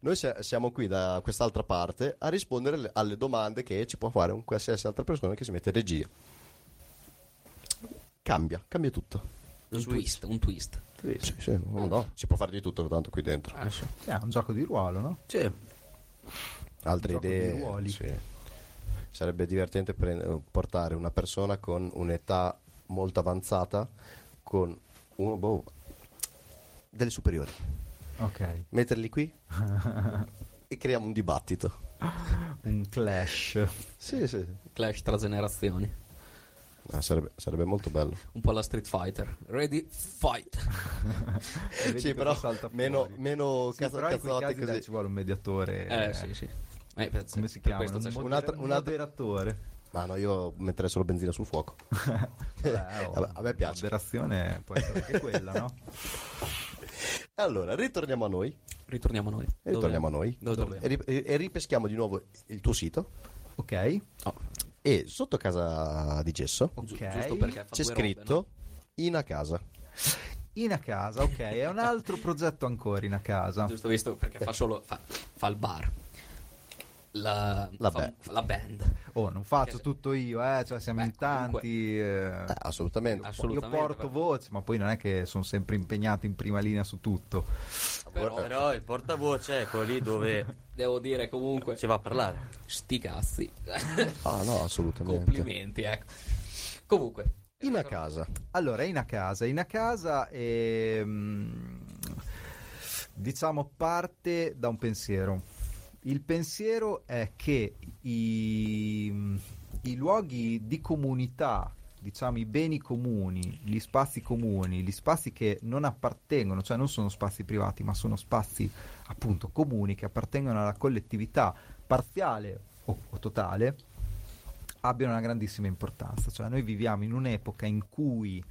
[SPEAKER 4] Noi se- siamo qui da quest'altra parte a rispondere alle- alle domande che ci può fare un qualsiasi altra persona che si mette in regia. Cambia, cambia tutto.
[SPEAKER 2] Un twist, un twist.
[SPEAKER 4] Sì, sì, sì, no, no, si può fare di tutto tanto qui dentro.
[SPEAKER 6] Sì, è un gioco di ruolo, no?
[SPEAKER 4] altre
[SPEAKER 6] gioco di
[SPEAKER 4] idee.
[SPEAKER 6] ruoli.
[SPEAKER 4] sì. Sarebbe divertente prendere- portare una persona con un'età molto avanzata con uno boh, delle superiori,
[SPEAKER 6] Ok,
[SPEAKER 4] metterli
[SPEAKER 6] [laughs]
[SPEAKER 4] qui e creiamo un dibattito.
[SPEAKER 6] un clash.
[SPEAKER 4] Sì, sì,
[SPEAKER 2] Clash tra generazioni.
[SPEAKER 4] Ah, sarebbe, sarebbe molto bello.
[SPEAKER 2] Un po' alla Street Fighter. Ready, fight.
[SPEAKER 6] Vedi
[SPEAKER 4] sì,
[SPEAKER 6] cosa
[SPEAKER 4] però
[SPEAKER 6] salta
[SPEAKER 4] meno,
[SPEAKER 6] fuori.
[SPEAKER 4] meno
[SPEAKER 6] Sì,
[SPEAKER 4] cazzo-
[SPEAKER 6] però in quei
[SPEAKER 4] cazzotte
[SPEAKER 6] casi, dai,
[SPEAKER 4] così.
[SPEAKER 6] ci vuole un mediatore.
[SPEAKER 2] Eh, sì, sì. Eh, per-
[SPEAKER 6] Come si
[SPEAKER 2] per
[SPEAKER 6] chiama?
[SPEAKER 2] questo c'è-
[SPEAKER 6] Un,
[SPEAKER 4] Un altro-
[SPEAKER 6] moder- un
[SPEAKER 4] un altro- [laughs]
[SPEAKER 6] moderatore.
[SPEAKER 4] Ma no, io metterei solo benzina sul
[SPEAKER 6] [laughs]
[SPEAKER 4] fuoco.
[SPEAKER 6] Vabbè, oh,
[SPEAKER 4] Vabbè, a me piace.
[SPEAKER 6] Moderazione può essere anche
[SPEAKER 4] [laughs]
[SPEAKER 6] quella, no?
[SPEAKER 4] Allora, ritorniamo a noi.
[SPEAKER 2] Ritorniamo a noi. Dove-
[SPEAKER 4] Ritorniamo a noi.
[SPEAKER 2] Dove
[SPEAKER 4] E,
[SPEAKER 2] torniamo?
[SPEAKER 4] ri- e- e ripeschiamo di nuovo il tuo sito.
[SPEAKER 6] Ok,
[SPEAKER 4] E sotto casa di Gesso
[SPEAKER 2] Oh, Giu-
[SPEAKER 6] Ok.
[SPEAKER 2] Giusto perché fa
[SPEAKER 4] c'è
[SPEAKER 2] due
[SPEAKER 4] scritto
[SPEAKER 2] robe, Eh.
[SPEAKER 4] in a casa.
[SPEAKER 6] in a casa, ok, è un
[SPEAKER 2] [laughs]
[SPEAKER 6] altro progetto ancora in a casa.
[SPEAKER 2] no? Giusto visto perché fa solo... Fa, fa il bar. la,
[SPEAKER 4] La
[SPEAKER 2] fam- la band.
[SPEAKER 6] Oh, non faccio tutto io, eh, cioè siamo
[SPEAKER 2] Beh,
[SPEAKER 6] in tanti. eh,
[SPEAKER 4] Eh, assolutamente.
[SPEAKER 6] io
[SPEAKER 2] Assolutamente.
[SPEAKER 6] porto voce, ma poi non è che sono sempre impegnato in prima linea su tutto.
[SPEAKER 1] Però, però il portavoce è quello lì dove
[SPEAKER 2] Devo dire comunque,
[SPEAKER 1] si va a parlare.
[SPEAKER 2] sti cazzi. [laughs]
[SPEAKER 4] Ah, no, assolutamente.
[SPEAKER 2] Complimenti, ecco. Comunque,
[SPEAKER 4] In a casa.
[SPEAKER 6] Allora, in a casa, in a casa è, diciamo parte da un pensiero. Il pensiero è che i, i luoghi di comunità, diciamo i beni comuni, gli spazi comuni, gli spazi che non appartengono, cioè non sono spazi privati, ma sono spazi appunto comuni che appartengono alla collettività parziale o- o totale, abbiano una grandissima importanza. Cioè, noi viviamo in un'epoca in cui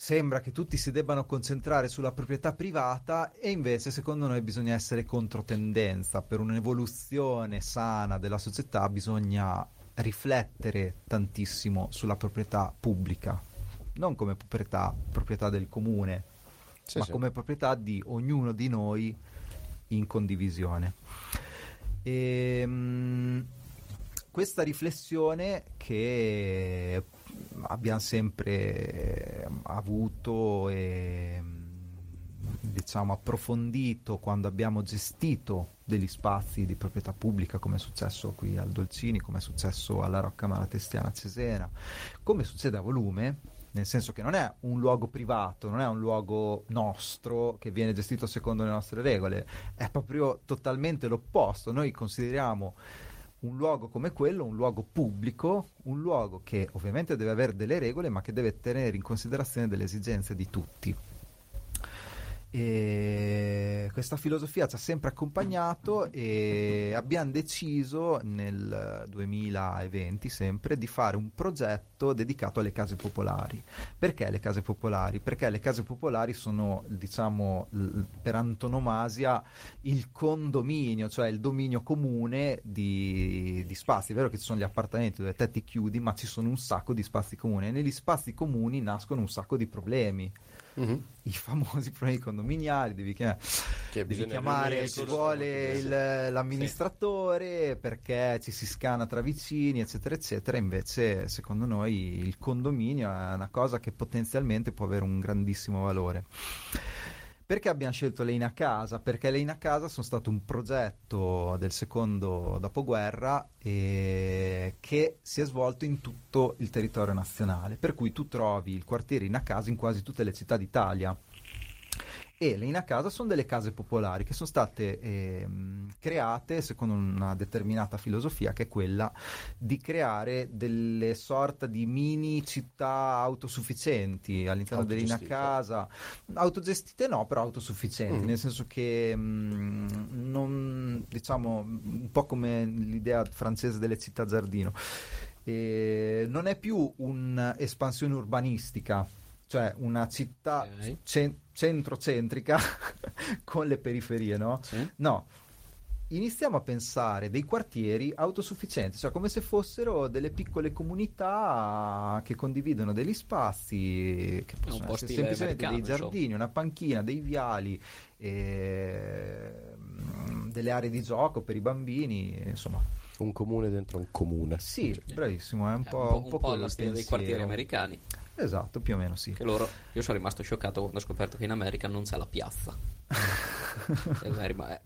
[SPEAKER 6] sembra che tutti si debbano concentrare sulla proprietà privata e invece secondo noi bisogna essere controtendenza. Per un'evoluzione sana della società bisogna riflettere tantissimo sulla proprietà pubblica, non come proprietà, proprietà del comune,
[SPEAKER 4] Sì,
[SPEAKER 6] ma
[SPEAKER 4] sì.
[SPEAKER 6] come proprietà di ognuno di noi in condivisione. Ehm, questa riflessione che abbiamo sempre eh, avuto e mm, diciamo approfondito quando abbiamo gestito degli spazi di proprietà pubblica come è successo qui al Dolcini, come è successo alla Rocca Malatestiana a Cesena, come succede a volume, nel senso che non è un luogo privato, non è un luogo nostro che viene gestito secondo le nostre regole, è proprio totalmente l'opposto. Noi consideriamo un luogo come quello, un luogo pubblico, un luogo che ovviamente deve avere delle regole, ma che deve tenere in considerazione delle esigenze di tutti. E questa filosofia ci ha sempre accompagnato e abbiamo deciso nel 2020 sempre di fare un progetto dedicato alle case popolari. Perché le case popolari? Perché le case popolari sono, diciamo, l- per antonomasia il condominio, cioè il dominio comune di, di spazi. È vero che ci sono gli appartamenti dove te ti chiudi, ma ci sono un sacco di spazi comuni e negli spazi comuni nascono un sacco di problemi.
[SPEAKER 4] Mhm.
[SPEAKER 6] I famosi problemi condominiali, devi chiamare
[SPEAKER 4] Che
[SPEAKER 6] devi
[SPEAKER 4] bisogna
[SPEAKER 6] chiamare
[SPEAKER 4] riunire
[SPEAKER 6] ci
[SPEAKER 4] tutti.
[SPEAKER 6] vuole
[SPEAKER 4] Sì.
[SPEAKER 6] il- l'amministratore perché ci si scana tra vicini eccetera eccetera invece secondo noi il condominio è una cosa che potenzialmente può avere un grandissimo valore perché abbiamo scelto le in a casa? Perché le in a casa sono stato un progetto del secondo dopoguerra eh, che si è svolto in tutto il territorio nazionale, per cui tu trovi il quartiere in a casa in quasi tutte le città d'Italia e le in a casa sono delle case popolari che sono state ehm, create secondo una determinata filosofia che è quella di creare delle sorta di mini città autosufficienti all'interno delle in a
[SPEAKER 4] Autogestite.
[SPEAKER 6] casa autogestite no però autosufficienti
[SPEAKER 4] Mm.
[SPEAKER 6] nel senso che mh, non diciamo un po' come l'idea francese delle città giardino Eh, non è più un'espansione urbanistica cioè una città
[SPEAKER 2] Ok.
[SPEAKER 6] cen- centrocentrica [laughs] con le periferie, no?
[SPEAKER 2] Sì.
[SPEAKER 6] No. Iniziamo a pensare dei quartieri autosufficienti, cioè come se fossero delle piccole comunità che condividono degli spazi, che possono
[SPEAKER 2] po'
[SPEAKER 6] essere
[SPEAKER 2] stile
[SPEAKER 6] semplicemente dei
[SPEAKER 2] americano,
[SPEAKER 6] giardini, una panchina, dei viali, eh, delle aree di gioco per i bambini, insomma.
[SPEAKER 4] Un comune dentro un comune.
[SPEAKER 6] Sì, bravissimo, è un
[SPEAKER 2] Eh,
[SPEAKER 6] po',
[SPEAKER 2] un po'
[SPEAKER 6] quello
[SPEAKER 2] alla
[SPEAKER 6] il
[SPEAKER 2] stile dei
[SPEAKER 6] pensiero.
[SPEAKER 2] quartieri americani.
[SPEAKER 6] Esatto, più o meno sì.
[SPEAKER 2] Che loro, io sono rimasto scioccato quando ho scoperto che in America non c'è la piazza. e lei rimane,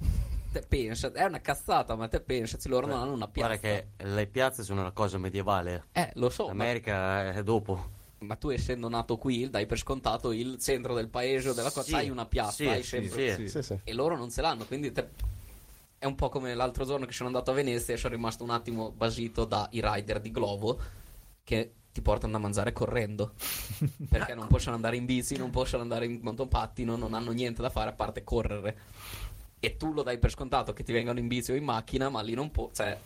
[SPEAKER 2] te pensa, è una cazzata, ma te pensaci, loro non hanno una piazza.
[SPEAKER 1] Guarda che le piazze sono una cosa medievale.
[SPEAKER 2] Eh, lo
[SPEAKER 4] Oh,
[SPEAKER 2] so, ma,
[SPEAKER 1] L'America è dopo.
[SPEAKER 2] ma tu essendo nato qui dai per scontato il centro del paese o della
[SPEAKER 1] Sì,
[SPEAKER 2] cosa, hai una piazza,
[SPEAKER 1] sì,
[SPEAKER 2] hai
[SPEAKER 1] sì,
[SPEAKER 2] sempre...
[SPEAKER 1] sì.
[SPEAKER 4] Sì, sì.
[SPEAKER 2] E loro non ce l'hanno, quindi te- è un po' come l'altro giorno che sono andato a Venezia e sono rimasto un attimo basito dai rider di Globo che ti portano a mangiare correndo. perché non possono andare in bici, non possono andare in motopattino, non hanno niente da fare a parte correre. E tu lo dai per scontato che ti vengano in bici o in macchina, ma lì non può... Cioè,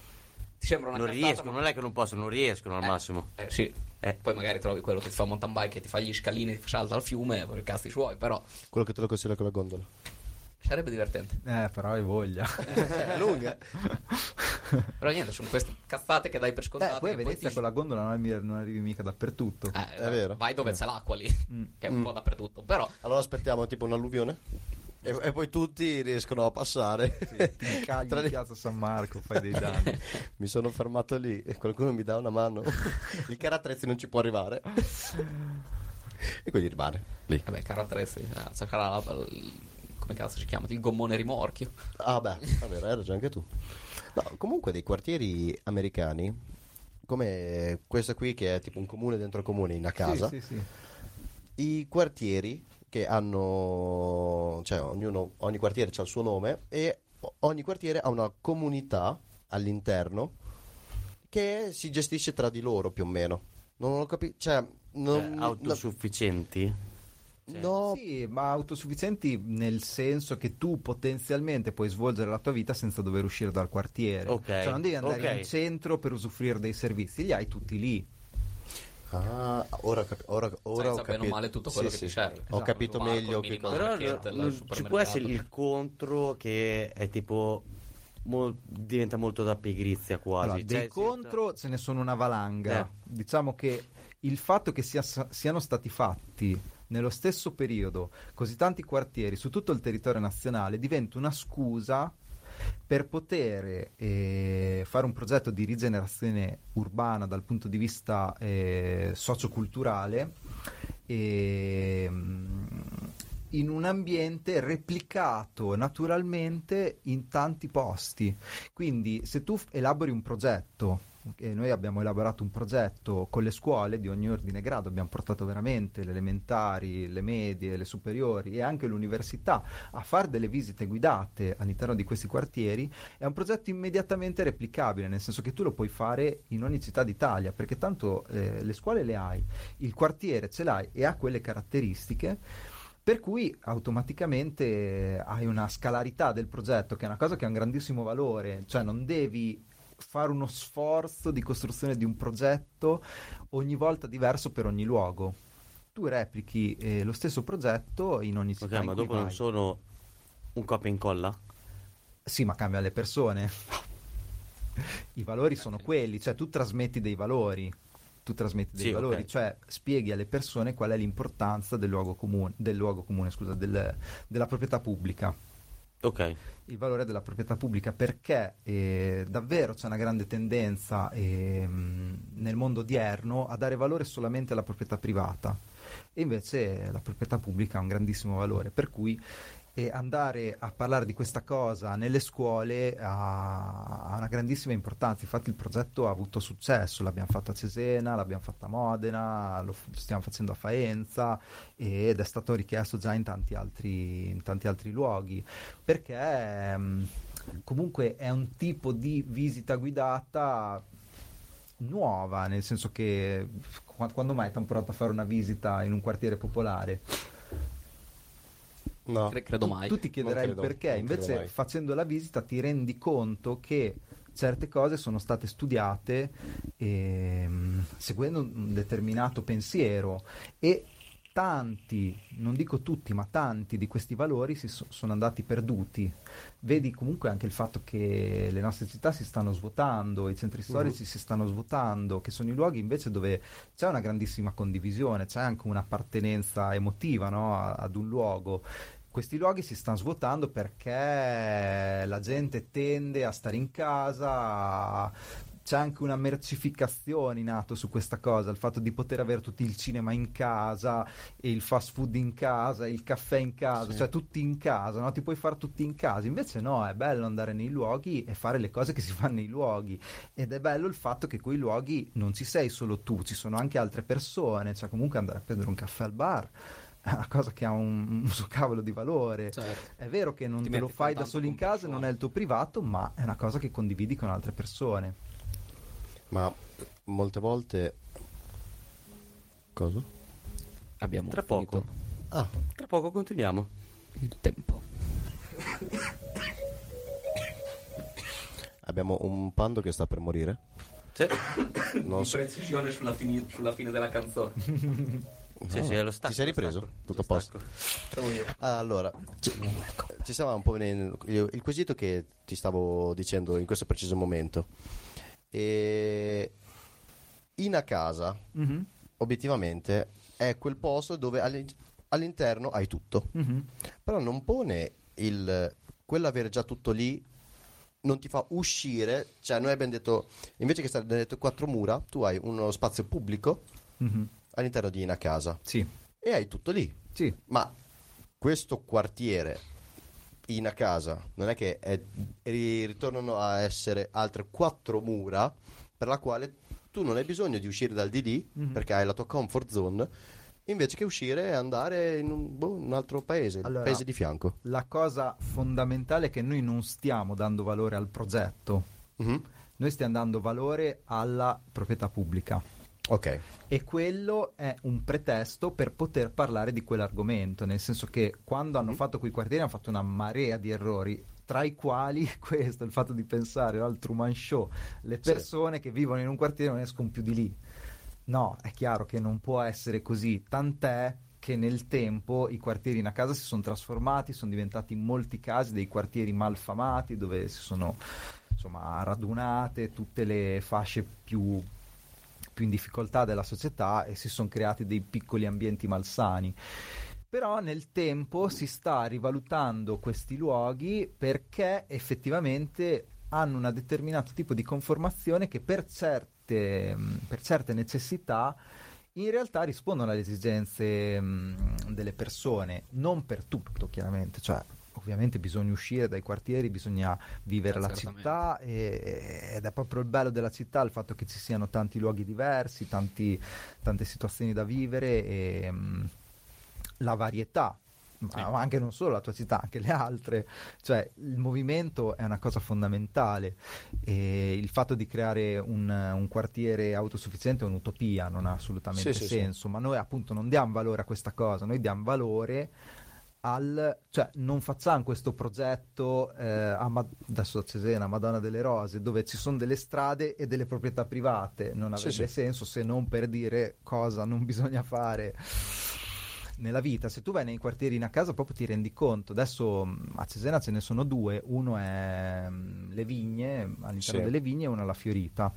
[SPEAKER 2] ti sembra una
[SPEAKER 1] Non
[SPEAKER 2] cazzata,
[SPEAKER 1] riescono,
[SPEAKER 2] ma-
[SPEAKER 1] non è che non possono, non riescono al
[SPEAKER 2] Eh,
[SPEAKER 1] massimo.
[SPEAKER 2] eh, sì.
[SPEAKER 1] Eh.
[SPEAKER 2] Poi magari trovi quello che ti fa mountain bike e ti fa gli scalini, ti salta al fiume, per cazzi suoi, però
[SPEAKER 4] Quello che te lo consiglio con la gondola.
[SPEAKER 2] sarebbe divertente.
[SPEAKER 6] Eh, però hai voglia.
[SPEAKER 2] [laughs]
[SPEAKER 6] Cioè,
[SPEAKER 4] È lunga.
[SPEAKER 2] Però niente, sono queste cazzate che dai per scontate.
[SPEAKER 6] Eh, poi a
[SPEAKER 2] che
[SPEAKER 6] Venezia
[SPEAKER 2] ti-
[SPEAKER 6] con la gondola non arri- non arrivi mica dappertutto.
[SPEAKER 2] Eh,
[SPEAKER 4] È
[SPEAKER 2] [laughs]
[SPEAKER 4] vero.
[SPEAKER 6] Mm.
[SPEAKER 2] Vai dove c'è l'acqua lì, che è un po' dappertutto. Però
[SPEAKER 4] Allora aspettiamo tipo un'alluvione? e, e poi tutti riescono a passare.
[SPEAKER 6] Ti cagli
[SPEAKER 4] Tra
[SPEAKER 6] in
[SPEAKER 4] le-
[SPEAKER 6] piazza San Marco, fai dei danni.
[SPEAKER 4] [laughs] Mi sono fermato lì e qualcuno mi dà
[SPEAKER 2] [laughs]
[SPEAKER 4] una mano. Il carattrezzi non ci può arrivare. E quindi rimane lì.
[SPEAKER 2] Vabbè, caratteristiche. cazzo, cara- come cazzo si chiama? Il gommone rimorchio.
[SPEAKER 4] Ah beh, è vero, hai ragione anche tu. No, comunque dei quartieri americani, come questo qui che è tipo un comune dentro comune in una casa,
[SPEAKER 6] Sì, sì, sì.
[SPEAKER 4] i quartieri che hanno, cioè ognuno, ogni quartiere ha il suo nome e o- ogni quartiere ha una comunità all'interno che si gestisce tra di loro più o meno. Non ho capito, cioè...
[SPEAKER 1] Cioè,
[SPEAKER 4] Non,
[SPEAKER 1] autosufficienti?
[SPEAKER 4] no, no,
[SPEAKER 6] Sì, ma autosufficienti nel senso che tu potenzialmente puoi svolgere la tua vita senza dover uscire dal quartiere.
[SPEAKER 1] Ok,
[SPEAKER 6] Cioè non devi andare
[SPEAKER 1] ok.
[SPEAKER 6] in centro per usufruire dei servizi, li hai tutti lì.
[SPEAKER 4] Ah, ora, ho capi- ora, ora ho
[SPEAKER 2] Senza bene o
[SPEAKER 4] capito.
[SPEAKER 2] male tutto
[SPEAKER 4] Sì,
[SPEAKER 2] quello che Esatto, ti
[SPEAKER 4] sì.
[SPEAKER 2] serve.
[SPEAKER 4] Ho capito meglio che cosa.
[SPEAKER 1] Però
[SPEAKER 2] Market,
[SPEAKER 1] no,
[SPEAKER 2] al
[SPEAKER 1] non- ci
[SPEAKER 2] supermercato.
[SPEAKER 1] può essere il contro che è tipo mol- diventa molto da pigrizia quasi.
[SPEAKER 6] Allora,
[SPEAKER 1] Cioè,
[SPEAKER 6] dei
[SPEAKER 1] sì,
[SPEAKER 6] contro ce ne sono una valanga.
[SPEAKER 1] Eh.
[SPEAKER 6] Diciamo che il fatto che sia- siano stati fatti nello stesso periodo così tanti quartieri su tutto il territorio nazionale diventa una scusa per poter eh, fare un progetto di rigenerazione urbana dal punto di vista eh, socioculturale e, mm, in un ambiente replicato naturalmente in tanti posti. Quindi se tu f- elabori un progetto, e noi abbiamo elaborato un progetto con le scuole di ogni ordine e grado, abbiamo portato veramente le elementari, le medie, le superiori e anche l'università a fare delle visite guidate all'interno di questi quartieri, è un progetto immediatamente replicabile, nel senso che tu lo puoi fare in ogni città d'Italia, perché tanto eh, le scuole le hai, il quartiere ce l'hai e ha quelle caratteristiche. Per cui automaticamente hai una scalarità del progetto, che è una cosa che ha un grandissimo valore, cioè non devi fare uno sforzo di costruzione di un progetto ogni volta diverso per ogni luogo. Tu replichi eh, lo stesso progetto in ogni città.
[SPEAKER 1] Ok,
[SPEAKER 6] in
[SPEAKER 1] ma
[SPEAKER 6] cui
[SPEAKER 1] dopo non
[SPEAKER 6] vai.
[SPEAKER 1] sono un copia e incolla?
[SPEAKER 6] Sì, ma cambia le persone. I valori
[SPEAKER 1] Eh,
[SPEAKER 6] sono quelli, cioè tu trasmetti dei valori, tu trasmetti dei
[SPEAKER 1] Sì,
[SPEAKER 6] valori,
[SPEAKER 1] ok.
[SPEAKER 6] cioè spieghi alle persone qual è l'importanza del luogo comune, del luogo comune, scusa, del- della proprietà pubblica
[SPEAKER 1] Ok.
[SPEAKER 6] il valore della proprietà pubblica perché eh, davvero c'è una grande tendenza ehm, nel mondo odierno a dare valore solamente alla proprietà privata e invece eh, la proprietà pubblica ha un grandissimo valore per cui eh, andare a parlare di questa cosa nelle scuole ha, ha una grandissima importanza infatti il progetto ha avuto successo l'abbiamo fatto a Cesena l'abbiamo fatto a Modena lo f- stiamo facendo a Faenza ed è stato richiesto già in tanti altri, in tanti altri luoghi perché ehm, comunque è un tipo di visita guidata nuova, nel senso che qu- quando mai ti hanno provato a fare una visita in un quartiere popolare?
[SPEAKER 4] No.
[SPEAKER 2] Cre- credo
[SPEAKER 6] Tu-
[SPEAKER 2] mai.
[SPEAKER 6] Tu ti chiederai
[SPEAKER 4] credo,
[SPEAKER 6] il perché,
[SPEAKER 4] non
[SPEAKER 6] invece
[SPEAKER 4] credo mai.
[SPEAKER 6] facendo la visita ti rendi conto che certe cose sono state studiate ehm, seguendo un determinato pensiero e tanti, non dico tutti, ma tanti di questi valori si so- sono andati perduti. Vedi comunque anche il fatto che le nostre città si stanno svuotando, i centri
[SPEAKER 4] Mm-hmm.
[SPEAKER 6] storici si stanno svuotando, che sono i luoghi invece dove c'è una grandissima condivisione, c'è anche un'appartenenza emotiva no, a- ad un luogo. Questi luoghi si stanno svuotando perché la gente tende a stare in casa, c'è anche una mercificazione in atto su questa cosa, il fatto di poter avere tutti il cinema in casa, e il fast food in casa, il caffè in casa, cioè tutti in casa, no? ti puoi fare tutti in casa, invece no, è bello andare nei luoghi e fare le cose che si [laughs] fanno nei luoghi ed è bello il fatto che quei luoghi non ci sei solo tu, ci sono anche altre persone, cioè comunque andare a prendere un caffè al bar [laughs] è una cosa che ha un, un suo cavolo di valore.
[SPEAKER 2] Certo.
[SPEAKER 6] È vero che non
[SPEAKER 2] Ti
[SPEAKER 6] te lo
[SPEAKER 2] metti
[SPEAKER 6] fai da
[SPEAKER 2] contatto
[SPEAKER 6] solo in
[SPEAKER 2] con
[SPEAKER 6] casa, non
[SPEAKER 2] persone.
[SPEAKER 6] è il tuo privato, ma è una cosa che condividi con altre persone.
[SPEAKER 4] Ma molte volte. Cosa?
[SPEAKER 2] Abbiamo
[SPEAKER 1] Tra poco.
[SPEAKER 2] finito
[SPEAKER 4] Ah,
[SPEAKER 1] Tra poco continuiamo.
[SPEAKER 2] il tempo.
[SPEAKER 4] abbiamo un pando che sta per morire.
[SPEAKER 1] [coughs] Sì,
[SPEAKER 4] Non so.
[SPEAKER 2] precisione sulla, fine della canzone.
[SPEAKER 1] sì, sì, è lo stacco,
[SPEAKER 4] Ti sei
[SPEAKER 1] lo
[SPEAKER 4] ripreso?
[SPEAKER 1] stacco,
[SPEAKER 4] Tutto
[SPEAKER 1] lo
[SPEAKER 4] a posto.
[SPEAKER 1] stacco.
[SPEAKER 4] Ah, Allora, ci, ci stava un po' venendo il il quesito che ti stavo dicendo in questo preciso momento. E
[SPEAKER 6] Mhm,
[SPEAKER 4] in a casa, obiettivamente, è quel posto dove all'in- all'interno hai tutto.
[SPEAKER 6] mhm,
[SPEAKER 4] Però non pone il quell'avere già tutto lì non ti fa uscire, cioè noi abbiamo detto invece che stare dentro quattro mura, tu hai uno spazio pubblico
[SPEAKER 6] Mhm.
[SPEAKER 4] all'interno di una casa
[SPEAKER 6] Sì,
[SPEAKER 4] e hai tutto lì.
[SPEAKER 6] sì,
[SPEAKER 4] Ma questo quartiere in a casa non è che è- ri- ritornano a essere altre quattro mura per la quale tu non hai bisogno di uscire dal di lì perché hai la tua comfort zone invece che uscire e andare in un, boh, un altro paese, il
[SPEAKER 6] Allora-
[SPEAKER 4] paese di fianco.
[SPEAKER 6] la cosa fondamentale è che noi non stiamo dando valore al progetto,
[SPEAKER 4] Mhm.
[SPEAKER 6] noi stiamo dando valore alla proprietà pubblica.
[SPEAKER 4] Ok,
[SPEAKER 6] E quello è un pretesto per poter parlare di quell'argomento, nel senso che quando
[SPEAKER 4] Mm-hmm.
[SPEAKER 6] hanno fatto quei quartieri hanno fatto una marea di errori, tra i quali [laughs] questo, il fatto di pensare al Truman Show, le persone che vivono in un quartiere non escono più di lì. No, è chiaro che non può essere così, tant'è che nel tempo i quartieri in a casa si sono trasformati, sono diventati in molti casi dei quartieri malfamati dove si sono insomma, radunate tutte le fasce più, più in difficoltà della società e si sono creati dei piccoli ambienti malsani. Però nel tempo si sta rivalutando questi luoghi perché effettivamente hanno un determinato tipo di conformazione che per certe, mh, per certe necessità in realtà rispondono alle esigenze mh, delle persone, non per tutto chiaramente, cioè ovviamente bisogna uscire dai quartieri, bisogna vivere
[SPEAKER 2] Eh,
[SPEAKER 6] la
[SPEAKER 2] certamente.
[SPEAKER 6] città e- ed è proprio il bello della città il fatto che ci siano tanti luoghi diversi, tanti- tante situazioni da vivere e mh, la varietà. Ma ma anche non solo la tua città, anche le altre, cioè il movimento è una cosa fondamentale e il fatto di creare un, un quartiere autosufficiente è un'utopia, non ha assolutamente
[SPEAKER 4] Sì, sì, sì.
[SPEAKER 6] senso, ma noi appunto non diamo valore a questa cosa, noi diamo valore al cioè non facciamo questo progetto eh, a Ma- adesso a Cesena, Madonna delle Rose, dove ci sono delle strade e delle proprietà private, non
[SPEAKER 4] Sì,
[SPEAKER 6] avrebbe
[SPEAKER 4] sì.
[SPEAKER 6] senso se non per dire cosa non bisogna fare nella vita. Se tu vai nei quartieri in a casa proprio ti rendi conto. Adesso mh, a Cesena ce ne sono due, uno è mh, le vigne, all'interno
[SPEAKER 4] Sì.
[SPEAKER 6] delle vigne e uno è la Fiorita.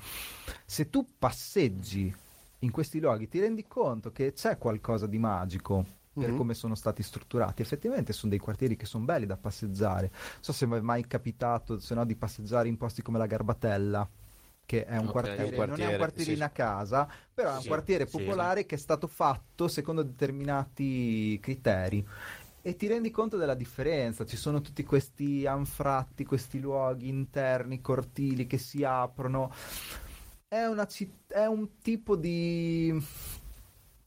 [SPEAKER 6] Se tu passeggi in questi luoghi ti rendi conto che c'è qualcosa di magico per
[SPEAKER 4] Mhm.
[SPEAKER 6] come sono stati strutturati. Effettivamente sono dei quartieri che sono belli da passeggiare. Non so se mi è mai capitato, se no, di passeggiare in posti come la Garbatella. Che è un,
[SPEAKER 2] Ok.
[SPEAKER 6] quartiere,
[SPEAKER 4] È un
[SPEAKER 6] non è
[SPEAKER 4] quartiere,
[SPEAKER 6] un quartierino
[SPEAKER 4] sì.
[SPEAKER 6] a casa, però è un
[SPEAKER 1] Sì,
[SPEAKER 6] quartiere
[SPEAKER 1] sì,
[SPEAKER 6] popolare che è stato fatto secondo determinati criteri. E ti rendi conto della differenza, ci sono tutti questi anfratti, questi luoghi interni, cortili che si aprono. È, una citt- è un tipo di...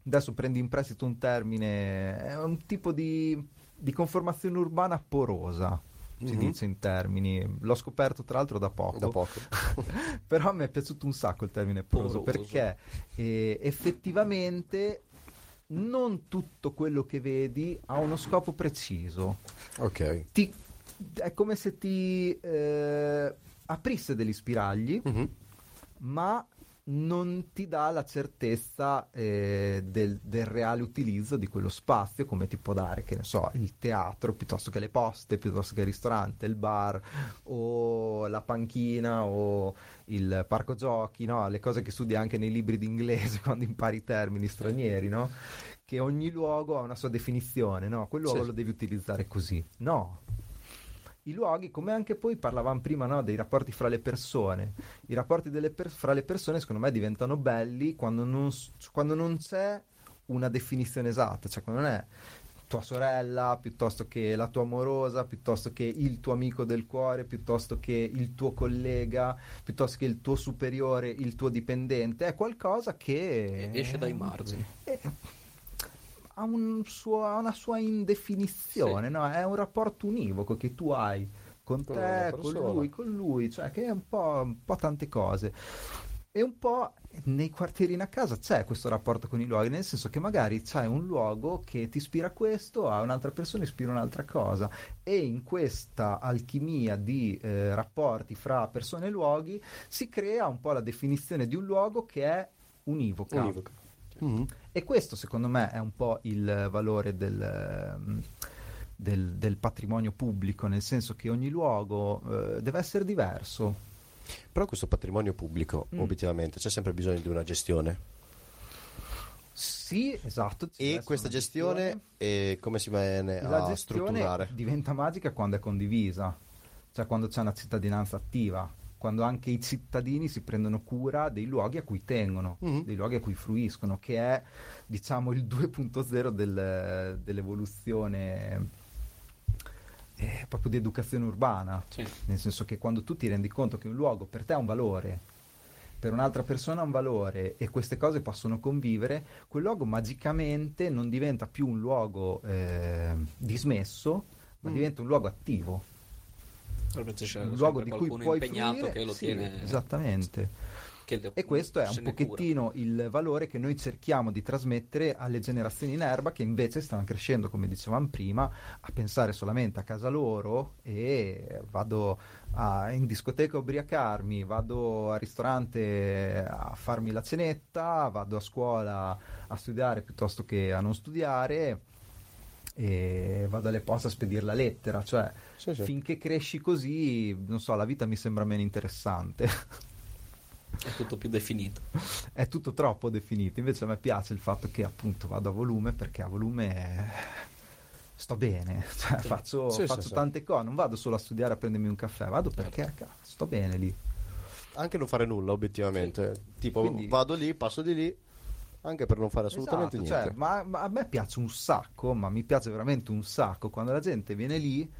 [SPEAKER 6] Adesso prendi in prestito un termine, è un tipo di, di conformazione urbana porosa, si
[SPEAKER 4] Mhm.
[SPEAKER 6] dice in termini. L'ho scoperto tra l'altro da poco.
[SPEAKER 4] da poco.
[SPEAKER 6] [laughs] Però mi è piaciuto un sacco il termine
[SPEAKER 2] Poroso.
[SPEAKER 6] poroso, perché eh, effettivamente non tutto quello che vedi ha uno scopo preciso.
[SPEAKER 4] Ok.
[SPEAKER 6] Ti- è come se ti eh, aprisse degli spiragli,
[SPEAKER 4] Mhm.
[SPEAKER 6] ma non ti dà la certezza eh, del, del reale utilizzo di quello spazio, come ti può dare, che ne so, il teatro, piuttosto che le poste, piuttosto che il ristorante, il bar, o la panchina, o il parco giochi, no? le cose che studi anche nei libri d'inglese [laughs] quando impari i termini stranieri, no? che ogni luogo ha una sua definizione, no? quel luogo
[SPEAKER 4] Sì.
[SPEAKER 6] lo devi utilizzare così, no? I luoghi, come anche poi parlavamo prima no, dei rapporti fra le persone, i rapporti delle per- fra le persone secondo me diventano belli quando non, s- quando non c'è una definizione esatta, cioè quando non è tua sorella, piuttosto che la tua amorosa, piuttosto che il tuo amico del cuore, piuttosto che il tuo collega, piuttosto che il tuo superiore, il tuo dipendente, è qualcosa che
[SPEAKER 2] Esce dai margini.
[SPEAKER 6] eh, ha, un suo- ha una sua indefinizione, no? è un rapporto univoco che tu hai con
[SPEAKER 4] Con una
[SPEAKER 6] te, con
[SPEAKER 4] persona.
[SPEAKER 6] lui, con lui, cioè che è un po', un po' tante cose. E un po' nei quartierini a casa c'è questo rapporto con i luoghi, nel senso che magari c'è un luogo che ti ispira a questo, a un'altra persona ispira un'altra cosa. E in questa alchimia di eh, rapporti fra persone e luoghi si crea un po' la definizione di un luogo che è univoca.
[SPEAKER 4] Univoca. Mhm.
[SPEAKER 6] E questo secondo me è un po' il valore del, ehm, del- del patrimonio pubblico, nel senso che ogni luogo eh, deve essere diverso.
[SPEAKER 4] Però questo patrimonio pubblico,
[SPEAKER 6] Mm.
[SPEAKER 4] obiettivamente, c'è sempre bisogno di una gestione.
[SPEAKER 6] Sì, esatto. ci deve
[SPEAKER 4] E
[SPEAKER 6] essere
[SPEAKER 4] questa
[SPEAKER 6] una
[SPEAKER 4] gestione, eh, come si viene
[SPEAKER 6] La
[SPEAKER 4] a
[SPEAKER 6] gestione
[SPEAKER 4] strutturare?
[SPEAKER 6] diventa magica quando è condivisa, cioè quando c'è una cittadinanza attiva, quando anche i cittadini si prendono cura dei luoghi a cui tengono,
[SPEAKER 4] Mhm.
[SPEAKER 6] dei luoghi a cui fruiscono, che è diciamo il [laughs] 2.0 del- dell'evoluzione eh, proprio di educazione urbana, nel senso che quando tu ti rendi conto che un luogo per te ha un valore, per un'altra persona ha un valore e queste cose possono convivere, quel luogo magicamente non diventa più un luogo eh, dismesso, ma diventa un luogo attivo,
[SPEAKER 2] Cioè,
[SPEAKER 6] un luogo di cui puoi
[SPEAKER 2] impegnato
[SPEAKER 6] fruire.
[SPEAKER 2] che lo
[SPEAKER 6] Sì,
[SPEAKER 2] tiene
[SPEAKER 6] Esattamente.
[SPEAKER 2] che lo-
[SPEAKER 6] E questo è
[SPEAKER 2] se
[SPEAKER 6] un
[SPEAKER 2] ne cura.
[SPEAKER 6] pochettino il valore che noi cerchiamo di trasmettere alle generazioni in erba che invece stanno crescendo, come dicevamo prima, a pensare solamente a casa loro e vado a- in discoteca a ubriacarmi, vado al ristorante a farmi la cenetta, vado a scuola a studiare piuttosto che a non studiare e vado alle poste a spedire la lettera, cioè
[SPEAKER 4] Sì, sì.
[SPEAKER 6] finché cresci così, non so, la vita mi sembra meno interessante. [laughs]
[SPEAKER 2] è tutto più definito
[SPEAKER 6] è tutto troppo definito. Invece a me piace il fatto che appunto vado a volume perché a volume eh, sto bene, [laughs] cioè, faccio,
[SPEAKER 4] Sì, sì,
[SPEAKER 6] faccio
[SPEAKER 4] sì. Certo.
[SPEAKER 6] tante cose, non vado solo a studiare a prendermi un caffè, vado perché cazzo, sto bene lì.
[SPEAKER 4] Anche non fare nulla, obiettivamente. Tipo,
[SPEAKER 6] Quindi-
[SPEAKER 4] vado lì, passo di lì, anche per non fare assolutamente
[SPEAKER 6] Esatto, cioè,
[SPEAKER 4] niente.
[SPEAKER 6] ma, ma a me piace un sacco, ma mi piace veramente un sacco quando la gente viene lì,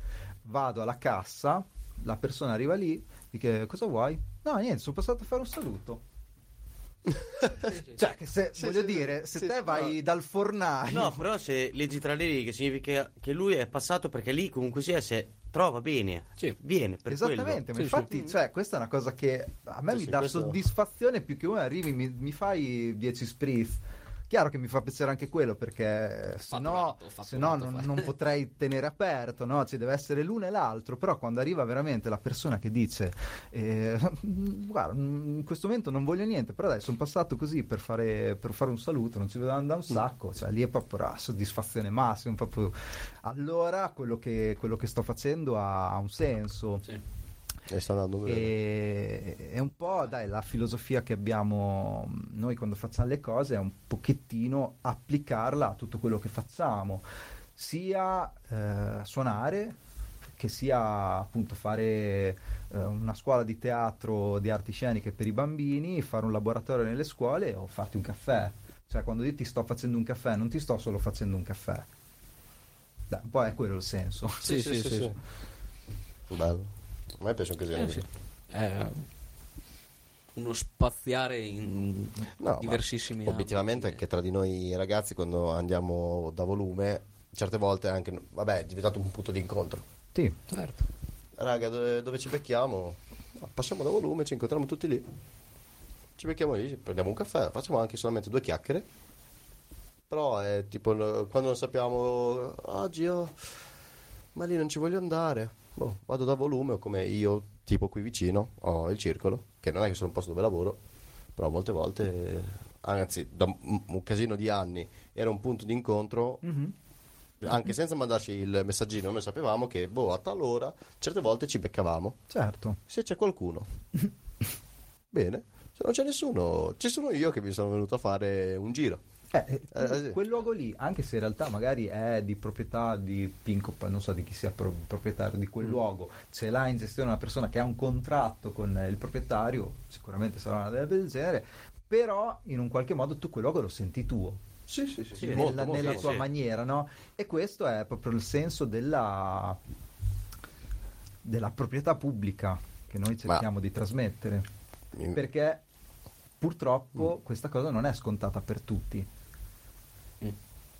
[SPEAKER 6] vado alla cassa, la persona arriva lì, dice cosa vuoi? No, niente, sono passato a fare un
[SPEAKER 4] [laughs]
[SPEAKER 6] saluto. cioè, che se, voglio dire, se te vai dal fornaio
[SPEAKER 1] Ah, No, però se leggi tra le righe significa che lui è passato perché lì comunque sia se trova bene.
[SPEAKER 2] Sì.
[SPEAKER 1] Viene per quello. Mm.
[SPEAKER 6] Esattamente, ma infatti, cioè, questa è una cosa che a me
[SPEAKER 4] Sì,
[SPEAKER 6] mi
[SPEAKER 4] sì,
[SPEAKER 6] dà
[SPEAKER 4] questo-
[SPEAKER 6] soddisfazione più che uno arrivi, mi, mi fai 10 spritz. Chiaro che mi fa piacere anche quello perché eh, se no,
[SPEAKER 2] Fatturato, fatturato,
[SPEAKER 6] se no non,
[SPEAKER 2] fai.
[SPEAKER 6] non potrei tenere aperto, no? ci deve essere l'uno e l'altro, però quando arriva veramente la persona che dice eh, [laughs] guarda mm, in questo momento non voglio niente, però dai sono passato così per fare, per fare un saluto, non ci vedo da un
[SPEAKER 4] Mm.
[SPEAKER 6] sacco, cioè lì è proprio la soddisfazione massima, proprio allora quello che, quello che sto facendo ha, ha un senso.
[SPEAKER 4] E sta andando
[SPEAKER 6] Eh.
[SPEAKER 4] bene.
[SPEAKER 6] E, è un po' dai, la filosofia che abbiamo noi quando facciamo le cose è un pochettino applicarla a tutto quello che facciamo, sia eh, suonare che sia appunto fare eh, una scuola di teatro di arti sceniche per i bambini, fare un laboratorio nelle scuole o farti un caffè. Cioè quando io ti sto facendo un caffè non ti sto solo facendo un caffè. Dai, un po' è quello il senso.
[SPEAKER 2] sì sì sì,
[SPEAKER 4] Bello. A me piace un casino. così.
[SPEAKER 2] È Eh, uno spaziare in
[SPEAKER 4] No, ma
[SPEAKER 2] diversissimi
[SPEAKER 4] Obiettivamente
[SPEAKER 2] ambiti.
[SPEAKER 4] anche tra di noi ragazzi quando andiamo da volume, certe volte anche, vabbè, è diventato un punto di incontro.
[SPEAKER 6] Sì.
[SPEAKER 2] Certo.
[SPEAKER 4] Raga, dove, dove ci becchiamo? Ma Passiamo da volume, ci incontriamo tutti lì. Ci becchiamo lì, ci prendiamo un caffè, facciamo anche solamente due chiacchiere. Però è tipo l- quando non sappiamo oggi io ma lì non ci voglio andare. Boh, vado da volume o come io, tipo qui vicino, ho il circolo, che non è che sono un posto dove lavoro, però molte volte, anzi, da un, un casino di anni era un punto di incontro
[SPEAKER 6] Mhm.
[SPEAKER 4] anche senza mandarci il messaggino, noi sapevamo che boh, a tal ora certe volte ci beccavamo.
[SPEAKER 6] Certo.
[SPEAKER 4] Se c'è [laughs] qualcuno, bene. Se non c'è nessuno, ci sono io che mi sono venuto a fare un giro.
[SPEAKER 6] Eh, eh,
[SPEAKER 4] Eh,
[SPEAKER 6] quel-
[SPEAKER 4] sì.
[SPEAKER 6] quel luogo lì, anche se in realtà magari è di proprietà di Pinco, non so di chi sia pro- proprietario di
[SPEAKER 4] Mm.
[SPEAKER 6] quel luogo, ce l'ha in gestione una persona che ha un contratto con eh, il proprietario, sicuramente sarà una delle del genere, però in un qualche modo tu quel luogo lo senti tuo.
[SPEAKER 4] Sì, sì, sì.
[SPEAKER 6] nella, nella tua maniera, no? E questo è proprio il senso della, della proprietà pubblica che noi cerchiamo di trasmettere. Mm. Perché purtroppo questa cosa non è scontata per tutti. Mm.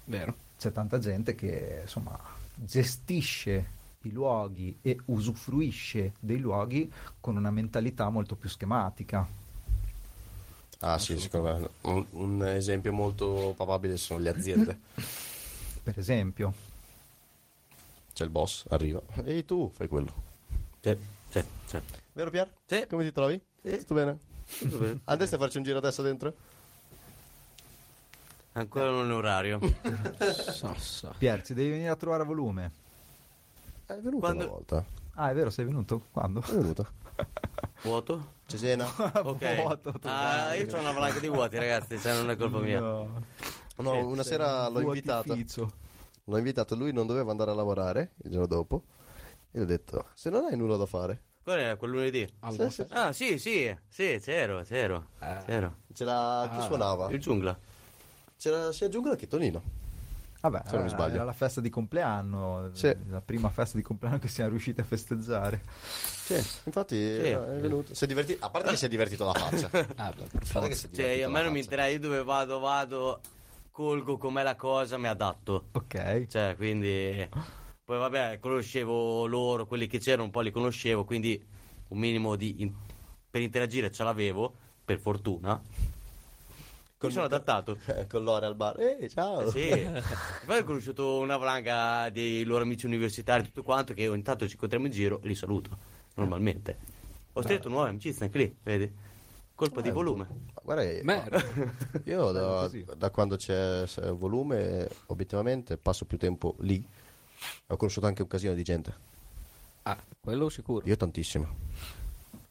[SPEAKER 2] Vero.
[SPEAKER 6] c'è tanta gente che insomma gestisce i luoghi e usufruisce dei luoghi con una mentalità molto più schematica.
[SPEAKER 4] Ah, sì, secondo me. Un, un esempio molto papabile sono le aziende.
[SPEAKER 6] Per esempio,
[SPEAKER 4] [laughs] C'è il boss, arriva. E tu fai quello.
[SPEAKER 1] Sì, sì, sì.
[SPEAKER 4] Vero Pier?
[SPEAKER 1] Sì.
[SPEAKER 4] Come ti trovi?
[SPEAKER 1] Sì.
[SPEAKER 4] Tutto bene?
[SPEAKER 1] Tutto bene.
[SPEAKER 4] Andresti a farci un giro [laughs] adesso dentro?
[SPEAKER 1] Ancora non è
[SPEAKER 6] [laughs]
[SPEAKER 1] orario.
[SPEAKER 6] Pier, ci devi venire a trovare a volume.
[SPEAKER 4] È venuto
[SPEAKER 1] Quando-
[SPEAKER 4] una volta.
[SPEAKER 6] Ah, è vero, sei venuto? Quando?
[SPEAKER 4] È venuto.
[SPEAKER 6] [laughs]
[SPEAKER 1] Vuoto?
[SPEAKER 4] Cesena?
[SPEAKER 1] Ok.
[SPEAKER 6] Vuoto,
[SPEAKER 1] Ah, io ho una valanga di vuoti, ragazzi, se non è cioè colpa mia.
[SPEAKER 6] No.
[SPEAKER 4] No,
[SPEAKER 6] Eh,
[SPEAKER 4] una
[SPEAKER 6] sì,
[SPEAKER 4] sera l'ho
[SPEAKER 6] fu
[SPEAKER 4] invitato.
[SPEAKER 6] artificio.
[SPEAKER 4] L'ho invitato, lui non doveva andare a lavorare il giorno dopo. E gli ho detto: Se non hai nulla da fare,
[SPEAKER 1] Quello era quel lunedì.
[SPEAKER 4] Sì, sì.
[SPEAKER 1] Ah, sì, sì, sì, c'ero, c'ero.
[SPEAKER 6] Eh.
[SPEAKER 1] c'ero.
[SPEAKER 4] c'era chi suonava?
[SPEAKER 1] Il giungla.
[SPEAKER 4] C'era sia Giungla che Tonino.
[SPEAKER 6] Vabbè,
[SPEAKER 4] Se non mi
[SPEAKER 6] era-
[SPEAKER 4] sbaglio.
[SPEAKER 6] era la festa di compleanno,
[SPEAKER 4] Sì.
[SPEAKER 6] la prima festa di compleanno che siamo riusciti a festeggiare.
[SPEAKER 4] Sì, infatti eh, è venuto. Si è diverti- A parte che si è divertito la [laughs] faccia.
[SPEAKER 2] Ah,
[SPEAKER 4] A parte che si è
[SPEAKER 1] Cioè,
[SPEAKER 4] divertito
[SPEAKER 1] a
[SPEAKER 4] la
[SPEAKER 1] me non mi
[SPEAKER 4] faccia.
[SPEAKER 1] interessa, io dove vado, vado, colgo com'è la cosa, mi adatto.
[SPEAKER 6] Ok.
[SPEAKER 1] Cioè, quindi... Poi vabbè, conoscevo loro, quelli che c'erano un po' li conoscevo, quindi un minimo di... in- per interagire ce l'avevo, per fortuna. Mi sono adattato.
[SPEAKER 4] Eh, [laughs] Con Lore al bar. Ehi, ciao.
[SPEAKER 1] Eh [laughs] Sì. Poi ho conosciuto una valanga dei loro amici universitari, tutto quanto, che ogni tanto ci incontriamo in giro e li saluto, normalmente. Ho stretto nuove amicizie anche lì, vedi? Colpa di volume.
[SPEAKER 4] Guarda, che- io da, da quando c'è s- volume, obiettivamente passo più tempo lì. Ho conosciuto anche un casino di gente.
[SPEAKER 2] Ah, quello sicuro.
[SPEAKER 4] Io tantissimo.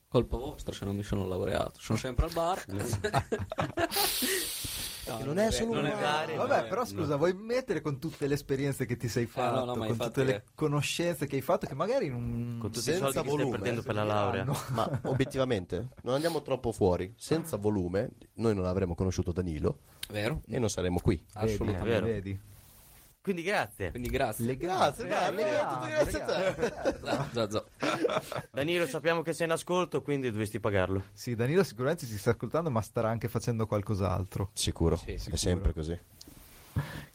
[SPEAKER 2] Colpa vostra se non mi sono laureato. Sono sempre al bar. [laughs] No,
[SPEAKER 4] non è solo
[SPEAKER 2] non
[SPEAKER 4] un
[SPEAKER 2] è
[SPEAKER 4] bar.
[SPEAKER 2] vero.
[SPEAKER 6] Vabbè, però scusa, vuoi mettere con tutte le esperienze che ti sei
[SPEAKER 2] no,
[SPEAKER 6] fatto,
[SPEAKER 2] ma
[SPEAKER 6] con
[SPEAKER 2] infatti
[SPEAKER 6] tutte
[SPEAKER 2] è-
[SPEAKER 6] le conoscenze che hai fatto, che magari in un
[SPEAKER 1] Con tutti i
[SPEAKER 4] Senza
[SPEAKER 1] soldi che stai
[SPEAKER 4] volume,
[SPEAKER 1] perdendo
[SPEAKER 4] eh,
[SPEAKER 1] per la laurea.
[SPEAKER 6] anno-
[SPEAKER 4] Ma obiettivamente, non andiamo troppo fuori. Senza volume, noi non avremmo conosciuto Danilo
[SPEAKER 2] Vero?
[SPEAKER 4] e non saremmo qui.
[SPEAKER 2] Assolutamente.
[SPEAKER 1] vero.
[SPEAKER 6] Vedi? eh,
[SPEAKER 1] Quindi grazie.
[SPEAKER 2] Quindi grazie.
[SPEAKER 4] Grazie, grazie, grazie, a te.
[SPEAKER 2] Zazzo.
[SPEAKER 1] Danilo, sappiamo che sei in ascolto, quindi dovresti pagarlo.
[SPEAKER 6] Sì, Danilo sicuramente ci sta ascoltando, ma starà anche facendo qualcos'altro.
[SPEAKER 4] Sicuro,
[SPEAKER 2] Sì,
[SPEAKER 4] è sempre così.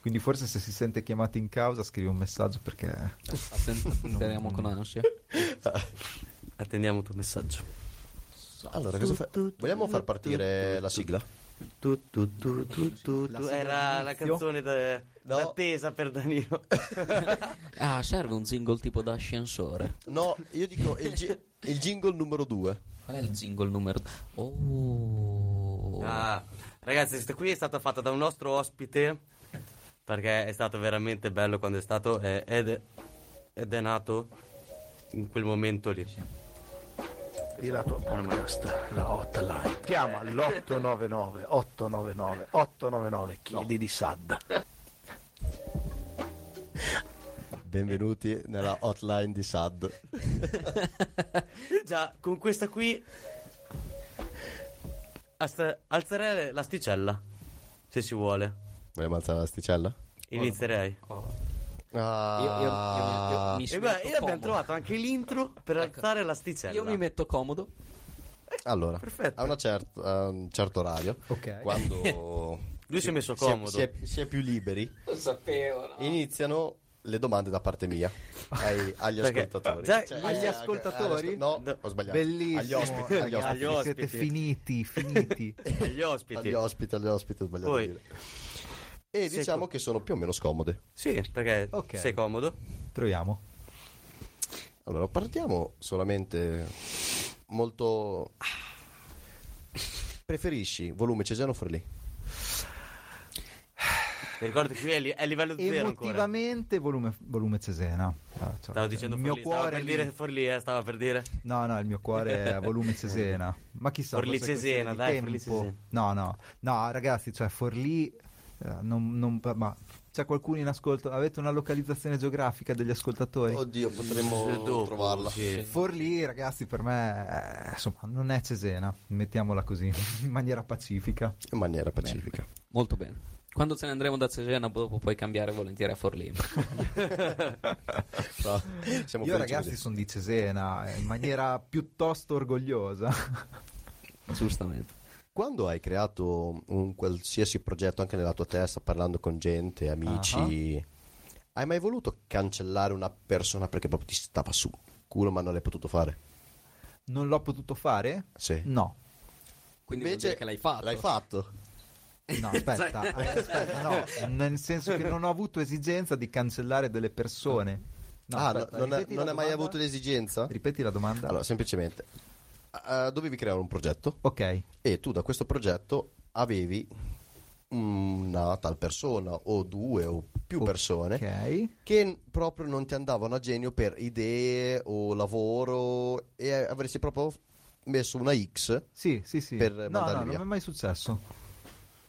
[SPEAKER 6] Quindi forse se si sente chiamato in causa, scrivi un messaggio perché
[SPEAKER 2] Attentiamo con ansia.
[SPEAKER 1] Attendiamo il tuo messaggio.
[SPEAKER 4] Allora, cosa fa- Vogliamo far partire la sigla?
[SPEAKER 1] Tu, tu, tu, tu, tu, tu. Era la canzone da- d'attesa per Danilo.
[SPEAKER 2] Ah, serve un single tipo da ascensore.
[SPEAKER 4] No, io dico il, gi- il jingle numero 2.
[SPEAKER 2] Qual è il single numero? Oh.
[SPEAKER 1] Ah, ragazzi, questa qui è stata fatta da un nostro ospite perché è stato veramente bello quando è stato eh, ed, è- ed è nato in quel momento lì.
[SPEAKER 8] di la tua podcast, la hotline. Chiama l'899 899 899, chiedi di Sad.
[SPEAKER 4] Benvenuti nella hotline di Sad.
[SPEAKER 1] Già, con questa qui ast- alzerei l'asticella, se si vuole.
[SPEAKER 4] Vogliamo alzare la sticella?
[SPEAKER 1] Inizierei.
[SPEAKER 4] Ah,
[SPEAKER 2] Io, io- io mi- io mi
[SPEAKER 1] E
[SPEAKER 2] ci
[SPEAKER 1] Eh, beh, io abbiamo
[SPEAKER 2] metto comodo. Ecco.
[SPEAKER 1] trovato anche l'intro per alzare l'asticella.
[SPEAKER 2] Io mi metto comodo.
[SPEAKER 4] allora,
[SPEAKER 1] Perfetto.
[SPEAKER 4] a, una cer- a un certo orario,
[SPEAKER 6] Ok.
[SPEAKER 4] quando
[SPEAKER 1] Lui si è messo
[SPEAKER 4] si è-
[SPEAKER 1] comodo.
[SPEAKER 4] si è- si è più liberi,
[SPEAKER 2] Lo sapevo.
[SPEAKER 4] Ah. iniziano le domande da parte mia ai- agli
[SPEAKER 1] Perché-
[SPEAKER 4] ascoltatori.
[SPEAKER 1] già-
[SPEAKER 6] agli
[SPEAKER 4] eh,
[SPEAKER 6] ascoltatori?
[SPEAKER 4] agli asco- no, ho sbagliato.
[SPEAKER 6] Bellissimo.
[SPEAKER 4] Agli ospiti, agli
[SPEAKER 6] ragazzi,
[SPEAKER 4] ospiti,
[SPEAKER 1] Agli ospiti.
[SPEAKER 6] Siete finiti, finiti.
[SPEAKER 1] [laughs] Agli ospiti.
[SPEAKER 4] agli ospiti, agli ospiti, ho sbagliato
[SPEAKER 1] Poi-
[SPEAKER 4] a dire. E diciamo che sono più o meno scomode.
[SPEAKER 1] Sì, perché
[SPEAKER 6] Ok.
[SPEAKER 1] sei comodo.
[SPEAKER 6] Troviamo.
[SPEAKER 4] Allora, partiamo solamente molto... Preferisci volume Cesano o Frelì?
[SPEAKER 1] Ti ricordo che qui è, li- è livello zero ancora.
[SPEAKER 6] Emotivamente volume, volume Cesena. Ah, cioè,
[SPEAKER 1] Stavo dicendo
[SPEAKER 6] il mio
[SPEAKER 1] Forlì, stavo
[SPEAKER 6] cuore
[SPEAKER 1] per
[SPEAKER 6] lì-
[SPEAKER 1] dire Forlì, eh, stavo per dire.
[SPEAKER 6] No, no, il mio cuore è
[SPEAKER 1] [laughs]
[SPEAKER 6] volume Cesena. Ma chissà,
[SPEAKER 1] Forlì
[SPEAKER 6] forse è
[SPEAKER 1] Cesena,
[SPEAKER 6] questione di
[SPEAKER 1] dai,
[SPEAKER 6] tempo.
[SPEAKER 1] Forlì Cesena.
[SPEAKER 6] No, no. No, ragazzi, cioè Forlì eh, non, non- ma c'è qualcuno in ascolto? Avete una localizzazione geografica degli ascoltatori?
[SPEAKER 4] Oddio, potremmo
[SPEAKER 1] Dopo,
[SPEAKER 4] trovarla.
[SPEAKER 1] sì.
[SPEAKER 6] Forlì, ragazzi, per me eh, insomma, non è Cesena, mettiamola così, [laughs] in maniera pacifica.
[SPEAKER 4] In maniera pacifica.
[SPEAKER 2] Molto bene. Quando ce ne andremo da Cesena, dopo puoi cambiare volentieri a Forlì.
[SPEAKER 4] No, siamo
[SPEAKER 6] Io
[SPEAKER 4] felici
[SPEAKER 6] ragazzi
[SPEAKER 4] così.
[SPEAKER 6] sono di Cesena, eh,
[SPEAKER 4] [laughs]
[SPEAKER 6] in maniera piuttosto orgogliosa.
[SPEAKER 2] Giustamente.
[SPEAKER 4] Quando hai creato un qualsiasi progetto anche nella tua testa, parlando con gente, amici, hai mai voluto cancellare una persona perché proprio ti stava su culo ma non l'hai potuto fare?
[SPEAKER 6] Non l'ho potuto fare?
[SPEAKER 4] Sì.
[SPEAKER 6] No.
[SPEAKER 2] Quindi vuol dire che l'hai fatto.
[SPEAKER 4] L'hai fatto. [laughs]
[SPEAKER 6] No, aspetta, eh, aspetta, no, nel senso che non ho avuto esigenza di cancellare delle persone. No,
[SPEAKER 4] ah, no,
[SPEAKER 6] aspetta,
[SPEAKER 4] non, è-
[SPEAKER 6] ripeti
[SPEAKER 4] non
[SPEAKER 6] la
[SPEAKER 4] hai mai
[SPEAKER 6] domanda?
[SPEAKER 4] avuto l'esigenza?
[SPEAKER 6] Ripeti la domanda.
[SPEAKER 4] Allora, semplicemente, eh, dovevi creare un progetto
[SPEAKER 6] Ok,
[SPEAKER 4] e tu da questo progetto avevi una tal persona o due o più persone
[SPEAKER 6] ok.
[SPEAKER 4] che n- proprio non ti andavano a genio per idee o lavoro e eh, avresti proprio messo una X
[SPEAKER 6] Sì, sì, sì.
[SPEAKER 4] Per
[SPEAKER 6] no, no,
[SPEAKER 4] mandarli
[SPEAKER 6] non
[SPEAKER 4] via.
[SPEAKER 6] mi è mai successo.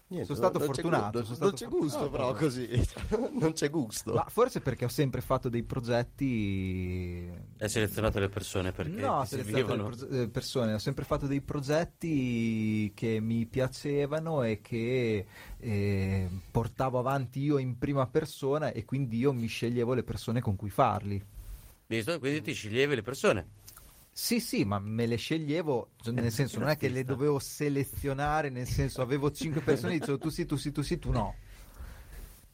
[SPEAKER 4] Niente,
[SPEAKER 6] Sono stato
[SPEAKER 4] non c'è gu-
[SPEAKER 6] fortunato, Ah,
[SPEAKER 4] non-
[SPEAKER 6] sono
[SPEAKER 4] non
[SPEAKER 6] stato
[SPEAKER 4] c'è gusto, però, così. [laughs] non c'è gusto.
[SPEAKER 6] Ma forse perché ho sempre fatto dei progetti
[SPEAKER 1] Hai selezionato le persone perché
[SPEAKER 6] no, ho
[SPEAKER 1] ti
[SPEAKER 6] selezionato
[SPEAKER 1] servivano.
[SPEAKER 6] le proge- eh, persone, ho sempre fatto dei progetti che mi piacevano e che eh, portavo avanti io in prima persona e quindi io mi sceglievo le persone con cui farli.
[SPEAKER 1] Visto? Quindi ti sceglievi le persone.
[SPEAKER 6] Sì, sì, ma me le sceglievo, cioè, nel senso non è che le dovevo selezionare, nel senso avevo cinque persone e dicevo tu sì, tu sì, tu sì, tu no.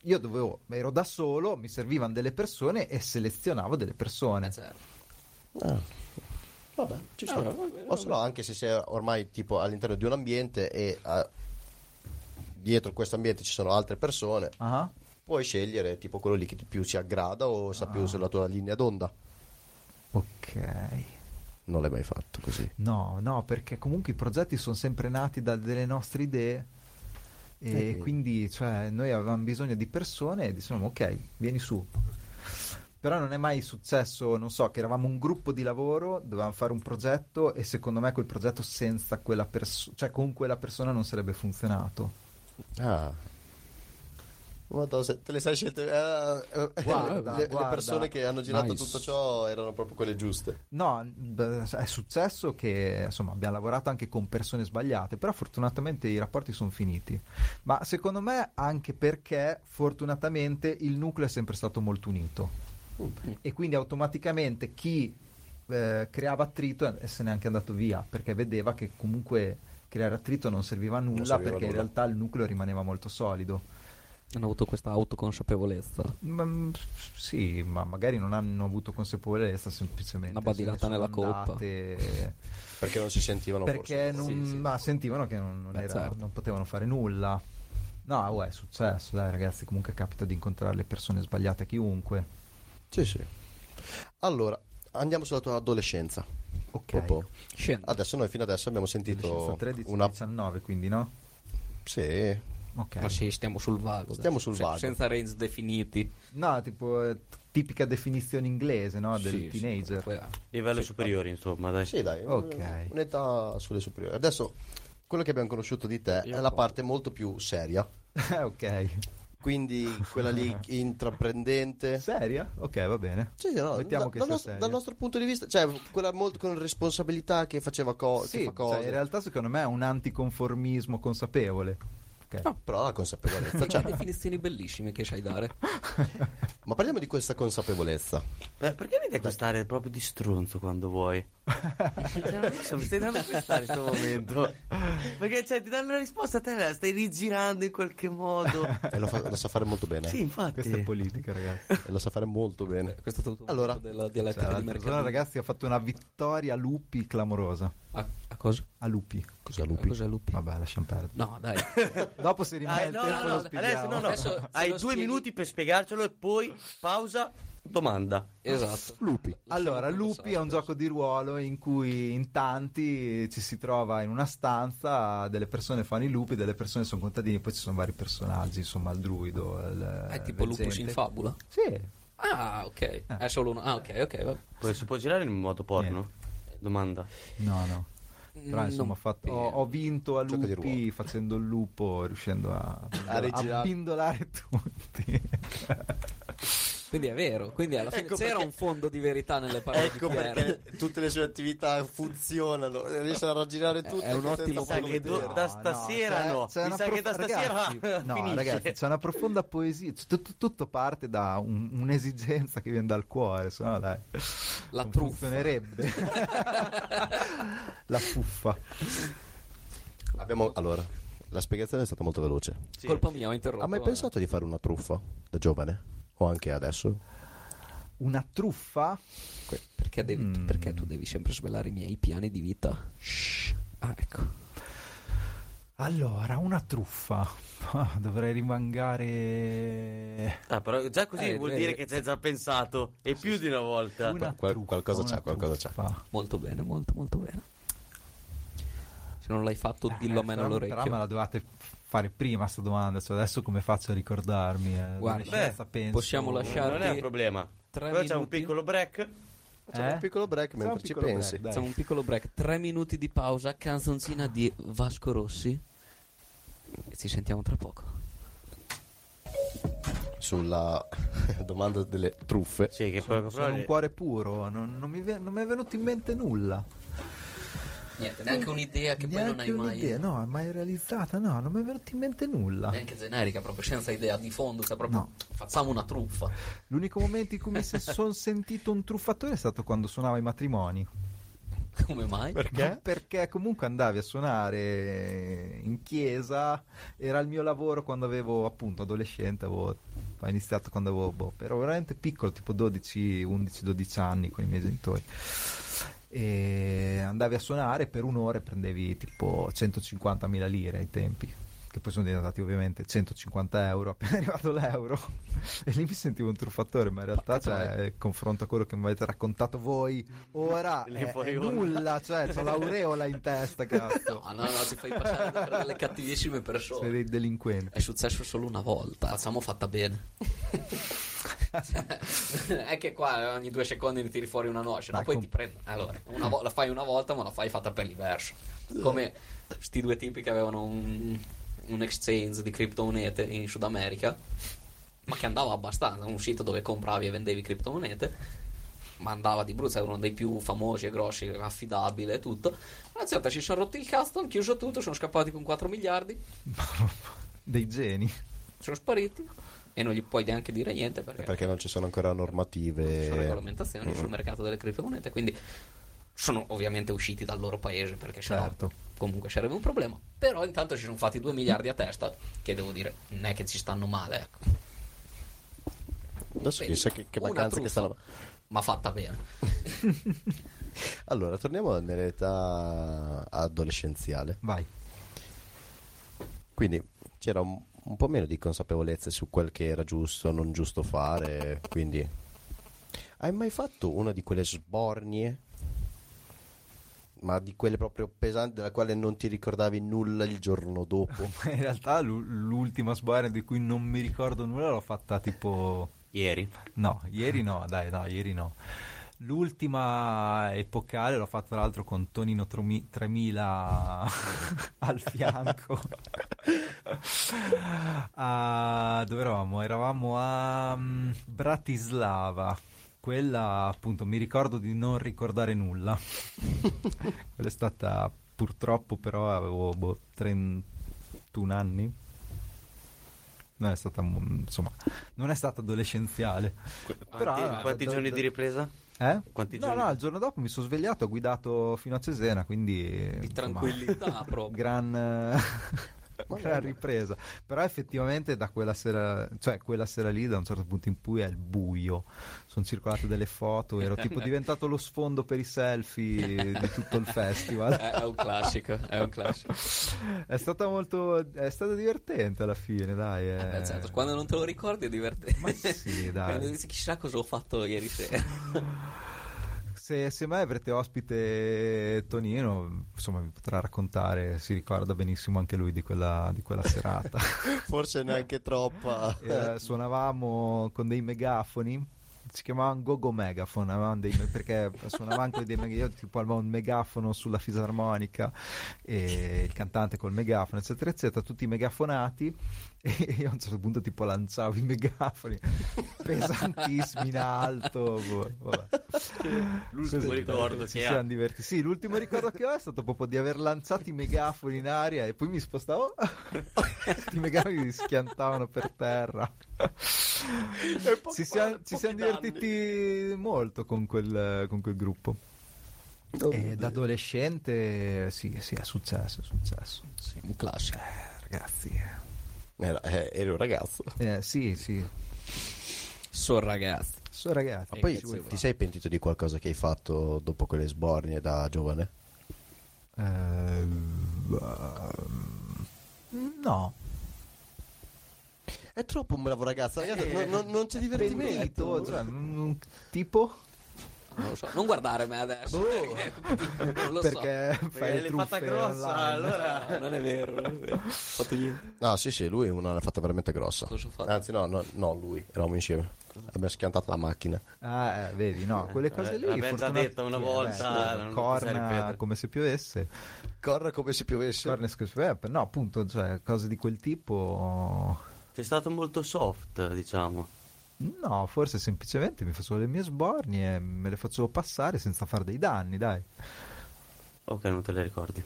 [SPEAKER 6] Io dovevo, ero da solo, mi servivano delle persone e selezionavo delle persone.
[SPEAKER 4] Ah. Vabbè, ci
[SPEAKER 6] Ah,
[SPEAKER 4] sta. o se no, anche se sei ormai tipo all'interno di un ambiente e ah, dietro questo ambiente ci sono altre persone,
[SPEAKER 6] Ah.
[SPEAKER 4] puoi scegliere tipo quello lì che ti più si aggrada o sta più sulla tua linea d'onda.
[SPEAKER 6] Ok.
[SPEAKER 4] Non l'hai mai fatto così.
[SPEAKER 6] No, no, perché comunque i progetti sono sempre nati da delle nostre idee e
[SPEAKER 4] Eh.
[SPEAKER 6] quindi cioè, noi avevamo bisogno di persone e dicevamo ok, vieni su. Però non è mai successo, non so, che eravamo un gruppo di lavoro, dovevamo fare un progetto e secondo me quel progetto senza quella persona, cioè con quella persona non sarebbe funzionato.
[SPEAKER 4] Ah. Madonna, se- te le sai scelte. eh, eh,
[SPEAKER 6] Guarda,
[SPEAKER 4] le, le
[SPEAKER 6] guarda.
[SPEAKER 4] persone che hanno girato
[SPEAKER 2] Nice.
[SPEAKER 4] tutto ciò erano proprio quelle giuste.
[SPEAKER 6] No, beh, è successo che insomma abbiamo lavorato anche con persone sbagliate, però fortunatamente i rapporti sono finiti. Ma secondo me anche perché fortunatamente il nucleo è sempre stato molto unito
[SPEAKER 4] Mm,
[SPEAKER 6] e quindi automaticamente chi eh, creava attrito eh, se n'è anche andato via perché vedeva che comunque creare attrito non serviva a nulla
[SPEAKER 4] serviva a
[SPEAKER 6] perché in
[SPEAKER 4] nulla.
[SPEAKER 6] realtà il nucleo rimaneva molto solido.
[SPEAKER 2] Hanno avuto questa autoconsapevolezza,
[SPEAKER 6] Ma, mm, sì, ma magari non hanno avuto consapevolezza semplicemente.
[SPEAKER 2] Una badilata
[SPEAKER 6] se ne sono
[SPEAKER 2] nella coppa.
[SPEAKER 6] andate-
[SPEAKER 4] [laughs] Perché non si sentivano
[SPEAKER 6] perché
[SPEAKER 4] forse.
[SPEAKER 6] non, ma sentivano che non, non
[SPEAKER 2] Eh,
[SPEAKER 6] era-
[SPEAKER 2] certo.
[SPEAKER 6] non potevano fare nulla. No, uè, è successo, dai ragazzi, comunque capita di incontrare le persone sbagliate a chiunque.
[SPEAKER 4] Sì, sì. Allora, andiamo sulla tua adolescenza.
[SPEAKER 6] Ok.
[SPEAKER 4] Proprio.
[SPEAKER 2] Scendo.
[SPEAKER 4] Adesso noi fino adesso abbiamo sentito
[SPEAKER 6] 13,
[SPEAKER 4] Certo, una
[SPEAKER 6] 19, quindi no?
[SPEAKER 4] Sì,
[SPEAKER 6] Ok.
[SPEAKER 2] Ma sì, stiamo sul vago.
[SPEAKER 4] Stiamo
[SPEAKER 2] dai.
[SPEAKER 4] sul
[SPEAKER 2] Se-
[SPEAKER 4] vago.
[SPEAKER 2] Senza range definiti.
[SPEAKER 6] No, tipo eh, t- tipica definizione inglese, no? Ah, Del
[SPEAKER 2] Sì, sì,
[SPEAKER 6] teenager.
[SPEAKER 2] poi-
[SPEAKER 1] Livelli superiori, insomma, dai.
[SPEAKER 4] sì, dai,
[SPEAKER 6] Ok.
[SPEAKER 4] un'età sulle superiori. Adesso quello che abbiamo conosciuto di te è la parte molto più seria,
[SPEAKER 6] [laughs] ok.
[SPEAKER 4] Eh. quindi quella lì intraprendente.
[SPEAKER 6] Seria? Ok, va bene.
[SPEAKER 4] Sì, no,
[SPEAKER 6] Mettiamo
[SPEAKER 4] da-
[SPEAKER 6] che
[SPEAKER 4] dal,
[SPEAKER 6] sia
[SPEAKER 4] nostro,
[SPEAKER 6] seria.
[SPEAKER 4] dal nostro punto di vista, cioè quella molto con responsabilità che faceva co- che
[SPEAKER 6] Sì,
[SPEAKER 4] fa
[SPEAKER 6] cioè,
[SPEAKER 4] cose,
[SPEAKER 6] in realtà secondo me è un anticonformismo consapevole. Ok.
[SPEAKER 4] però la consapevolezza.
[SPEAKER 2] Cioè,
[SPEAKER 4] cioè,
[SPEAKER 2] definizioni bellissime che sai
[SPEAKER 4] [laughs]
[SPEAKER 2] dare. Eh,
[SPEAKER 4] ma parliamo di questa consapevolezza.
[SPEAKER 1] Beh, Eh, perché mi devi acquistare proprio di stronzo quando
[SPEAKER 6] [laughs]
[SPEAKER 1] vuoi? Cioè, mi stai dando a acquistare in questo momento. Perché cioè, ti danno una risposta, te la stai rigirando in qualche
[SPEAKER 6] [laughs]
[SPEAKER 1] modo.
[SPEAKER 4] E lo, fa- lo sa fare molto bene.
[SPEAKER 1] Sì, infatti.
[SPEAKER 6] Questa è politica, ragazzi.
[SPEAKER 4] E lo sa fare molto bene.
[SPEAKER 2] Questo è tutto
[SPEAKER 4] Allora,
[SPEAKER 2] della dialettica
[SPEAKER 6] Cioè,
[SPEAKER 2] di
[SPEAKER 6] l'altra zona,
[SPEAKER 2] mercato.
[SPEAKER 6] ragazzi, ha fatto una vittoria a lupi clamorosa.
[SPEAKER 2] A, Ah, a cosa?
[SPEAKER 6] A lupi.
[SPEAKER 4] Cos'è
[SPEAKER 2] A
[SPEAKER 4] Lupi?
[SPEAKER 2] cos'è Lupi?
[SPEAKER 6] Vabbè, lasciamo perdere.
[SPEAKER 2] No, dai.
[SPEAKER 6] [laughs] Dopo si rimane
[SPEAKER 1] Ah,
[SPEAKER 6] il
[SPEAKER 1] no,
[SPEAKER 6] tempo
[SPEAKER 1] no,
[SPEAKER 6] lo
[SPEAKER 1] no,
[SPEAKER 6] spieghiamo.
[SPEAKER 1] adesso no, no.
[SPEAKER 2] Adesso se
[SPEAKER 1] Hai
[SPEAKER 2] lo
[SPEAKER 1] due
[SPEAKER 2] spieghi-
[SPEAKER 1] minuti per spiegarcelo e poi pausa, domanda.
[SPEAKER 2] Esatto.
[SPEAKER 4] Lupi.
[SPEAKER 6] Allora, Lupi è un gioco di ruolo in cui in tanti ci si trova in una stanza, delle persone fanno i lupi, delle persone sono contadini, poi ci sono vari personaggi, insomma, il druido, il
[SPEAKER 2] È Eh, tipo Lupus in fabula.
[SPEAKER 6] fabula Sì.
[SPEAKER 2] Ah, ok. È solo uno. Ah, ok, ok. va-
[SPEAKER 1] Poi si può girare in modo porno? Domanda.
[SPEAKER 6] No, no. Però
[SPEAKER 2] Mm,
[SPEAKER 6] insomma ho,
[SPEAKER 2] non
[SPEAKER 6] fatto- ho- ho vinto a
[SPEAKER 4] Gioco di
[SPEAKER 6] lupi facendo il lupo, riuscendo a,
[SPEAKER 4] A rigirare.
[SPEAKER 6] pindolare tutti.
[SPEAKER 2] Quindi è vero. Quindi alla fine
[SPEAKER 4] Ecco
[SPEAKER 2] c'era
[SPEAKER 4] perché-
[SPEAKER 2] un fondo di verità nelle parole
[SPEAKER 4] Ecco
[SPEAKER 2] di Pierre.
[SPEAKER 4] perché tutte le sue attività funzionano, riesce a raggirare tutto.
[SPEAKER 2] un ottimo
[SPEAKER 1] Sai che do- da stasera no.
[SPEAKER 6] c'è
[SPEAKER 1] Mi
[SPEAKER 6] una
[SPEAKER 1] sa che da
[SPEAKER 6] prof-
[SPEAKER 1] stasera [laughs]
[SPEAKER 6] ragazzi, no,
[SPEAKER 1] finisce.
[SPEAKER 6] ragazzi, c'è una profonda poesia. Cioè, Tutto, tutto parte da un- un'esigenza che viene dal cuore, se no dai.
[SPEAKER 2] La
[SPEAKER 6] non
[SPEAKER 2] truffa.
[SPEAKER 6] funzionerebbe.
[SPEAKER 1] [laughs]
[SPEAKER 6] La fuffa.
[SPEAKER 4] Abbiamo, allora, la spiegazione è stata molto veloce.
[SPEAKER 1] Sì.
[SPEAKER 2] Colpa mia, ho interrotto.
[SPEAKER 4] Ha mai
[SPEAKER 2] eh.
[SPEAKER 4] pensato di fare una truffa da giovane? O anche adesso?
[SPEAKER 6] Una truffa?
[SPEAKER 2] Que- Perché, devi-
[SPEAKER 6] Mm.
[SPEAKER 2] perché tu devi sempre svelare i miei piani di vita? Shh. Ah, ecco.
[SPEAKER 6] Allora, una truffa. Ah, Dovrei rimangare
[SPEAKER 1] Ah, però già così
[SPEAKER 2] Eh,
[SPEAKER 1] vuol
[SPEAKER 2] eh,
[SPEAKER 1] dire che ci hai già pensato. E più di una volta.
[SPEAKER 6] una
[SPEAKER 4] Qual-
[SPEAKER 6] truffa,
[SPEAKER 4] qualcosa
[SPEAKER 6] una
[SPEAKER 4] c'è, qualcosa c'è.
[SPEAKER 6] truffa.
[SPEAKER 2] Molto bene, molto, molto bene. Se non l'hai fatto, dillo a me
[SPEAKER 6] Eh, però- Però me
[SPEAKER 2] all'orecchio.
[SPEAKER 6] la dovevate fare prima sta domanda, cioè adesso come faccio a ricordarmi? Eh,
[SPEAKER 2] Guarda,
[SPEAKER 6] Adolescenza,
[SPEAKER 1] beh,
[SPEAKER 6] penso-
[SPEAKER 2] possiamo lasciare-
[SPEAKER 1] Non è un problema.
[SPEAKER 2] Tre
[SPEAKER 1] Però c'è un
[SPEAKER 2] minuti.
[SPEAKER 1] piccolo break.
[SPEAKER 4] Facciamo
[SPEAKER 6] Eh?
[SPEAKER 4] un piccolo break
[SPEAKER 6] Facciamo
[SPEAKER 4] mentre
[SPEAKER 6] un
[SPEAKER 4] ci
[SPEAKER 6] piccolo
[SPEAKER 4] pensi.
[SPEAKER 6] break, dai.
[SPEAKER 2] Facciamo un piccolo break, tre minuti di pausa, canzoncina di Vasco Rossi. Ci sentiamo tra poco.
[SPEAKER 4] Sulla [laughs] domanda delle truffe.
[SPEAKER 1] Sì, che poi
[SPEAKER 6] Sono un cuore puro, non, non mi, ve- non mi è venuto in mente nulla.
[SPEAKER 2] Niente, neanche un'idea Eh, che poi non hai
[SPEAKER 6] Neanche
[SPEAKER 2] mai.
[SPEAKER 6] un'idea, no, mai realizzata, no, non mi è venuto in mente nulla.
[SPEAKER 2] Neanche generica, proprio senza idea di fondo, cioè proprio
[SPEAKER 6] No.
[SPEAKER 2] facciamo una truffa.
[SPEAKER 6] L'unico momento in cui
[SPEAKER 2] [laughs]
[SPEAKER 6] mi sono sentito un truffatore è stato quando suonavo i matrimoni.
[SPEAKER 2] Come mai?
[SPEAKER 6] Perché? Perché comunque andavi a suonare in chiesa, era il mio lavoro quando avevo appunto adolescente, avevo ho iniziato quando avevo, boh, ero veramente piccolo, tipo 12, 11, 12 anni con i miei genitori. E andavi a suonare per un'ora e prendevi tipo 150.000 lire ai tempi, che poi sono diventati ovviamente 150 euro appena [laughs] è arrivato l'euro. E lì mi sentivo un truffatore, ma in realtà, cioè, eh, confronto a quello che mi avete raccontato voi ora,
[SPEAKER 1] Le
[SPEAKER 6] è-
[SPEAKER 1] fuori
[SPEAKER 6] è
[SPEAKER 1] onda.
[SPEAKER 6] Ah, eh, nulla, cioè, c'ho l'aureola in [laughs] testa,
[SPEAKER 2] No,
[SPEAKER 6] cazzo.
[SPEAKER 2] no, no, ci fai passare per delle cattivissime
[SPEAKER 6] Sei
[SPEAKER 2] persone.
[SPEAKER 6] dei delinquenti.
[SPEAKER 2] È successo solo una volta. Facciamo fatta bene. [laughs] è che qua ogni due secondi ne tiri fuori una noce, ma
[SPEAKER 6] Dai,
[SPEAKER 2] poi
[SPEAKER 6] com-
[SPEAKER 2] ti prendo. Allora, una vo- la fai una volta, ma la fai fatta per l'inverso. Come sti due tipi che avevano un, un exchange di criptomonete in Sud America, ma che andava abbastanza. Un sito dove compravi e vendevi criptomonete. Ma andava di brutto, era uno dei più famosi e grossi, affidabile e tutto. Una certa ci sono rotti il cazzo, hanno chiuso tutto, sono scappati con 4 miliardi
[SPEAKER 6] Dei geni.
[SPEAKER 2] sono spariti e non gli puoi neanche dire niente perché,
[SPEAKER 4] Perché non ci sono ancora
[SPEAKER 2] ci sono
[SPEAKER 4] normative.
[SPEAKER 2] regolamentazioni sul mercato delle criptomonete quindi sono ovviamente usciti dal loro paese perché
[SPEAKER 6] Certo.
[SPEAKER 2] sennò comunque sarebbe un problema però intanto ci sono fatti 2 miliardi a testa che devo dire non è che ci stanno male ecco.
[SPEAKER 4] Adesso chissà che, che
[SPEAKER 2] Una
[SPEAKER 4] vacanze
[SPEAKER 2] truffa,
[SPEAKER 4] che stanno.
[SPEAKER 2] ma fatta bene
[SPEAKER 4] Allora, torniamo nell'età adolescenziale.
[SPEAKER 6] Vai.
[SPEAKER 4] Quindi c'era un, un po' meno di consapevolezza su quel che era giusto, non giusto fare. Quindi, hai mai fatto una di quelle sbornie? Ma di quelle proprio pesanti, della quale non ti ricordavi nulla il giorno [laughs] dopo?
[SPEAKER 6] [laughs] In realtà l'u- l'ultima sbarra di cui non mi ricordo nulla l'ho fatta tipo...
[SPEAKER 1] ieri.
[SPEAKER 6] No, ieri no, dai, no, ieri no. L'ultima epocale l'ho fatta tra l'altro con Tonino Tromi- 3000 [laughs] al fianco. [laughs] A- Ah, dove eravamo? Eravamo a mm, Bratislava. Quella appunto mi ricordo di non ricordare nulla. Quella è stata purtroppo però avevo boh, 31 anni. Non è stata mm, insomma, non è stata adolescenziale. Però,
[SPEAKER 1] Quanti,
[SPEAKER 6] eh,
[SPEAKER 1] quanti
[SPEAKER 6] da-
[SPEAKER 1] giorni
[SPEAKER 6] da-
[SPEAKER 1] di ripresa?
[SPEAKER 6] Eh?
[SPEAKER 1] Quanti
[SPEAKER 6] no,
[SPEAKER 1] giorni?
[SPEAKER 6] no, il giorno dopo mi sono svegliato, ho guidato fino a Cesena, quindi...
[SPEAKER 2] di
[SPEAKER 6] insomma, [laughs]
[SPEAKER 2] tranquillità proprio
[SPEAKER 6] Gran, eh, [laughs] gran ripresa. Però effettivamente da quella sera, cioè quella sera lì, da un certo punto in cui è il buio, sono circolate delle foto, ero
[SPEAKER 2] [laughs]
[SPEAKER 6] tipo diventato lo sfondo per i selfie di tutto
[SPEAKER 2] [laughs]
[SPEAKER 6] il
[SPEAKER 2] è,
[SPEAKER 6] festival.
[SPEAKER 2] Eh, è un classico è un classico
[SPEAKER 6] È stata molto... è stata divertente alla fine, dai.
[SPEAKER 2] Eh, beh,
[SPEAKER 6] eh.
[SPEAKER 2] certo, quando non te lo ricordi è divertente
[SPEAKER 6] Ma sì, dai.
[SPEAKER 2] Quando dici, chissà cosa ho fatto ieri sera
[SPEAKER 6] [laughs] Se, se mai avrete ospite Tonino, insomma, vi potrà raccontare, si ricorda benissimo anche lui di quella, di quella serata.
[SPEAKER 4] Forse neanche troppa.
[SPEAKER 6] Eh, suonavamo con dei megafoni, si chiamavano Gogo Megaphone, avevamo dei- perché suonavamo anche dei megafoni, io tipo avevo un megafono sulla fisarmonica e il cantante col megafono, eccetera, eccetera, tutti megafonati e io a un certo punto tipo lanciavo i megafoni pesantissimi in alto. boh, vabbè.
[SPEAKER 1] L'ultimo ricordo
[SPEAKER 6] Ci
[SPEAKER 1] che ha.
[SPEAKER 6] siamo divertiti. Sì, l'ultimo ricordo che ho è stato proprio di aver lanciato i megafoni in aria e poi mi spostavo. I megafoni mi schiantavano per terra. Ci siamo, ci siamo divertiti molto con quel, con quel gruppo. E da adolescente, sì, sì, è successo, è successo. Sì,
[SPEAKER 2] un classico
[SPEAKER 6] ragazzi.
[SPEAKER 4] Era- eh, eri un ragazzo.
[SPEAKER 6] Eh, sì, sì.
[SPEAKER 2] sono ragazzi
[SPEAKER 6] So, ragazzi.
[SPEAKER 4] Ma
[SPEAKER 2] che
[SPEAKER 4] poi
[SPEAKER 2] ci vuoi
[SPEAKER 4] ti sei pentito di qualcosa che hai fatto dopo quelle sbornie da giovane?
[SPEAKER 6] eh, ehm, no.
[SPEAKER 4] È Eh, troppo un bravo ragazzo, ragazzi, non, non- non c'è
[SPEAKER 6] Pentito,
[SPEAKER 4] divertimento.
[SPEAKER 6] cioè, mm, cioè, tipo...
[SPEAKER 2] Non lo so. Non guardare me adesso. [laughs] non lo
[SPEAKER 6] Boh. perché fai le
[SPEAKER 1] l'hai
[SPEAKER 6] truffe
[SPEAKER 1] fatta grossa,
[SPEAKER 6] online.
[SPEAKER 1] allora.
[SPEAKER 2] so. Non è vero, non è vero. Ho fatto niente.
[SPEAKER 4] Ah, sì, sì, lui una l'ha fatta veramente grossa.
[SPEAKER 2] Cosa ho fatto?
[SPEAKER 4] Anzi, no, no, no, lui, eravamo insieme. Abbiamo schiantato la macchina.
[SPEAKER 6] Ah, eh, vedi, no, quelle cose lì.
[SPEAKER 1] l'abbiamo già
[SPEAKER 6] fortuna-
[SPEAKER 1] detta una
[SPEAKER 6] sì,
[SPEAKER 1] volta,
[SPEAKER 6] vabbè,
[SPEAKER 1] non si
[SPEAKER 6] corna
[SPEAKER 1] ripete.
[SPEAKER 6] come se piovesse.
[SPEAKER 4] Corre come se piovesse.
[SPEAKER 6] Corna e scusi, eh, No, appunto, cioè, cose di quel tipo.
[SPEAKER 1] Sei stato molto soft, diciamo.
[SPEAKER 6] No, forse semplicemente mi facevo le mie sborni e me le facevo passare senza fare dei danni, dai.
[SPEAKER 1] Ok, non te le
[SPEAKER 6] [laughs]
[SPEAKER 1] ricordi.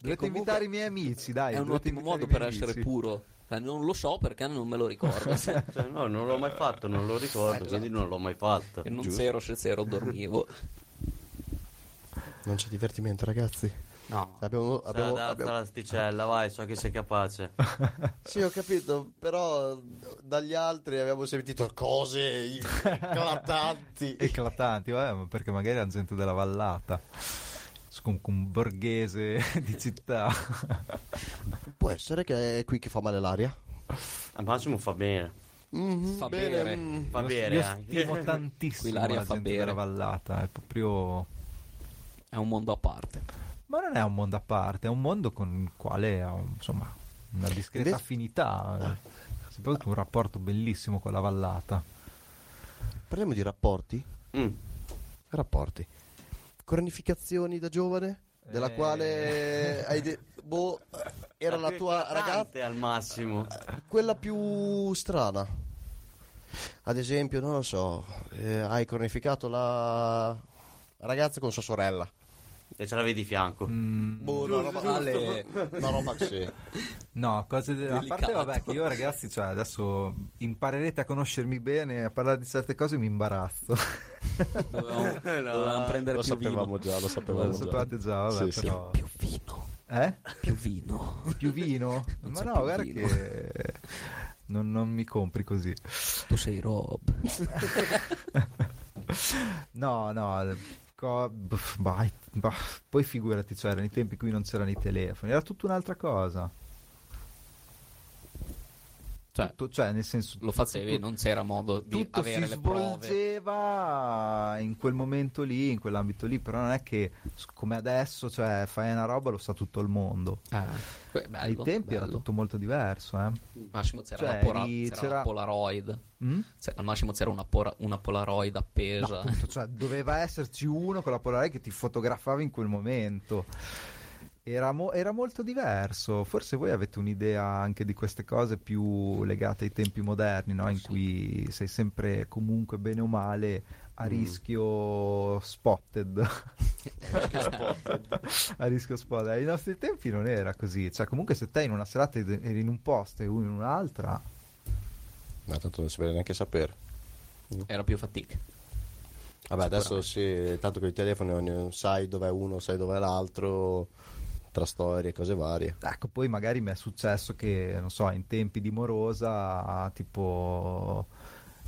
[SPEAKER 6] Dovete invitare i miei amici, dai.
[SPEAKER 2] È un
[SPEAKER 6] dovete
[SPEAKER 2] ottimo
[SPEAKER 6] invitare
[SPEAKER 2] modo
[SPEAKER 6] i miei
[SPEAKER 2] per essere
[SPEAKER 6] amici.
[SPEAKER 2] puro. Eh, Non lo so perché non me lo
[SPEAKER 6] [laughs]
[SPEAKER 2] ricordo. Se-
[SPEAKER 1] Cioè, no, non l'ho mai fatto, non lo
[SPEAKER 6] Eh,
[SPEAKER 1] ricordo, quindi
[SPEAKER 6] esatto.
[SPEAKER 1] non l'ho mai fatto.
[SPEAKER 2] E non c'ero, se c'ero dormivo.
[SPEAKER 4] Non c'è divertimento, ragazzi.
[SPEAKER 2] No.
[SPEAKER 4] Abbiamo,
[SPEAKER 1] Abbiamo,
[SPEAKER 4] abbiamo, abbiamo-
[SPEAKER 1] l'asticella, vai, so che sei capace.
[SPEAKER 4] Sì, ho capito, però dagli altri abbiamo sentito cose
[SPEAKER 6] [laughs]
[SPEAKER 4] eclatanti.
[SPEAKER 6] Eclatanti, vabbè, ma perché magari era gente della vallata. Comunque un borghese di città.
[SPEAKER 4] Può essere che è qui che fa male l'aria?
[SPEAKER 1] A Massimo fa bene.
[SPEAKER 4] Mhm,
[SPEAKER 6] Mm-hmm.
[SPEAKER 2] Fa
[SPEAKER 4] bene,
[SPEAKER 2] bere.
[SPEAKER 4] mm.
[SPEAKER 1] Fa bene
[SPEAKER 6] Io
[SPEAKER 1] anche. [laughs]
[SPEAKER 6] stimo
[SPEAKER 2] Qui
[SPEAKER 6] tantissimo la
[SPEAKER 2] l'aria
[SPEAKER 6] gente
[SPEAKER 2] fa bere.
[SPEAKER 6] della vallata, è proprio...
[SPEAKER 2] È un mondo a parte.
[SPEAKER 6] Ma non è un mondo a parte, è un mondo con il quale ha insomma, una discreta
[SPEAKER 4] Invece-
[SPEAKER 6] affinità. eh. Soprattutto un rapporto bellissimo con la vallata.
[SPEAKER 4] Parliamo di rapporti.
[SPEAKER 1] Mm.
[SPEAKER 4] Rapporti. Cornificazioni da giovane? Della
[SPEAKER 6] Eh.
[SPEAKER 4] quale hai de- boh, era la
[SPEAKER 1] più
[SPEAKER 4] tua
[SPEAKER 1] eclatante
[SPEAKER 4] ragazza?
[SPEAKER 1] al massimo.
[SPEAKER 4] quella più strana. Ad esempio, non lo so, eh, hai cornificato la ragazza con sua sorella.
[SPEAKER 1] E ce l'avevi di fianco.
[SPEAKER 4] Boh, una roba,
[SPEAKER 2] Ale.
[SPEAKER 4] una roba così.
[SPEAKER 6] No, cose de- a parte
[SPEAKER 2] Delicato.
[SPEAKER 6] vabbè che io ragazzi, cioè, adesso imparerete a conoscermi bene, a parlare di certe cose mi imbarazzo.
[SPEAKER 2] Dovevamo, [laughs] dovevamo prendere
[SPEAKER 4] Lo
[SPEAKER 2] più
[SPEAKER 4] sapevamo
[SPEAKER 2] vino.
[SPEAKER 4] già, lo
[SPEAKER 6] Lo
[SPEAKER 4] sapevamo già.
[SPEAKER 6] sapevate già, vabbè,
[SPEAKER 4] Sì, sì.
[SPEAKER 6] però...
[SPEAKER 2] Più vino.
[SPEAKER 6] Eh?
[SPEAKER 2] Più vino.
[SPEAKER 6] Più vino?
[SPEAKER 2] Non
[SPEAKER 6] Ma
[SPEAKER 2] so,
[SPEAKER 6] no,
[SPEAKER 2] più
[SPEAKER 6] guarda
[SPEAKER 2] vino.
[SPEAKER 6] che non, non mi compri così.
[SPEAKER 2] Tu sei Rob.
[SPEAKER 6] No, no. co- bff, vai, bah. Poi figurati, cioè, erano i tempi in cui non c'erano i telefoni, era tutta un'altra cosa.
[SPEAKER 2] Cioè,
[SPEAKER 6] Tutto- cioè, nel senso,
[SPEAKER 2] lo facevi, non c'era modo di
[SPEAKER 6] tutto si
[SPEAKER 2] avere le prove.
[SPEAKER 6] svolgeva in quel momento lì, in quell'ambito lì, però non è che s- come adesso, cioè, fai una roba lo sa tutto il mondo.
[SPEAKER 2] Ah, que- bello,
[SPEAKER 6] Ai tempi era
[SPEAKER 2] bello.
[SPEAKER 6] tutto molto diverso, eh.
[SPEAKER 2] Al massimo c'era,
[SPEAKER 6] Cioè,
[SPEAKER 2] la, pora-
[SPEAKER 6] eri-
[SPEAKER 2] c'era la
[SPEAKER 6] c'era-
[SPEAKER 2] Polaroid.
[SPEAKER 6] Mm?
[SPEAKER 2] Cioè, al massimo c'era una, pora- una Polaroid
[SPEAKER 6] No,
[SPEAKER 2] appesa.
[SPEAKER 6] appunto, cioè, doveva esserci uno con la Polaroid che ti fotografava in quel momento. Era, mo- era molto diverso. Forse voi avete un'idea anche di queste cose più legate ai tempi moderni, no? in cui sei sempre comunque bene o male a rischio spotted. [laughs] a rischio spotted. Ai nostri tempi non era così. Cioè, comunque, se te in una serata ed- eri in un posto e uno in un'altra,
[SPEAKER 4] Ma tanto non si vede neanche sapere.
[SPEAKER 2] Era più fatica.
[SPEAKER 4] Vabbè, adesso sì, tanto con i telefoni ogni- sai dov'è uno, sai dov'è l'altro, tra storie, cose varie.
[SPEAKER 6] Ecco, poi magari mi è successo che, non so, in tempi di morosa, tipo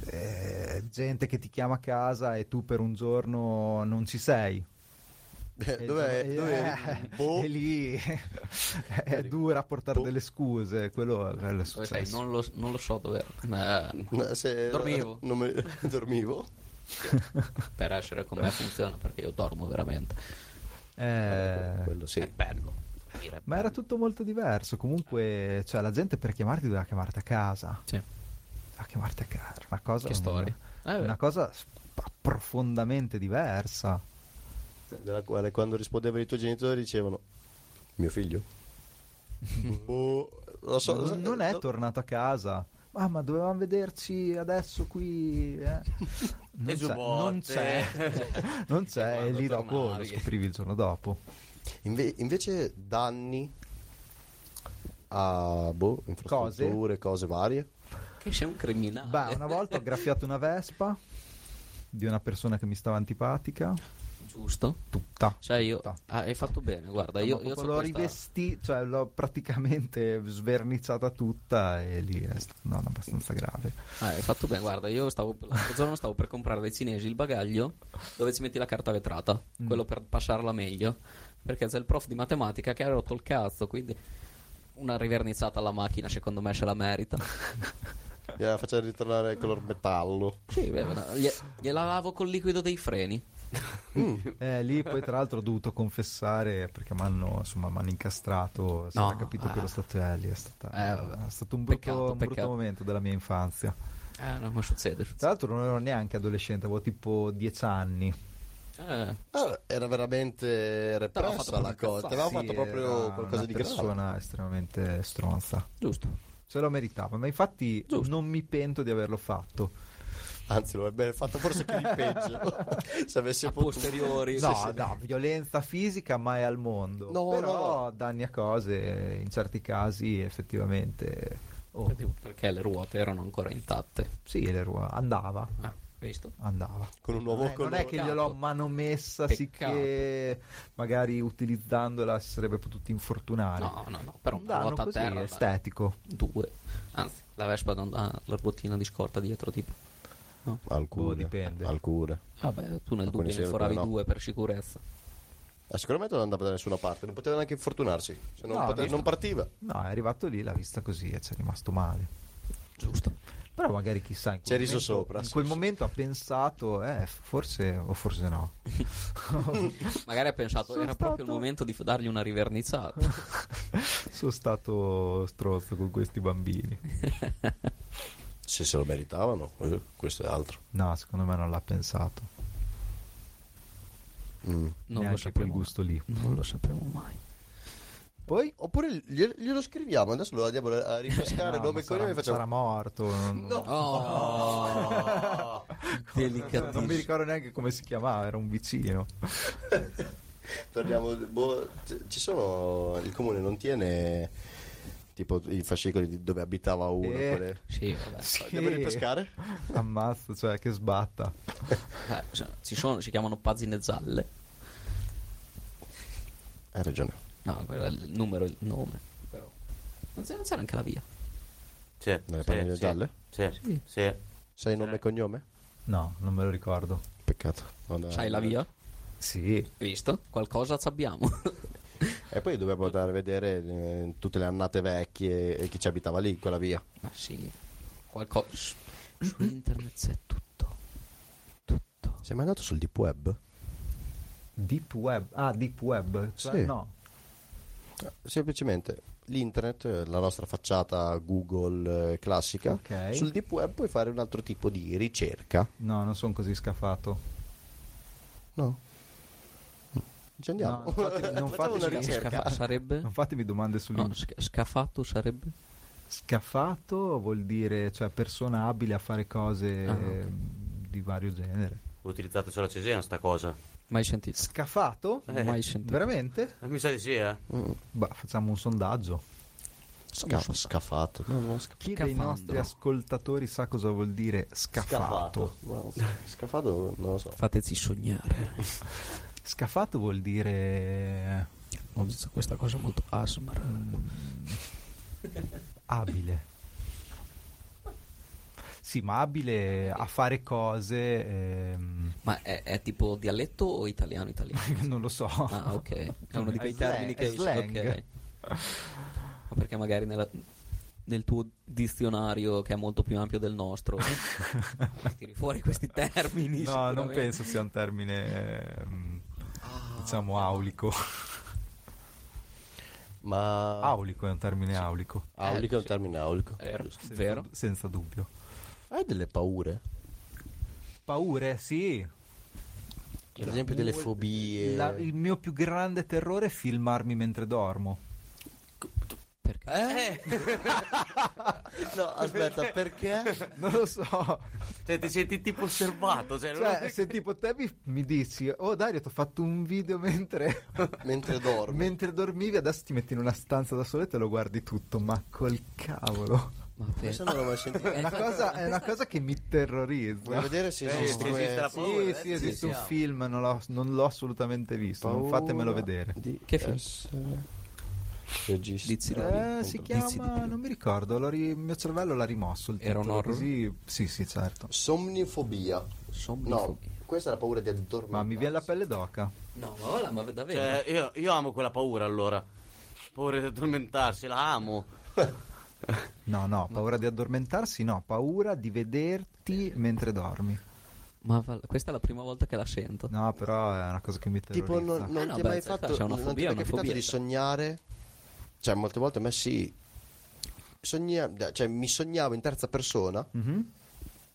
[SPEAKER 6] eh, gente che ti chiama a casa e tu per un giorno non ci sei. E il
[SPEAKER 4] Eh, Dov'è?
[SPEAKER 6] giorno-
[SPEAKER 4] dov'è? [laughs]
[SPEAKER 6] eh,
[SPEAKER 4] Boh.
[SPEAKER 6] E lì [laughs] è dura portare delle scuse, quello, quello è
[SPEAKER 2] Dove sei?
[SPEAKER 6] successo.
[SPEAKER 2] Non, lo, non lo so dove ma
[SPEAKER 4] No, se-
[SPEAKER 2] Dormivo.
[SPEAKER 4] [laughs] non me- dormivo.
[SPEAKER 2] per essere con me funziona perché io dormo veramente.
[SPEAKER 6] Eh,
[SPEAKER 4] Quello sì.
[SPEAKER 2] È bello. Dire,
[SPEAKER 6] ma era tutto molto diverso, comunque, cioè la gente per chiamarti doveva chiamarti a casa.
[SPEAKER 2] Sì.
[SPEAKER 6] a chiamarti a casa, una cosa...
[SPEAKER 2] Che storia. Eh,
[SPEAKER 6] Una
[SPEAKER 2] beh.
[SPEAKER 6] cosa sp- profondamente diversa.
[SPEAKER 4] della quale quando rispondevano i tuoi genitori dicevano mio figlio Boh, lo so, lo so-
[SPEAKER 6] non, non è
[SPEAKER 4] lo-
[SPEAKER 6] tornato a casa. Ah, ma dovevamo vederci adesso qui.
[SPEAKER 4] [laughs]
[SPEAKER 6] eh. Non,
[SPEAKER 1] E
[SPEAKER 6] c'è,
[SPEAKER 1] giubbotte.
[SPEAKER 6] non
[SPEAKER 2] [laughs]
[SPEAKER 6] c'è, non c'è, e
[SPEAKER 2] quando
[SPEAKER 6] lì dopo lo
[SPEAKER 2] tornavi.
[SPEAKER 6] scoprivi il giorno dopo.
[SPEAKER 4] Inve- invece danni a boh, infrastrutture cose, varie
[SPEAKER 2] Che sei un criminale.
[SPEAKER 6] Beh, una volta ho graffiato una vespa di una persona che mi stava antipatica.
[SPEAKER 2] Giusto.
[SPEAKER 6] Tutta.
[SPEAKER 2] Cioè io...
[SPEAKER 6] Tutta.
[SPEAKER 2] Ah, hai fatto bene, guarda. Io,
[SPEAKER 6] Ma
[SPEAKER 2] io
[SPEAKER 6] proprio
[SPEAKER 2] so
[SPEAKER 6] l'ho
[SPEAKER 2] questa-
[SPEAKER 6] rivestita, cioè l'ho praticamente sverniciata tutta e lì è stato no, no, abbastanza grave.
[SPEAKER 2] Ah, hai fatto bene, guarda, io stavo, l'altro giorno stavo per comprare dai cinesi il bagaglio dove ci metti la carta vetrata,
[SPEAKER 6] Mm.
[SPEAKER 2] quello per passarla meglio, perché c'è il prof di matematica che ha rotto
[SPEAKER 6] [laughs]
[SPEAKER 2] il cazzo, quindi una rivernizzata alla macchina secondo me se la merita.
[SPEAKER 4] Gliela faccio ritornare il color metallo.
[SPEAKER 2] Sì, beh, ma glie- gliela lavo col liquido dei freni.
[SPEAKER 6] Eh, lì poi tra l'altro ho dovuto confessare perché mi hanno insomma, m'hanno incastrato, si
[SPEAKER 2] No,
[SPEAKER 6] era capito che
[SPEAKER 2] eh.
[SPEAKER 6] ero stato eh, lì, è, stata-
[SPEAKER 2] Eh, vabbè.
[SPEAKER 6] è stato un brutto,
[SPEAKER 2] Peccato,
[SPEAKER 6] un brutto
[SPEAKER 2] peccato.
[SPEAKER 6] momento della mia infanzia.
[SPEAKER 2] Eh, no, ma succede,
[SPEAKER 6] Tra l'altro non ero neanche adolescente, avevo tipo 10 anni.
[SPEAKER 2] succede. Eh,
[SPEAKER 4] Ah, era veramente repressa
[SPEAKER 2] fatto
[SPEAKER 4] la cosa. Ti aveva fatto proprio qualcosa di
[SPEAKER 6] grave. Una
[SPEAKER 4] grave.
[SPEAKER 6] persona estremamente stronza.
[SPEAKER 2] giusto.
[SPEAKER 6] Se lo meritava, ma infatti
[SPEAKER 2] Giusto.
[SPEAKER 6] non mi pento di averlo fatto.
[SPEAKER 4] Anzi, lo avrebbe fatto forse [laughs] più di peggio. Se avesse
[SPEAKER 2] A
[SPEAKER 4] potuto.
[SPEAKER 2] posteriori.
[SPEAKER 6] No, no, violenza fisica mai al mondo.
[SPEAKER 4] No,
[SPEAKER 6] Però danni a cose, in certi casi effettivamente... oh,
[SPEAKER 2] Perché le ruote erano ancora intatte.
[SPEAKER 6] sì, le ruo- andava,
[SPEAKER 2] Ah, visto?
[SPEAKER 6] andava.
[SPEAKER 4] Con un nuovo
[SPEAKER 6] Eh, non
[SPEAKER 4] colore.
[SPEAKER 6] è che gliel'ho manomessa,
[SPEAKER 2] Peccato.
[SPEAKER 6] sicché magari utilizzandola si sarebbe potuto infortunare.
[SPEAKER 2] No, no, no, però una
[SPEAKER 6] Danno
[SPEAKER 2] ruota a
[SPEAKER 6] così,
[SPEAKER 2] terra.
[SPEAKER 6] estetico.
[SPEAKER 2] Due. Anzi, la Vespa non ha la ruotina di scorta dietro, tipo.
[SPEAKER 4] Alcune.
[SPEAKER 6] Boh, dipende.
[SPEAKER 4] Alcune.
[SPEAKER 2] Vabbè, tu nel
[SPEAKER 4] Alcuni
[SPEAKER 2] dubbio
[SPEAKER 4] sì,
[SPEAKER 2] ne foravi
[SPEAKER 4] alcuni no.
[SPEAKER 2] due per sicurezza.
[SPEAKER 4] Ah, sicuramente non andava da nessuna parte. Non poteva neanche infortunarsi. Se non,
[SPEAKER 6] No,
[SPEAKER 4] pote-
[SPEAKER 6] visto.
[SPEAKER 4] non partiva.
[SPEAKER 6] No, è arrivato lì, l'ha vista così e ci è rimasto male.
[SPEAKER 2] Giusto.
[SPEAKER 6] Però magari chissà, in
[SPEAKER 4] Ci ha
[SPEAKER 6] quel,
[SPEAKER 4] riso
[SPEAKER 6] momento,
[SPEAKER 4] sopra,
[SPEAKER 6] in
[SPEAKER 4] sì,
[SPEAKER 6] quel
[SPEAKER 4] sì.
[SPEAKER 6] momento ha pensato, eh, forse o
[SPEAKER 4] [laughs]
[SPEAKER 6] forse no.
[SPEAKER 2] Magari ha pensato,
[SPEAKER 6] Sono
[SPEAKER 2] era proprio il
[SPEAKER 6] stato-
[SPEAKER 2] momento di f- dargli una
[SPEAKER 6] [laughs]
[SPEAKER 2] rivernizzata.
[SPEAKER 6] Sono stato strozzo con questi bambini.
[SPEAKER 4] Se se lo meritavano, eh, questo è altro.
[SPEAKER 6] No, secondo me non l'ha pensato.
[SPEAKER 4] Mm.
[SPEAKER 2] Non lo
[SPEAKER 6] Neanche quel
[SPEAKER 2] sapremo.
[SPEAKER 6] gusto lì.
[SPEAKER 2] Non lo sapremo mai.
[SPEAKER 4] Poi, oppure glie- glielo scriviamo. Adesso lo andiamo a rifrescare.
[SPEAKER 6] No,
[SPEAKER 4] nome
[SPEAKER 6] ma
[SPEAKER 4] e cognome e
[SPEAKER 6] sarà,
[SPEAKER 4] facciamo.
[SPEAKER 6] sarà morto.
[SPEAKER 4] [laughs]
[SPEAKER 6] Non, [laughs]
[SPEAKER 2] Oh,
[SPEAKER 6] non mi
[SPEAKER 2] delicatissimo.
[SPEAKER 6] ricordo neanche come si chiamava, era un vicino.
[SPEAKER 4] Torniamo. boh, c- ci sono. Il comune non tiene. Tipo i fascicoli di dove abitava uno.
[SPEAKER 6] Eh.
[SPEAKER 4] quelle-
[SPEAKER 2] Sì, vabbè.
[SPEAKER 4] Andiamo a ripescare?
[SPEAKER 6] Ammazza, cioè che sbatta.
[SPEAKER 2] Eh, cioè, ci sono, si chiamano pazzine zalle.
[SPEAKER 4] Hai ragione.
[SPEAKER 2] No, quello è il numero e il nome. Però. Non c'era, non c'era anche la via.
[SPEAKER 1] Sì,
[SPEAKER 4] Nelle
[SPEAKER 1] sì,
[SPEAKER 4] pagine
[SPEAKER 1] sì,
[SPEAKER 4] gialle?
[SPEAKER 1] Sì, sì.
[SPEAKER 4] Sai nome e cognome?
[SPEAKER 6] No, non me lo ricordo.
[SPEAKER 4] Peccato. Non-
[SPEAKER 2] Sai la via?
[SPEAKER 6] Sì,
[SPEAKER 2] Visto? Qualcosa ci abbiamo.
[SPEAKER 4] E poi dobbiamo andare a vedere eh, tutte le annate vecchie e chi ci abitava lì in quella via.
[SPEAKER 2] [laughs] Ma sì, qualcosa. Su su internet c'è tutto. Tutto.
[SPEAKER 4] Sei mai andato sul deep web?
[SPEAKER 6] Deep Web. Ah, Deep Web. Cioè,
[SPEAKER 4] Sì.
[SPEAKER 6] No,
[SPEAKER 4] Semplicemente l'internet, eh, la nostra facciata Google eh, classica.
[SPEAKER 6] Ok.
[SPEAKER 4] Sul deep web puoi fare un altro tipo di ricerca.
[SPEAKER 6] no, non sono così scafato.
[SPEAKER 4] No. Ci andiamo. [laughs]
[SPEAKER 6] No, infatti-
[SPEAKER 4] Facciamo
[SPEAKER 6] non fateci
[SPEAKER 4] una
[SPEAKER 6] la
[SPEAKER 4] ricerca.
[SPEAKER 2] Scafa- sarebbe?
[SPEAKER 6] Non fatemi domande su
[SPEAKER 2] No, sca- scafato sarebbe?
[SPEAKER 6] Scafato vuol dire cioè persona abile a fare cose
[SPEAKER 2] Ah, ok.
[SPEAKER 6] eh, di vario genere.
[SPEAKER 1] Ho utilizzato solo a Cesena sta cosa.
[SPEAKER 2] Mai sentito?
[SPEAKER 6] Scafato?
[SPEAKER 1] Eh,
[SPEAKER 2] Mai sentito.
[SPEAKER 6] Veramente?
[SPEAKER 1] Eh, Mi sa di sì, eh.
[SPEAKER 6] Mm. Bah, facciamo un sondaggio.
[SPEAKER 4] Sca- scafato. No, no, sca-
[SPEAKER 6] Chi dei
[SPEAKER 2] Scafandro.
[SPEAKER 6] nostri ascoltatori sa cosa vuol dire scafato?
[SPEAKER 4] no, scafato non lo so.
[SPEAKER 2] Fateci sognare.
[SPEAKER 6] Scafato vuol dire
[SPEAKER 2] Ho visto questa cosa molto asmara.
[SPEAKER 6] abile. Sì, ma abile a fare cose, ehm, [laughs]
[SPEAKER 2] Ma è, è tipo dialetto o italiano italiano?
[SPEAKER 6] non lo so. [laughs]
[SPEAKER 2] Ah, ok. È uno di quei
[SPEAKER 6] È
[SPEAKER 2] termini
[SPEAKER 6] slang-
[SPEAKER 2] che
[SPEAKER 6] è slang.
[SPEAKER 2] ok. Ma perché magari nella- nel tuo dizionario, che è molto più ampio del
[SPEAKER 6] [laughs]
[SPEAKER 2] nostro, tiri fuori questi termini.
[SPEAKER 6] No, non
[SPEAKER 2] sicuramente.
[SPEAKER 6] penso sia un termine, ehm, diciamo, aulico.
[SPEAKER 4] Ma
[SPEAKER 6] Ah. Aulico è un termine aulico.
[SPEAKER 4] aulico è un termine aulico.
[SPEAKER 2] Vero?
[SPEAKER 6] Senza-
[SPEAKER 2] Vero?
[SPEAKER 6] Senza dubbio.
[SPEAKER 4] Hai delle paure?
[SPEAKER 6] Paure, sì.
[SPEAKER 4] Per esempio delle fobie.
[SPEAKER 6] La- il mio più grande terrore è filmarmi mentre [laughs] dormo.
[SPEAKER 2] Perché?
[SPEAKER 6] Eh,
[SPEAKER 4] No, aspetta, perché?
[SPEAKER 6] Non lo so.
[SPEAKER 1] Cioè, ti senti tipo osservato. Cioè, non-
[SPEAKER 6] Cioè, se tipo te mi, mi dici, oh Dario, ti ho fatto un video mentre...
[SPEAKER 4] Mentre dormi.
[SPEAKER 6] mentre dormivi, adesso ti metti in una stanza da sola e te lo guardi tutto, ma col cavolo.
[SPEAKER 2] Ma per-
[SPEAKER 4] Questa [laughs] non l'ho mai sentita.
[SPEAKER 6] È una cosa, è una cosa che mi
[SPEAKER 4] Voglio
[SPEAKER 6] terrorizza.
[SPEAKER 4] vedere se
[SPEAKER 1] Eh,
[SPEAKER 4] esiste
[SPEAKER 1] se
[SPEAKER 4] come-
[SPEAKER 1] esiste la paura. eh.
[SPEAKER 6] Sì, sì, esiste un film, non l'ho, non l'ho assolutamente visto, non
[SPEAKER 4] Paura
[SPEAKER 6] fatemelo vedere.
[SPEAKER 4] di
[SPEAKER 2] Che film?
[SPEAKER 4] essere regista.
[SPEAKER 2] Dizi di
[SPEAKER 6] Eh,
[SPEAKER 2] più.
[SPEAKER 6] si
[SPEAKER 2] Dizi di
[SPEAKER 6] chiama,
[SPEAKER 2] più.
[SPEAKER 6] non mi ricordo, l'ho ri- il mio cervello l'ha rimosso. Il
[SPEAKER 2] Era un
[SPEAKER 6] titolo,
[SPEAKER 2] horror?
[SPEAKER 6] così- Sì, sì, certo.
[SPEAKER 4] Somnifobia. No,
[SPEAKER 2] Somnifobia.
[SPEAKER 4] questa è la paura di addormentarsi.
[SPEAKER 6] Ma mi viene la pelle d'oca.
[SPEAKER 2] No, ma voilà, ma davvero?
[SPEAKER 6] Cioè,
[SPEAKER 1] Cioè, io, io amo quella paura allora. Paura di addormentarsi, la amo.
[SPEAKER 6] No, no, paura di addormentarsi, no, paura di vederti mentre dormi.
[SPEAKER 2] Ma val- questa è la prima volta che la sento.
[SPEAKER 6] No, però è una cosa che mi
[SPEAKER 4] Tipo,
[SPEAKER 6] terrorizza.
[SPEAKER 4] non, non
[SPEAKER 2] Ah, no,
[SPEAKER 4] ti è
[SPEAKER 2] beh,
[SPEAKER 4] mai
[SPEAKER 2] sta-
[SPEAKER 4] fatto.
[SPEAKER 2] c'è una
[SPEAKER 4] non ti
[SPEAKER 2] fobia,
[SPEAKER 4] è mai
[SPEAKER 2] una
[SPEAKER 4] capitato di
[SPEAKER 2] fobietta.
[SPEAKER 4] sognare? Cioè, molte volte a me sì. Sogna- cioè, mi sognavo in terza persona
[SPEAKER 6] Mhm.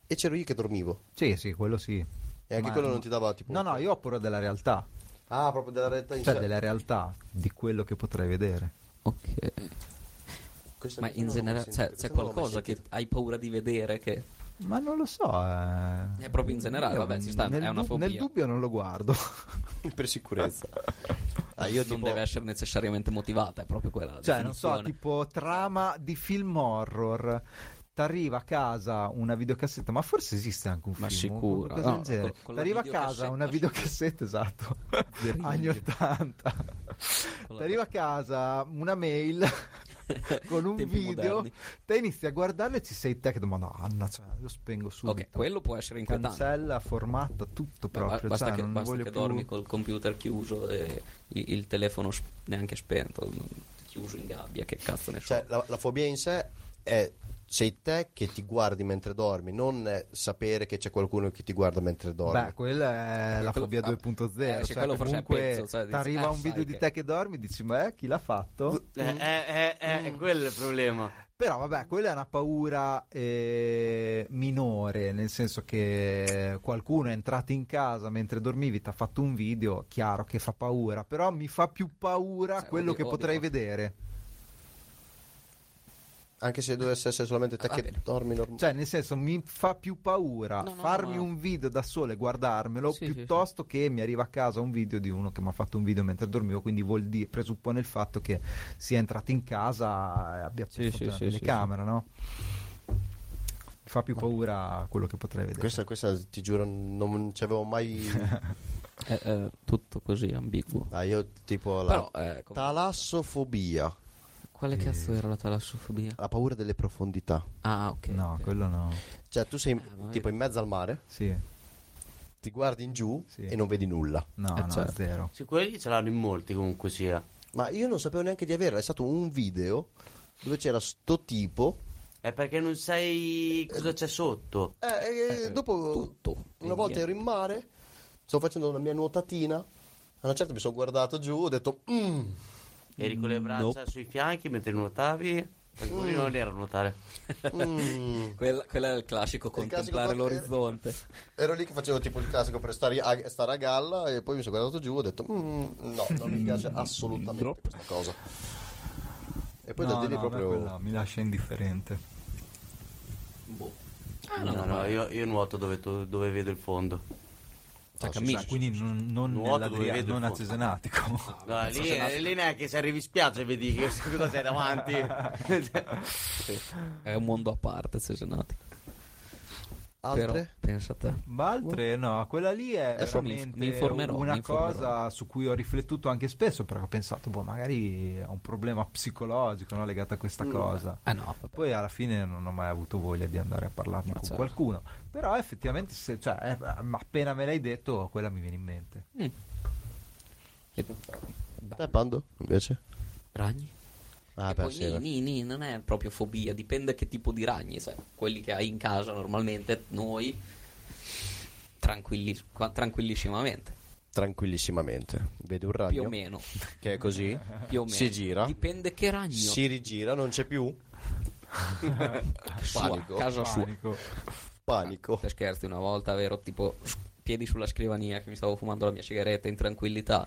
[SPEAKER 4] e c'ero io che dormivo.
[SPEAKER 6] Sì, sì, quello sì.
[SPEAKER 4] E anche
[SPEAKER 6] Ma-
[SPEAKER 4] quello non ti dava tipo.
[SPEAKER 6] No, no, io ho paura della realtà,
[SPEAKER 4] Ah, proprio della realtà in
[SPEAKER 6] cioè
[SPEAKER 4] sé.
[SPEAKER 6] della realtà, di quello che potrei vedere.
[SPEAKER 2] Ok.
[SPEAKER 4] Questa
[SPEAKER 2] Ma
[SPEAKER 4] non
[SPEAKER 2] in
[SPEAKER 4] l'ho mai
[SPEAKER 2] generale,
[SPEAKER 4] sentita,
[SPEAKER 2] c'è
[SPEAKER 4] questa non l'ho mai
[SPEAKER 2] qualcosa che
[SPEAKER 4] sentita.
[SPEAKER 2] hai paura di vedere che...
[SPEAKER 6] Ma non lo so. eh.
[SPEAKER 2] È proprio in generale,
[SPEAKER 6] Io
[SPEAKER 2] vabbè, ci sta,
[SPEAKER 6] nel
[SPEAKER 2] è una
[SPEAKER 6] dub-
[SPEAKER 2] fobia.
[SPEAKER 6] Nel dubbio non lo guardo.
[SPEAKER 4] per sicurezza. Ah, io
[SPEAKER 2] non
[SPEAKER 4] tipo-
[SPEAKER 2] deve essere necessariamente motivata, è proprio quella. la
[SPEAKER 6] Cioè, non so,
[SPEAKER 2] definizione.
[SPEAKER 6] tipo trama di film horror. T'arriva a casa una videocassetta, ma forse esiste anche un
[SPEAKER 2] Ma
[SPEAKER 6] film.
[SPEAKER 2] sicuro,
[SPEAKER 6] qualcosa del
[SPEAKER 2] no,
[SPEAKER 6] genere.
[SPEAKER 2] con- con la
[SPEAKER 6] T'arriva a casa una videocassetta,
[SPEAKER 2] videocassetta, [laughs]
[SPEAKER 6] esatto,
[SPEAKER 2] Veramente.
[SPEAKER 6] anni 80.
[SPEAKER 2] Con la-
[SPEAKER 6] T'arriva a casa una mail
[SPEAKER 2] [laughs]
[SPEAKER 6] con un
[SPEAKER 2] Tempi
[SPEAKER 6] video,
[SPEAKER 2] moderni.
[SPEAKER 6] te inizi a guardarlo e ci sei te che domanda, Anna, cioè, lo spengo subito.
[SPEAKER 2] Ok, quello può essere inquietante.
[SPEAKER 6] Cancella, formatta, tutto
[SPEAKER 2] Beh, ba-
[SPEAKER 6] proprio.
[SPEAKER 2] basta
[SPEAKER 6] cioè,
[SPEAKER 2] che,
[SPEAKER 6] non
[SPEAKER 2] basta
[SPEAKER 6] voglio
[SPEAKER 2] che
[SPEAKER 6] più...
[SPEAKER 2] dormi col computer chiuso e il, il telefono sp- neanche spento, non- chiuso in gabbia, che cazzo ne so.
[SPEAKER 4] Cioè, la, la fobia in sé è sei te che ti guardi mentre dormi, non è sapere che c'è qualcuno che ti guarda mentre dormi.
[SPEAKER 6] Beh, quella è la
[SPEAKER 2] Quello-
[SPEAKER 6] fobia
[SPEAKER 2] ah,
[SPEAKER 6] 2.0.
[SPEAKER 2] eh, sì,
[SPEAKER 6] cioè,
[SPEAKER 2] quello forse è
[SPEAKER 6] comunque
[SPEAKER 2] pezzo, cioè, dici,
[SPEAKER 6] arriva
[SPEAKER 2] eh,
[SPEAKER 6] un video
[SPEAKER 2] sai
[SPEAKER 6] di
[SPEAKER 2] che-
[SPEAKER 6] te che dormi e dici, ma eh, chi l'ha fatto? Mm.
[SPEAKER 1] Eh, eh, eh, eh, è quello il problema.
[SPEAKER 6] Però vabbè, quella è una paura eh, minore, nel senso che qualcuno è entrato in casa mentre dormivi, ti ha fatto un video, chiaro che fa paura, però mi fa più paura
[SPEAKER 2] Sì,
[SPEAKER 6] quello
[SPEAKER 2] ovvio,
[SPEAKER 6] che
[SPEAKER 2] ovvio.
[SPEAKER 6] potrei vedere.
[SPEAKER 4] Anche se dovesse essere solamente te
[SPEAKER 2] Ah, va
[SPEAKER 4] che
[SPEAKER 2] bene.
[SPEAKER 4] dormi normale.
[SPEAKER 6] Cioè, nel senso, mi fa più paura
[SPEAKER 2] No, no, no,
[SPEAKER 6] farmi
[SPEAKER 2] no.
[SPEAKER 6] un video da solo e guardarmelo
[SPEAKER 2] Sì, sì,
[SPEAKER 6] piuttosto che mi arriva a casa un video di uno che mi ha fatto un video mentre dormivo. Quindi vuol dire, presuppone il fatto che sia entrato in casa e abbia
[SPEAKER 2] Sì,
[SPEAKER 6] fatto
[SPEAKER 2] sì,
[SPEAKER 6] la
[SPEAKER 2] sì,
[SPEAKER 6] telecamera, no? Mi fa più paura quello che potrei vedere.
[SPEAKER 4] questa, questa, ti giuro, non ci avevo [laughs] mai.
[SPEAKER 2] È, è Eh, tutto così ambiguo.
[SPEAKER 4] Ah, io tipo la
[SPEAKER 2] Però, eh, com-
[SPEAKER 4] talassofobia,
[SPEAKER 2] quale cazzo era la talassofobia?
[SPEAKER 4] la paura delle profondità.
[SPEAKER 2] Ah, ok.
[SPEAKER 6] No,
[SPEAKER 2] ok.
[SPEAKER 6] quello no.
[SPEAKER 4] Cioè, tu sei
[SPEAKER 2] Ah, ma-
[SPEAKER 4] tipo in mezzo al mare,
[SPEAKER 6] Sì,
[SPEAKER 4] ti guardi in giù
[SPEAKER 6] Sì.
[SPEAKER 4] e non vedi nulla.
[SPEAKER 6] no,
[SPEAKER 2] Eh,
[SPEAKER 6] no,
[SPEAKER 2] certo.
[SPEAKER 6] zero.
[SPEAKER 1] Sì, quelli ce l'hanno in molti comunque eh. sia.
[SPEAKER 4] Ma io non sapevo neanche di averla. È stato un video dove c'era sto tipo.
[SPEAKER 1] È perché non sai cosa c'è sotto.
[SPEAKER 4] Eh, e dopo,
[SPEAKER 2] tutto.
[SPEAKER 4] una volta ero in mare, stavo facendo una mia nuotatina. A una certa mi sono guardato giù, ho detto, "Mm".
[SPEAKER 1] Eri con le braccia sui fianchi mentre nuotavi. Alcuni non era nuotare.
[SPEAKER 2] Mm. Quella, quella è il classico
[SPEAKER 4] classico
[SPEAKER 2] contemplare
[SPEAKER 4] blocco-
[SPEAKER 2] l'orizzonte.
[SPEAKER 4] ero lì che facevo tipo il classico per stare a, stare a galla e poi mi sono guardato giù e ho detto, "Mm, no, non mi piace assolutamente questa cosa. E poi
[SPEAKER 6] No,
[SPEAKER 4] da lì
[SPEAKER 6] no, a me
[SPEAKER 4] proprio...
[SPEAKER 6] quello mi lascia indifferente.
[SPEAKER 1] Ah, no, no, io, io nuoto dove, to- dove vedo il fondo.
[SPEAKER 2] Cioè,
[SPEAKER 4] sì,
[SPEAKER 2] cammini.
[SPEAKER 4] sì,
[SPEAKER 6] Quindi non, non
[SPEAKER 1] Nuoto
[SPEAKER 6] nell'Adria-
[SPEAKER 1] dove vedo il
[SPEAKER 6] non a
[SPEAKER 1] fondo.
[SPEAKER 2] [laughs]
[SPEAKER 6] Cesenatico.
[SPEAKER 1] No, lì, lì neanche se arrivi in spiaggia e vedi che cosa c'è [laughs] davanti.
[SPEAKER 2] È un mondo a parte, Cesenatico. Però,
[SPEAKER 4] Altre?
[SPEAKER 2] pensa a te.
[SPEAKER 6] Ma altre no, quella lì è
[SPEAKER 2] Adesso mi-
[SPEAKER 6] veramente
[SPEAKER 2] mi informerò,
[SPEAKER 6] una
[SPEAKER 2] mi informerò.
[SPEAKER 6] cosa su cui ho riflettuto anche spesso perché ho pensato, boh, magari è un problema psicologico no, legato a questa cosa.
[SPEAKER 2] Ah no, vabbè.
[SPEAKER 6] Poi alla fine non ho mai avuto voglia di andare a parlarne con
[SPEAKER 2] certo.
[SPEAKER 6] qualcuno, però effettivamente, se, cioè, eh, ma appena me l'hai detto, quella mi viene in mente.
[SPEAKER 2] Mm. E-
[SPEAKER 4] Te, Pando, invece?
[SPEAKER 2] Ragni?
[SPEAKER 4] Ah,
[SPEAKER 2] E
[SPEAKER 4] beh,
[SPEAKER 2] poi
[SPEAKER 4] sì,
[SPEAKER 2] nì,
[SPEAKER 4] beh.
[SPEAKER 2] nì, nì, non è proprio fobia, dipende che tipo di ragni, sai. quelli che hai in casa normalmente, noi, tranquilli- qua- tranquillissimamente,
[SPEAKER 4] Tranquillissimamente. Vedi un
[SPEAKER 2] più o
[SPEAKER 4] ragno
[SPEAKER 2] meno,
[SPEAKER 4] che è così,
[SPEAKER 2] [laughs] più o meno.
[SPEAKER 4] si gira,
[SPEAKER 2] Dipende che ragno,
[SPEAKER 4] si rigira, non c'è più
[SPEAKER 2] sua,
[SPEAKER 4] panico.
[SPEAKER 2] casa sua.
[SPEAKER 6] Panico.
[SPEAKER 4] panico.
[SPEAKER 2] Per scherzi, una volta ero tipo s- piedi sulla scrivania che mi stavo fumando la mia sigaretta in tranquillità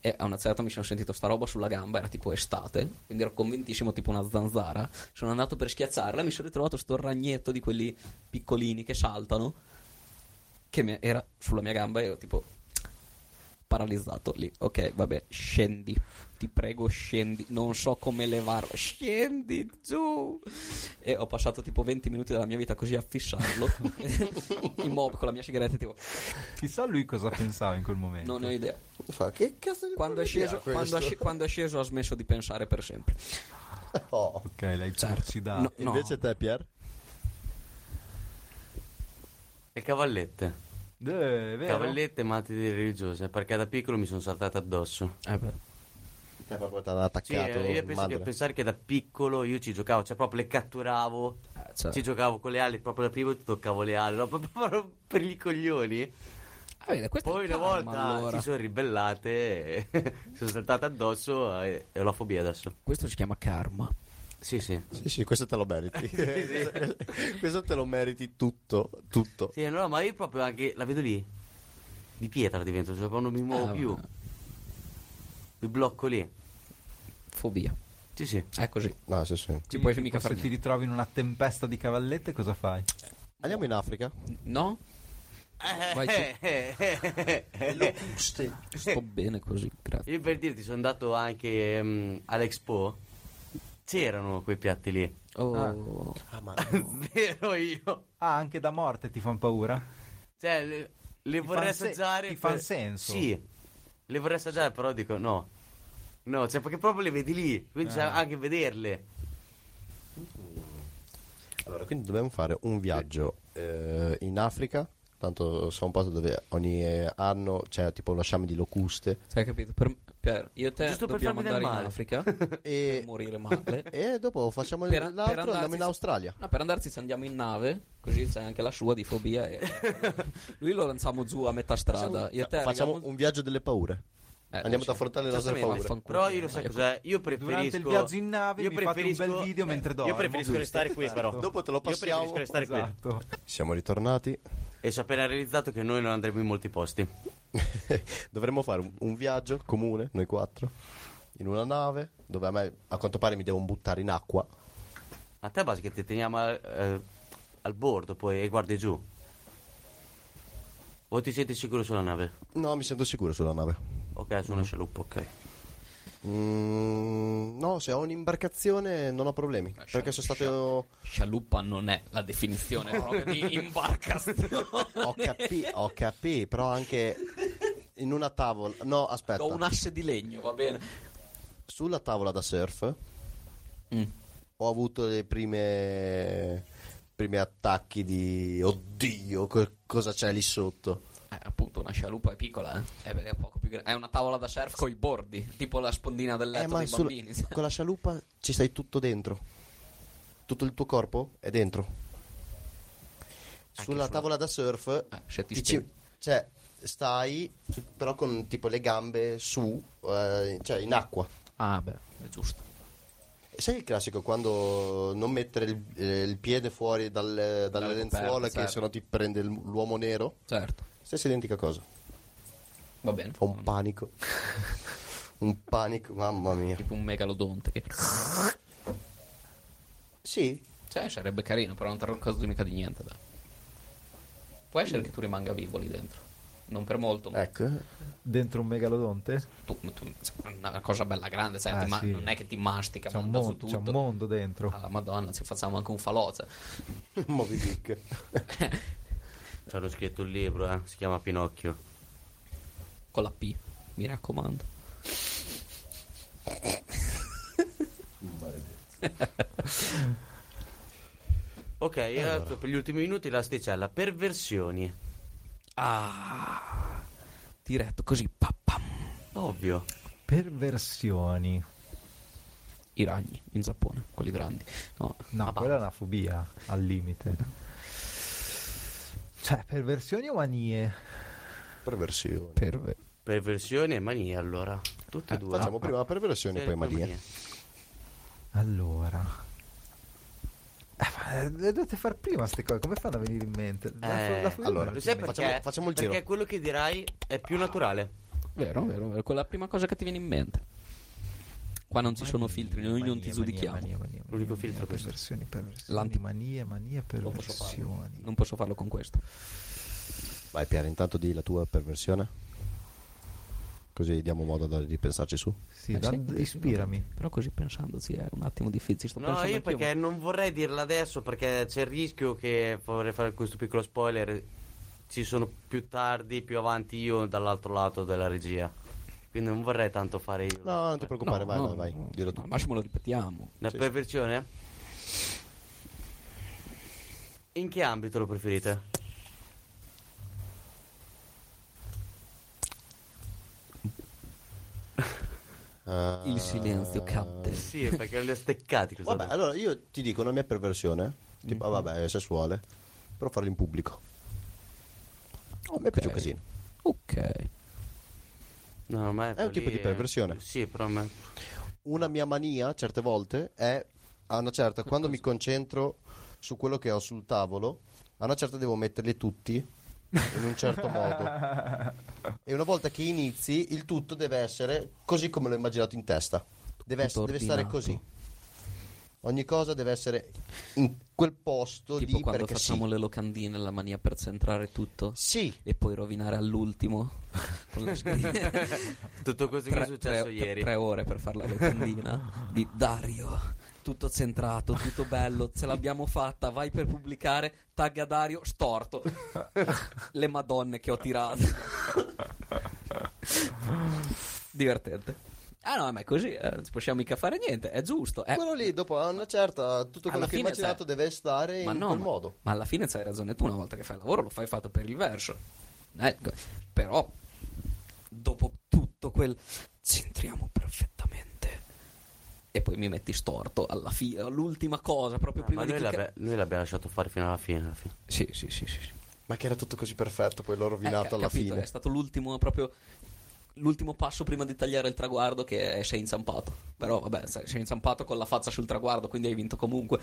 [SPEAKER 2] e a una certa mi sono sentito sta roba sulla gamba, era tipo estate, quindi ero convintissimo tipo una zanzara. Sono andato per schiacciarla e mi sono ritrovato sto ragnetto di quelli piccolini che saltano che mi- era sulla mia gamba e ero tipo paralizzato lì. Ok, vabbè, scendi. Ti prego, scendi. Non so come levarlo. [laughs] Scendi giù. E ho passato tipo 20 minuti della mia vita così a
[SPEAKER 4] [laughs]
[SPEAKER 2] fissarlo. Immobile con la mia sigaretta tipo
[SPEAKER 6] Chissà lui cosa pensava in quel momento.
[SPEAKER 2] non ne ho idea.
[SPEAKER 4] Fa, che cazzo di
[SPEAKER 2] Quando è,
[SPEAKER 4] follia
[SPEAKER 2] sceso,
[SPEAKER 4] questo?
[SPEAKER 2] quando, è sc- quando è sceso ha smesso di pensare per sempre.
[SPEAKER 4] Oh.
[SPEAKER 6] Ok, l'hai circidato.
[SPEAKER 2] certo. No, no.
[SPEAKER 4] Invece te, Pier?
[SPEAKER 1] Le cavallette.
[SPEAKER 6] Eh, è vero.
[SPEAKER 1] eh, Cavallette e matite religiose, perché da piccolo mi sono saltate addosso.
[SPEAKER 2] Eh beh.
[SPEAKER 4] È proprio t'hanno
[SPEAKER 1] Sì,
[SPEAKER 4] attaccato.
[SPEAKER 1] eh, io penso che,
[SPEAKER 4] mandano.
[SPEAKER 1] pensare che da piccolo io ci giocavo, cioè proprio le catturavo,
[SPEAKER 2] cioè.
[SPEAKER 1] ci giocavo con le ali, proprio da prima ti toccavo le ali, no? [laughs] proprio proprio per gli coglioni.
[SPEAKER 2] Ah, vedi, questo
[SPEAKER 1] Poi una
[SPEAKER 2] è il karma,
[SPEAKER 1] volta
[SPEAKER 2] allora.
[SPEAKER 1] si sono ribellate, e [laughs] sono saltate addosso e, e ho la fobia adesso.
[SPEAKER 2] Questo si chiama karma.
[SPEAKER 1] Sì, sì.
[SPEAKER 4] Sì, [laughs] sì, questo te lo meriti. questo te lo meriti tutto, tutto.
[SPEAKER 1] Sì, no, no, ma io proprio anche la vedo lì. Di pietra divento, cioè proprio non mi muovo
[SPEAKER 2] Ah,
[SPEAKER 1] più.
[SPEAKER 2] vabbè.
[SPEAKER 1] Mi blocco lì.
[SPEAKER 2] Fobia.
[SPEAKER 1] Sì, sì.
[SPEAKER 2] È così.
[SPEAKER 4] No, sì, sì.
[SPEAKER 2] Ci puoi mica
[SPEAKER 6] se
[SPEAKER 2] fare
[SPEAKER 6] ti ritrovi in una tempesta di cavallette cosa fai?
[SPEAKER 4] Andiamo in Africa.
[SPEAKER 2] niente. No? Vai,
[SPEAKER 1] Eh, eh, eh, eh, eh.
[SPEAKER 2] Sto bene così,
[SPEAKER 1] [laughs]
[SPEAKER 2] grazie.
[SPEAKER 1] Io per dirti sono andato anche ehm, all'Expo. C'erano quei piatti lì. [laughs]
[SPEAKER 4] Ah.
[SPEAKER 2] Oh.
[SPEAKER 1] Vero io.
[SPEAKER 6] Ah, anche da morte ti fanno paura?
[SPEAKER 1] Cioè, le, le
[SPEAKER 6] Ti
[SPEAKER 1] vorrei
[SPEAKER 6] fan se-
[SPEAKER 1] assaggiare.
[SPEAKER 6] ti fan senso.
[SPEAKER 1] Sì. Le vorrei assaggiare, però dico no. No, cioè perché proprio le vedi lì. Quindi
[SPEAKER 6] Ah.
[SPEAKER 1] c'è anche vederle.
[SPEAKER 4] Allora, quindi dobbiamo fare un viaggio eh, in Africa. Tanto sono un posto dove ogni eh, anno c'è tipo lo sciame di locuste.
[SPEAKER 2] Cioè, hai capito? Per, per- io e te
[SPEAKER 1] Giusto per
[SPEAKER 2] dobbiamo
[SPEAKER 1] farmi del
[SPEAKER 2] andare in
[SPEAKER 1] male.
[SPEAKER 2] Africa
[SPEAKER 1] [laughs]
[SPEAKER 4] E-
[SPEAKER 2] per morire male.
[SPEAKER 4] [laughs] E dopo facciamo
[SPEAKER 2] Per- per
[SPEAKER 4] l'altro e andiamo
[SPEAKER 2] andarsi-
[SPEAKER 4] in Australia.
[SPEAKER 2] No, per andarci ci andiamo in nave, così c'è anche la sua di fobia.
[SPEAKER 4] [laughs]
[SPEAKER 2] e- Lui lo lanciamo giù a metà strada. Io e te
[SPEAKER 4] Facciamo
[SPEAKER 2] arriviamo-
[SPEAKER 4] un viaggio delle paure.
[SPEAKER 2] Eh,
[SPEAKER 4] Andiamo ad
[SPEAKER 2] cioè,
[SPEAKER 4] affrontare le nostre
[SPEAKER 1] Esattamente,
[SPEAKER 4] paure.
[SPEAKER 2] vaffanculo. Ecco.
[SPEAKER 1] Però io lo sai
[SPEAKER 2] Io-
[SPEAKER 1] cos'è? Io preferisco.
[SPEAKER 6] Ecco. Durante il viaggio in nave
[SPEAKER 1] io
[SPEAKER 6] mi fate un
[SPEAKER 1] preferisco- eh,
[SPEAKER 6] bel video mentre dormo,
[SPEAKER 1] Io preferisco
[SPEAKER 6] giusto?
[SPEAKER 1] restare qui, però.
[SPEAKER 6] Esatto.
[SPEAKER 4] Dopo te lo
[SPEAKER 1] Io
[SPEAKER 4] passiamo.
[SPEAKER 1] preferisco restare qui.
[SPEAKER 6] Esatto.
[SPEAKER 4] Siamo ritornati. [laughs]
[SPEAKER 1] E ci ho appena realizzato che noi non andremo in molti posti.
[SPEAKER 4] Dovremmo fare un, un viaggio comune, noi quattro, in una nave dove a me, a quanto pare, mi devono buttare in acqua.
[SPEAKER 1] A te basta che ti teniamo al, eh, al bordo poi e guardi giù. O ti senti sicuro sulla nave?
[SPEAKER 4] No, mi sento sicuro sulla nave.
[SPEAKER 1] Ok, sono una scialuppa, ok.
[SPEAKER 4] Mm, no, se ho un'imbarcazione non ho problemi. Perché sono stato.
[SPEAKER 2] Scialuppa non è la
[SPEAKER 1] [laughs]
[SPEAKER 2] definizione proprio di imbarcazione.
[SPEAKER 4] Ho capito, ho capito, però anche in una tavola. No, aspetta.
[SPEAKER 2] Ho un asse di legno, va bene.
[SPEAKER 4] Sulla tavola da surf
[SPEAKER 2] Mm.
[SPEAKER 4] ho avuto le prime. primi attacchi di. Oddio, co- cosa c'è lì sotto?
[SPEAKER 2] Eh, appunto, una scialuppa è piccola, eh. È, è poco più grande. È una tavola da surf con i bordi, tipo la spondina del letto
[SPEAKER 4] Eh, ma
[SPEAKER 2] dei
[SPEAKER 4] sulla-
[SPEAKER 2] bambini.
[SPEAKER 4] con la scialuppa ci stai tutto dentro. Tutto il tuo corpo è dentro. Sulla tavola da surf
[SPEAKER 2] Eh, se ti
[SPEAKER 4] ti
[SPEAKER 2] spiego.
[SPEAKER 4] ci- cioè, stai però con tipo le gambe su, eh, cioè in acqua.
[SPEAKER 2] Ah, beh, è giusto.
[SPEAKER 4] Sai il classico quando non mettere il, eh, il piede fuori dal- eh, dalle
[SPEAKER 2] Dalle
[SPEAKER 4] lenzuola
[SPEAKER 2] coperte,
[SPEAKER 4] che
[SPEAKER 2] certo.
[SPEAKER 4] sennò ti prende il- l'uomo nero?
[SPEAKER 2] Certo,
[SPEAKER 4] Stessa identica cosa.
[SPEAKER 2] va bene.
[SPEAKER 4] Ho
[SPEAKER 2] [laughs]
[SPEAKER 4] un panico. un panico, mamma mia.
[SPEAKER 2] Tipo un megalodonte. Che...
[SPEAKER 4] Sì,
[SPEAKER 2] Cioè, sarebbe carino, però non ti racconto mica di niente. Dai. Può essere che tu rimanga vivo lì dentro. Non per molto, ma
[SPEAKER 4] ecco.
[SPEAKER 5] Dentro un megalodonte?
[SPEAKER 2] tu, tu- cioè, una cosa bella grande, sai,
[SPEAKER 5] Ah,
[SPEAKER 2] ti ma-
[SPEAKER 5] sì.
[SPEAKER 2] non è che ti mastica,
[SPEAKER 5] C'è un,
[SPEAKER 2] manda su
[SPEAKER 5] mon- c'è
[SPEAKER 2] tutto. Ah.
[SPEAKER 5] un mondo dentro.
[SPEAKER 2] Alla Madonna, ci facciamo anche un falò. cioè.
[SPEAKER 4] Moby Dick.
[SPEAKER 1] C'hanno scritto un libro, eh, si chiama Pinocchio.
[SPEAKER 2] Con la P, mi raccomando.
[SPEAKER 1] Ok, io adesso per gli ultimi minuti l'asticella. Perversioni.
[SPEAKER 2] Ah, diretto così, papà.
[SPEAKER 1] Ovvio.
[SPEAKER 5] Perversioni.
[SPEAKER 2] I ragni in Giappone, quelli grandi. No,
[SPEAKER 5] No,
[SPEAKER 2] vabbè.
[SPEAKER 5] quella è una fobia al limite. Cioè, perversioni o manie?
[SPEAKER 4] Perversione.
[SPEAKER 5] Perve-
[SPEAKER 1] Perversioni e mania, allora. Tutte e due.
[SPEAKER 4] Eh,
[SPEAKER 2] Ah,
[SPEAKER 4] Facciamo prima la perversione e poi Maria.
[SPEAKER 5] Allora. Eh, ma le dovete far prima queste cose, come fanno a venire in mente? La
[SPEAKER 2] Eh,
[SPEAKER 5] fo- la fobia
[SPEAKER 4] Eh, allora,
[SPEAKER 5] mi
[SPEAKER 1] lo
[SPEAKER 5] è venuta in
[SPEAKER 1] sai
[SPEAKER 5] mente.
[SPEAKER 1] perché?
[SPEAKER 4] Facciamo- facciamo il giro.
[SPEAKER 1] Perché quello che dirai è più naturale.
[SPEAKER 2] Vero, vero, vero. Quella prima cosa che ti viene in mente. Qua non ci sono filtri, noi non ti
[SPEAKER 5] Manie,
[SPEAKER 2] giudichiamo.
[SPEAKER 5] manie, manie, manie,
[SPEAKER 1] L'unico
[SPEAKER 5] manie,
[SPEAKER 1] filtro è questo.
[SPEAKER 5] Perversioni, perversioni.
[SPEAKER 2] L'anti-
[SPEAKER 5] Manie, manie,
[SPEAKER 2] Non posso farlo.
[SPEAKER 5] perversioni.
[SPEAKER 2] Non posso farlo con questo.
[SPEAKER 4] Vai Piero, intanto di la tua perversione. Così diamo modo da- di pensarci su.
[SPEAKER 5] Sì,
[SPEAKER 2] Eh,
[SPEAKER 5] dan-
[SPEAKER 2] sì,
[SPEAKER 5] ispirami.
[SPEAKER 2] Però così pensandoci è un attimo difficile. Sto
[SPEAKER 1] No,
[SPEAKER 2] pensando
[SPEAKER 1] io
[SPEAKER 2] anch'io, ma-
[SPEAKER 1] perché non vorrei dirla adesso perché c'è il rischio che vorrei fare questo piccolo spoiler. Ci sono più tardi, più avanti io dall'altro lato della regia. Quindi non vorrei tanto fare io.
[SPEAKER 4] No, non ti preoccupare,
[SPEAKER 2] No,
[SPEAKER 4] vai,
[SPEAKER 2] no,
[SPEAKER 4] vai, vai,
[SPEAKER 2] no.
[SPEAKER 4] Dillo
[SPEAKER 2] Al
[SPEAKER 4] tu.
[SPEAKER 2] massimo lo ripetiamo.
[SPEAKER 1] La perversione? In che ambito lo preferite?
[SPEAKER 4] Ah.
[SPEAKER 2] Il silenzio cadde.
[SPEAKER 1] Sì, perché le steccate. cosa
[SPEAKER 4] Eh, Vabbè, allora io ti dico una mia perversione,
[SPEAKER 2] Mhm.
[SPEAKER 4] tipo, ah, vabbè, è sessuale, però farlo in pubblico. Oh, a me piace un casino.
[SPEAKER 2] Ok.
[SPEAKER 1] No, ma
[SPEAKER 4] È un tipo
[SPEAKER 1] lì
[SPEAKER 4] di perversione.
[SPEAKER 1] Sì, però a me-
[SPEAKER 4] Una mia mania, certe volte, è a una certa, quando mi concentro su quello che ho sul tavolo, a una certa devo metterli tutti in un [laughs] certo modo. E una volta che inizi, il tutto deve essere così come l'ho immaginato in testa. Deve,
[SPEAKER 2] Tutto
[SPEAKER 4] ess- deve stare
[SPEAKER 2] ordinato.
[SPEAKER 4] così. Ogni cosa deve essere in quel posto
[SPEAKER 2] Tipo
[SPEAKER 4] lì
[SPEAKER 2] quando
[SPEAKER 4] perché
[SPEAKER 2] facciamo
[SPEAKER 4] sì.
[SPEAKER 2] le locandine, la mania per centrare tutto
[SPEAKER 4] Sì,
[SPEAKER 2] e poi rovinare
[SPEAKER 4] [laughs]
[SPEAKER 2] all'ultimo. Con le scritte.
[SPEAKER 1] Tutto questo che è successo ieri.
[SPEAKER 2] tre ore per fare la
[SPEAKER 1] [laughs]
[SPEAKER 2] locandina di Dario. Tutto centrato, tutto bello, ce l'abbiamo fatta, vai per pubblicare, tagga Dario, storto. Le madonne che ho tirato. Divertente. Ah no, ma è così, eh, non ci possiamo mica fare niente, è giusto. eh.
[SPEAKER 4] quello lì dopo a una certa tutto quello
[SPEAKER 2] Alla
[SPEAKER 4] che hai
[SPEAKER 2] fine,
[SPEAKER 4] immaginato
[SPEAKER 2] sai-
[SPEAKER 4] deve stare in
[SPEAKER 2] no,
[SPEAKER 4] quel modo
[SPEAKER 2] ma alla fine c'hai ragione tu, una volta che fai il lavoro lo fai fatto per il verso. Ecco, però dopo tutto quel centriamo perfettamente e poi mi metti storto alla fine, all'ultima cosa, proprio
[SPEAKER 1] Ah,
[SPEAKER 2] prima
[SPEAKER 1] ma
[SPEAKER 2] di
[SPEAKER 1] noi,
[SPEAKER 2] cliccare-
[SPEAKER 1] l'abbiamo- noi l'abbiamo lasciato fare fino alla fine. alla fine.
[SPEAKER 2] Sì, sì, sì, sì. sì.
[SPEAKER 4] ma che era tutto così perfetto poi l'ho
[SPEAKER 2] Eh,
[SPEAKER 4] rovinato
[SPEAKER 2] ca-
[SPEAKER 4] alla
[SPEAKER 2] capito,
[SPEAKER 4] fine
[SPEAKER 2] È stato l'ultimo proprio l'ultimo passo prima di tagliare il traguardo che è- sei inciampato. Però vabbè, sei sei inciampato con la faccia sul traguardo, quindi hai vinto comunque.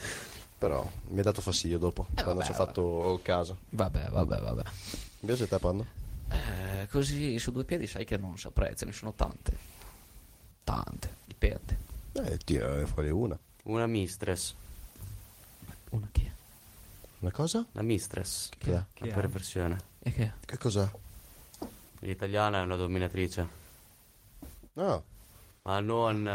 [SPEAKER 4] però mi ha dato fastidio dopo quando
[SPEAKER 2] Eh, vabbè,
[SPEAKER 4] ci ho fatto caso
[SPEAKER 2] Vabbè, vabbè, vabbè.
[SPEAKER 4] invece te Pando
[SPEAKER 2] Eh, così su due piedi sai che non saprei, ce ne sono tante. Tante, dipende.
[SPEAKER 4] eh tira fuori una
[SPEAKER 1] Una mistress.
[SPEAKER 2] Una che è?
[SPEAKER 4] una cosa
[SPEAKER 1] La mistress.
[SPEAKER 4] Chi è?
[SPEAKER 1] Una perversione.
[SPEAKER 2] E che è?
[SPEAKER 4] che cos'è
[SPEAKER 1] L'italiana è una dominatrice.
[SPEAKER 4] no
[SPEAKER 1] Ma non. eh,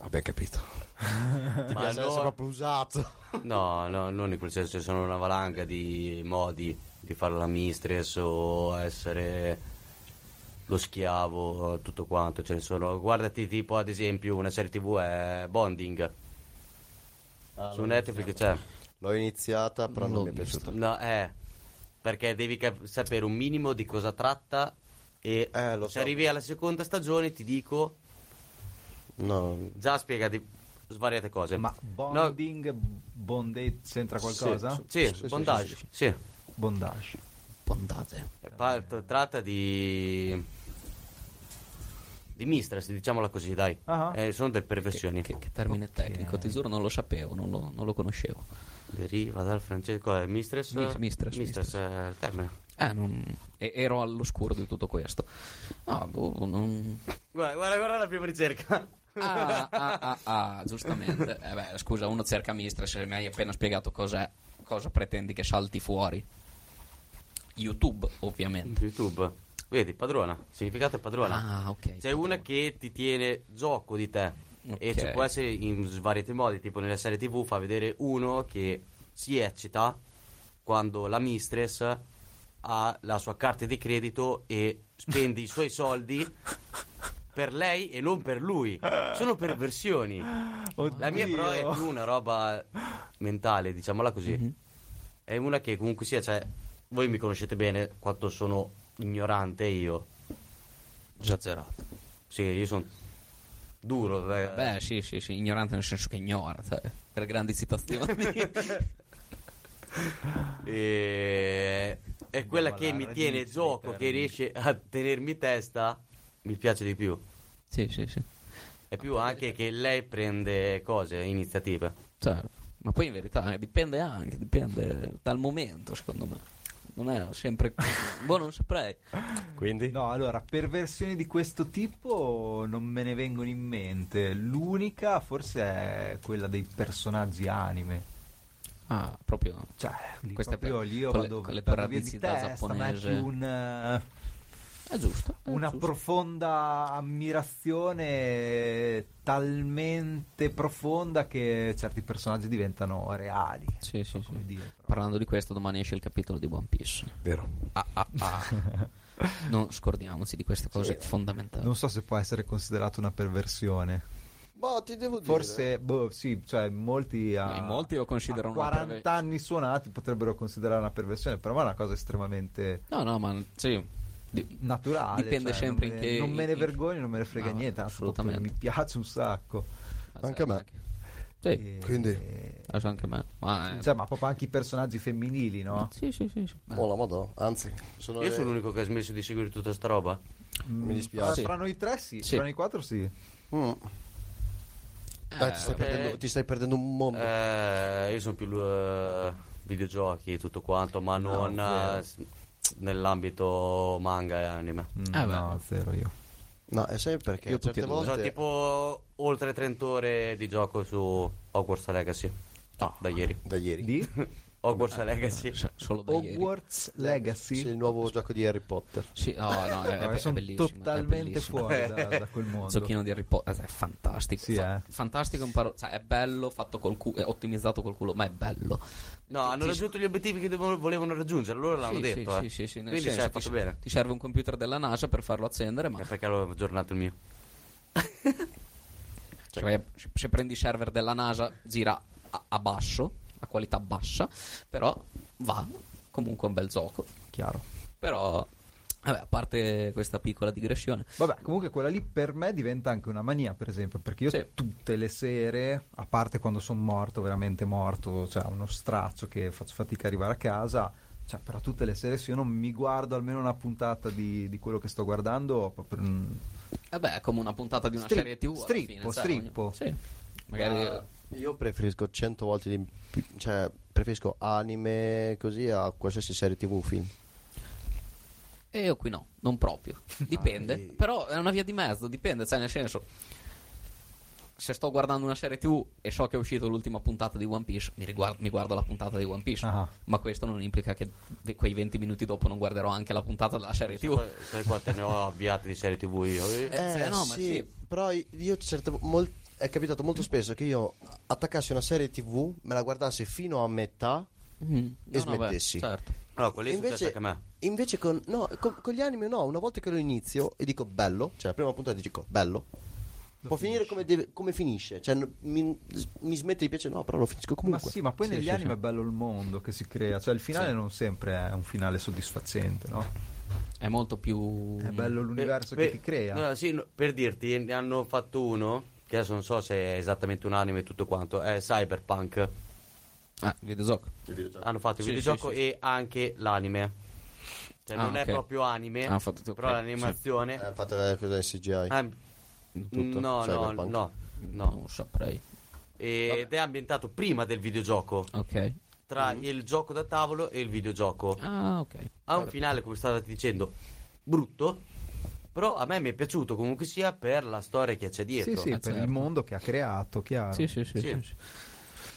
[SPEAKER 4] abbiamo [laughs] capito
[SPEAKER 1] ma
[SPEAKER 4] ma
[SPEAKER 1] non-
[SPEAKER 4] sono proprio usato
[SPEAKER 1] No, no, non in quel senso, ci sono una valanga di modi di fare la mistress o essere lo schiavo, tutto quanto, ce ne sono. Guardati tipo ad esempio una serie tv è Bonding.
[SPEAKER 4] Ah,
[SPEAKER 1] Su Netflix c'è.
[SPEAKER 4] l'ho iniziata però non,
[SPEAKER 2] Non
[SPEAKER 4] mi è
[SPEAKER 2] l'ho vista.
[SPEAKER 4] piaciuta
[SPEAKER 1] No, eh, perché devi cap- sapere un minimo di cosa tratta e
[SPEAKER 4] Eh, lo
[SPEAKER 1] se
[SPEAKER 4] so.
[SPEAKER 1] arrivi alla seconda stagione ti dico,
[SPEAKER 4] no
[SPEAKER 1] già spiegati svariate cose.
[SPEAKER 5] Ma
[SPEAKER 1] No,
[SPEAKER 5] bonding, bondage, c'entra qualcosa?
[SPEAKER 1] Sì,
[SPEAKER 4] Sì, sì,
[SPEAKER 1] bondage,
[SPEAKER 4] sì, sì,
[SPEAKER 1] sì.
[SPEAKER 5] Bondage.
[SPEAKER 2] Bondate.
[SPEAKER 1] Pa- tr- tratta di di mistress diciamola così dai
[SPEAKER 5] Ah.
[SPEAKER 1] Eh, sono delle perversioni
[SPEAKER 2] Che, che- che termine tecnico, ti giuro non lo sapevo, non lo, non lo conoscevo.
[SPEAKER 1] deriva dal francese cosa è? mistress
[SPEAKER 2] Mis- mistress,
[SPEAKER 1] mistress, eh, il termine
[SPEAKER 2] Eh, non- e- ero all'oscuro di tutto questo. Ah, boh, non...
[SPEAKER 1] guarda, guarda guarda la prima ricerca [laughs]
[SPEAKER 2] Ah, ah, ah, ah, giustamente. Eh beh, scusa, uno cerca mistress, mi hai appena spiegato cos'è. Cosa pretendi che salti fuori? YouTube, ovviamente.
[SPEAKER 1] youtube vedi padrona significato è padrona
[SPEAKER 2] Ah, ok.
[SPEAKER 1] c'è una che ti tiene gioco di te e
[SPEAKER 2] Ok.
[SPEAKER 1] ci può essere in svariati modi tipo nella serie tv fa vedere uno che si eccita quando la mistress ha la sua carta di credito e spende i suoi
[SPEAKER 2] [laughs]
[SPEAKER 1] soldi per lei e non per lui sono perversioni la mia però è più una roba mentale diciamola così è una che comunque sia cioè voi mi conoscete bene quanto sono ignorante io esagerato sì io sono duro eh.
[SPEAKER 2] Beh, sì, sì, sì, ignorante nel senso che ignora, sai, per
[SPEAKER 5] [laughs]
[SPEAKER 2] grandi situazioni.
[SPEAKER 1] E... È quella che mi tiene gioco, che riesce a tenermi testa, mi piace di più.
[SPEAKER 2] sì, sì, sì.
[SPEAKER 1] È più anche che lei prende cose, iniziative.
[SPEAKER 2] Certo. Ma poi in verità eh, dipende anche, dipende dal momento, secondo me. Non è sempre...
[SPEAKER 5] [laughs]
[SPEAKER 2] boh, non saprei.
[SPEAKER 5] Ah.
[SPEAKER 4] quindi
[SPEAKER 5] No, allora, perversioni di questo tipo non me ne vengono in mente. L'unica forse è quella dei personaggi anime.
[SPEAKER 2] Ah, proprio...
[SPEAKER 5] Cioè, lì
[SPEAKER 2] Questa è
[SPEAKER 5] proprio
[SPEAKER 2] per-
[SPEAKER 5] lì io
[SPEAKER 2] con le-
[SPEAKER 5] vado,
[SPEAKER 2] con le
[SPEAKER 5] vado via di
[SPEAKER 2] paradisi da
[SPEAKER 5] testa, ma è
[SPEAKER 2] giapponese.
[SPEAKER 5] più un, eh,
[SPEAKER 2] È giusto. è
[SPEAKER 5] una
[SPEAKER 2] giusto.
[SPEAKER 5] profonda ammirazione talmente profonda che certi personaggi diventano reali.
[SPEAKER 2] Sì, sì,
[SPEAKER 5] Non so
[SPEAKER 2] sì.
[SPEAKER 5] come dire, però.
[SPEAKER 2] Parlando di questo, domani esce il capitolo di One Piece.
[SPEAKER 4] vero
[SPEAKER 2] Ah, ah, ah.
[SPEAKER 5] [laughs]
[SPEAKER 2] non scordiamoci di queste cose fondamentali.
[SPEAKER 5] Non so se può essere considerato una perversione.
[SPEAKER 4] ma ti devo dire
[SPEAKER 5] Forse, boh, sì, cioè molti a,
[SPEAKER 2] Ma in molti lo
[SPEAKER 5] a
[SPEAKER 2] considerano una
[SPEAKER 5] 40
[SPEAKER 2] perve-
[SPEAKER 5] anni suonati potrebbero considerare una perversione, però è una cosa estremamente...
[SPEAKER 2] No, no, ma sì. Di-
[SPEAKER 6] naturale.
[SPEAKER 2] Dipende
[SPEAKER 6] cioè,
[SPEAKER 2] sempre
[SPEAKER 6] non
[SPEAKER 2] in
[SPEAKER 6] me-
[SPEAKER 2] che-
[SPEAKER 6] Non me ne
[SPEAKER 2] in-
[SPEAKER 6] vergogno, non me ne frega
[SPEAKER 2] No,
[SPEAKER 6] niente. anzi, proprio
[SPEAKER 2] assolutamente.
[SPEAKER 6] Mi piace un sacco.
[SPEAKER 4] Anche a me.
[SPEAKER 5] Eh.
[SPEAKER 2] Sì,
[SPEAKER 4] Quindi-
[SPEAKER 6] E-
[SPEAKER 2] adesso anche a me. Ma è-
[SPEAKER 6] Cioè, ma proprio anche i personaggi femminili, no?
[SPEAKER 2] Sì, sì, sì. sì.
[SPEAKER 4] Oh la madonna, anzi, sono
[SPEAKER 1] Io
[SPEAKER 4] le-
[SPEAKER 1] sono l'unico che ha smesso di seguire tutta sta roba.
[SPEAKER 4] mi dispiace.
[SPEAKER 6] Mm. Tra noi tre sì,
[SPEAKER 2] Sì.
[SPEAKER 6] tra noi quattro sì.
[SPEAKER 4] Mm.
[SPEAKER 2] Eh,
[SPEAKER 4] Dai, ti, stai perdendo, ti stai perdendo un mondo.
[SPEAKER 1] Eh, io sono più eh, videogiochi e tutto quanto,
[SPEAKER 2] Ah,
[SPEAKER 1] ma non eh, s- nell'ambito manga e anime.
[SPEAKER 6] Mm,
[SPEAKER 2] Ah, beh.
[SPEAKER 6] no, zero io.
[SPEAKER 4] No, è sempre perché
[SPEAKER 6] Io tutti
[SPEAKER 4] certe
[SPEAKER 6] e due.
[SPEAKER 1] Sono
[SPEAKER 4] volte...
[SPEAKER 1] tipo oltre 30 ore di gioco su Hogwarts Legacy.
[SPEAKER 2] Ah.
[SPEAKER 1] No, da ieri.
[SPEAKER 4] Da ieri.
[SPEAKER 6] Di
[SPEAKER 1] Hogwarts
[SPEAKER 2] Eh,
[SPEAKER 1] Legacy.
[SPEAKER 2] S- Solo da ieri.
[SPEAKER 6] Hogwarts Legacy.
[SPEAKER 4] Sì, il nuovo gioco di Harry Potter.
[SPEAKER 2] Sì, no, no, è, è,
[SPEAKER 6] Guarda,
[SPEAKER 2] be- Eh, è
[SPEAKER 6] sono
[SPEAKER 2] bellissimo. è
[SPEAKER 6] totalmente
[SPEAKER 2] bellissimo.
[SPEAKER 6] fuori da, da
[SPEAKER 2] [laughs]
[SPEAKER 6] quel mondo.
[SPEAKER 2] Il Zocchino di Harry Potter è fantastico.
[SPEAKER 6] Sì,
[SPEAKER 2] Fa-
[SPEAKER 6] eh.
[SPEAKER 2] Fantastico, è un paro- cioè, è bello, fatto col cu- è ottimizzato col culo, ma è bello.
[SPEAKER 1] No, hanno raggiunto gli obiettivi che devono- volevano raggiungere, loro l'hanno
[SPEAKER 2] Sì,
[SPEAKER 1] detto.
[SPEAKER 2] sì,
[SPEAKER 1] eh.
[SPEAKER 2] sì, sì, sì, nel
[SPEAKER 1] Quindi
[SPEAKER 2] senso,
[SPEAKER 1] cioè,
[SPEAKER 2] ti
[SPEAKER 1] fatto
[SPEAKER 2] s-
[SPEAKER 1] bene.
[SPEAKER 2] Ti serve un computer della NASA per farlo accendere, ma
[SPEAKER 1] Eh, Perché l'ho aggiornato il mio. certo.
[SPEAKER 2] cioè, se- se prendi i server della NASA gira a, a basso, a qualità bassa, però va, comunque è un bel gioco.
[SPEAKER 6] Chiaro.
[SPEAKER 2] Però, vabbè, a parte questa piccola digressione,
[SPEAKER 6] Vabbè, comunque quella lì per me diventa anche una mania, per esempio, perché io
[SPEAKER 2] Sì.
[SPEAKER 6] tutte le sere, a parte quando sono morto, veramente morto, cioè uno straccio che faccio fatica a arrivare a casa, cioè però tutte le sere se io non mi guardo almeno una puntata di, di quello che sto guardando, proprio, mm,
[SPEAKER 2] vabbè, è come una puntata di una
[SPEAKER 6] Stri-
[SPEAKER 2] serie TV. alla
[SPEAKER 6] strippo,
[SPEAKER 2] fine, sai,
[SPEAKER 6] strippo.
[SPEAKER 2] ogni- Sì, magari...
[SPEAKER 4] Ma Io preferisco 100 volte di più, cioè preferisco anime così a qualsiasi serie TV o film.
[SPEAKER 2] E io qui no, non
[SPEAKER 6] [laughs]
[SPEAKER 2] proprio. Dipende. Però è una via di mezzo, dipende, cioè nel senso. Se sto guardando una serie TV e so che è uscita l'ultima puntata di One Piece, mi, riguar- mi guardo la puntata di One Piece.
[SPEAKER 6] Ah.
[SPEAKER 2] Ma questo non implica che ve- quei 20 minuti dopo non guarderò anche la puntata della serie TV.
[SPEAKER 1] Poi, Sai quante ne ho avviate di serie TV io?
[SPEAKER 2] [laughs]
[SPEAKER 1] Eh,
[SPEAKER 2] Eh, no, ma sì.
[SPEAKER 4] però io certe mol- è capitato molto spesso che io attaccassi una serie TV, me la guardassi fino a metà
[SPEAKER 2] Mm.
[SPEAKER 4] e
[SPEAKER 2] No, no, beh,
[SPEAKER 4] smettessi.
[SPEAKER 2] certo.
[SPEAKER 1] No, quello è successo anche
[SPEAKER 4] invece,
[SPEAKER 1] a me.
[SPEAKER 4] invece con, no, con, con gli anime no, una volta che lo inizio e dico bello, cioè la prima puntata dico bello. Può finire come, deve- come finisce, cioè n- mi, mi smette di piacere, no, però lo finisco
[SPEAKER 6] ma
[SPEAKER 4] comunque.
[SPEAKER 6] sì, ma poi
[SPEAKER 4] Sì,
[SPEAKER 6] negli
[SPEAKER 4] sì,
[SPEAKER 6] anime
[SPEAKER 4] sì.
[SPEAKER 6] è bello il mondo che si crea, cioè il finale non sempre è un finale soddisfacente, no?
[SPEAKER 2] È molto più.
[SPEAKER 6] È bello l'universo che
[SPEAKER 1] Per-
[SPEAKER 6] ti crea.
[SPEAKER 1] no, sì, no, per dirti, ne hanno fatto uno, che adesso non so se è esattamente un anime e tutto quanto, è Cyberpunk.
[SPEAKER 2] Ah, il videogioco.
[SPEAKER 1] Hanno fatto il
[SPEAKER 2] Sì,
[SPEAKER 1] videogioco
[SPEAKER 2] sì, sì.
[SPEAKER 1] e anche l'anime. Cioè,
[SPEAKER 2] Ah,
[SPEAKER 1] non
[SPEAKER 2] ok.
[SPEAKER 1] è proprio anime,
[SPEAKER 2] Hanno fatto tutto,
[SPEAKER 1] però
[SPEAKER 2] ok,
[SPEAKER 1] l'animazione...
[SPEAKER 4] Eh, Fate la cosa del CGI.
[SPEAKER 1] Ah,
[SPEAKER 4] tutto,
[SPEAKER 1] no, no,
[SPEAKER 4] Cyberpunk.
[SPEAKER 1] no, no.
[SPEAKER 2] Non saprei.
[SPEAKER 1] Ed è ambientato prima del videogioco,
[SPEAKER 2] Ok.
[SPEAKER 1] tra il gioco da tavolo e il videogioco.
[SPEAKER 2] Mm-hmm. Ah, ok.
[SPEAKER 1] Ha un finale, come stavo dicendo, brutto, però a me mi è piaciuto comunque sia per la storia che c'è
[SPEAKER 6] sì,
[SPEAKER 1] dietro.
[SPEAKER 6] sì,
[SPEAKER 2] eh,
[SPEAKER 6] per il
[SPEAKER 2] certo.
[SPEAKER 6] mondo che ha creato, chiaro.
[SPEAKER 2] Sì, sì,
[SPEAKER 1] Sì.
[SPEAKER 2] sì. sì, sì.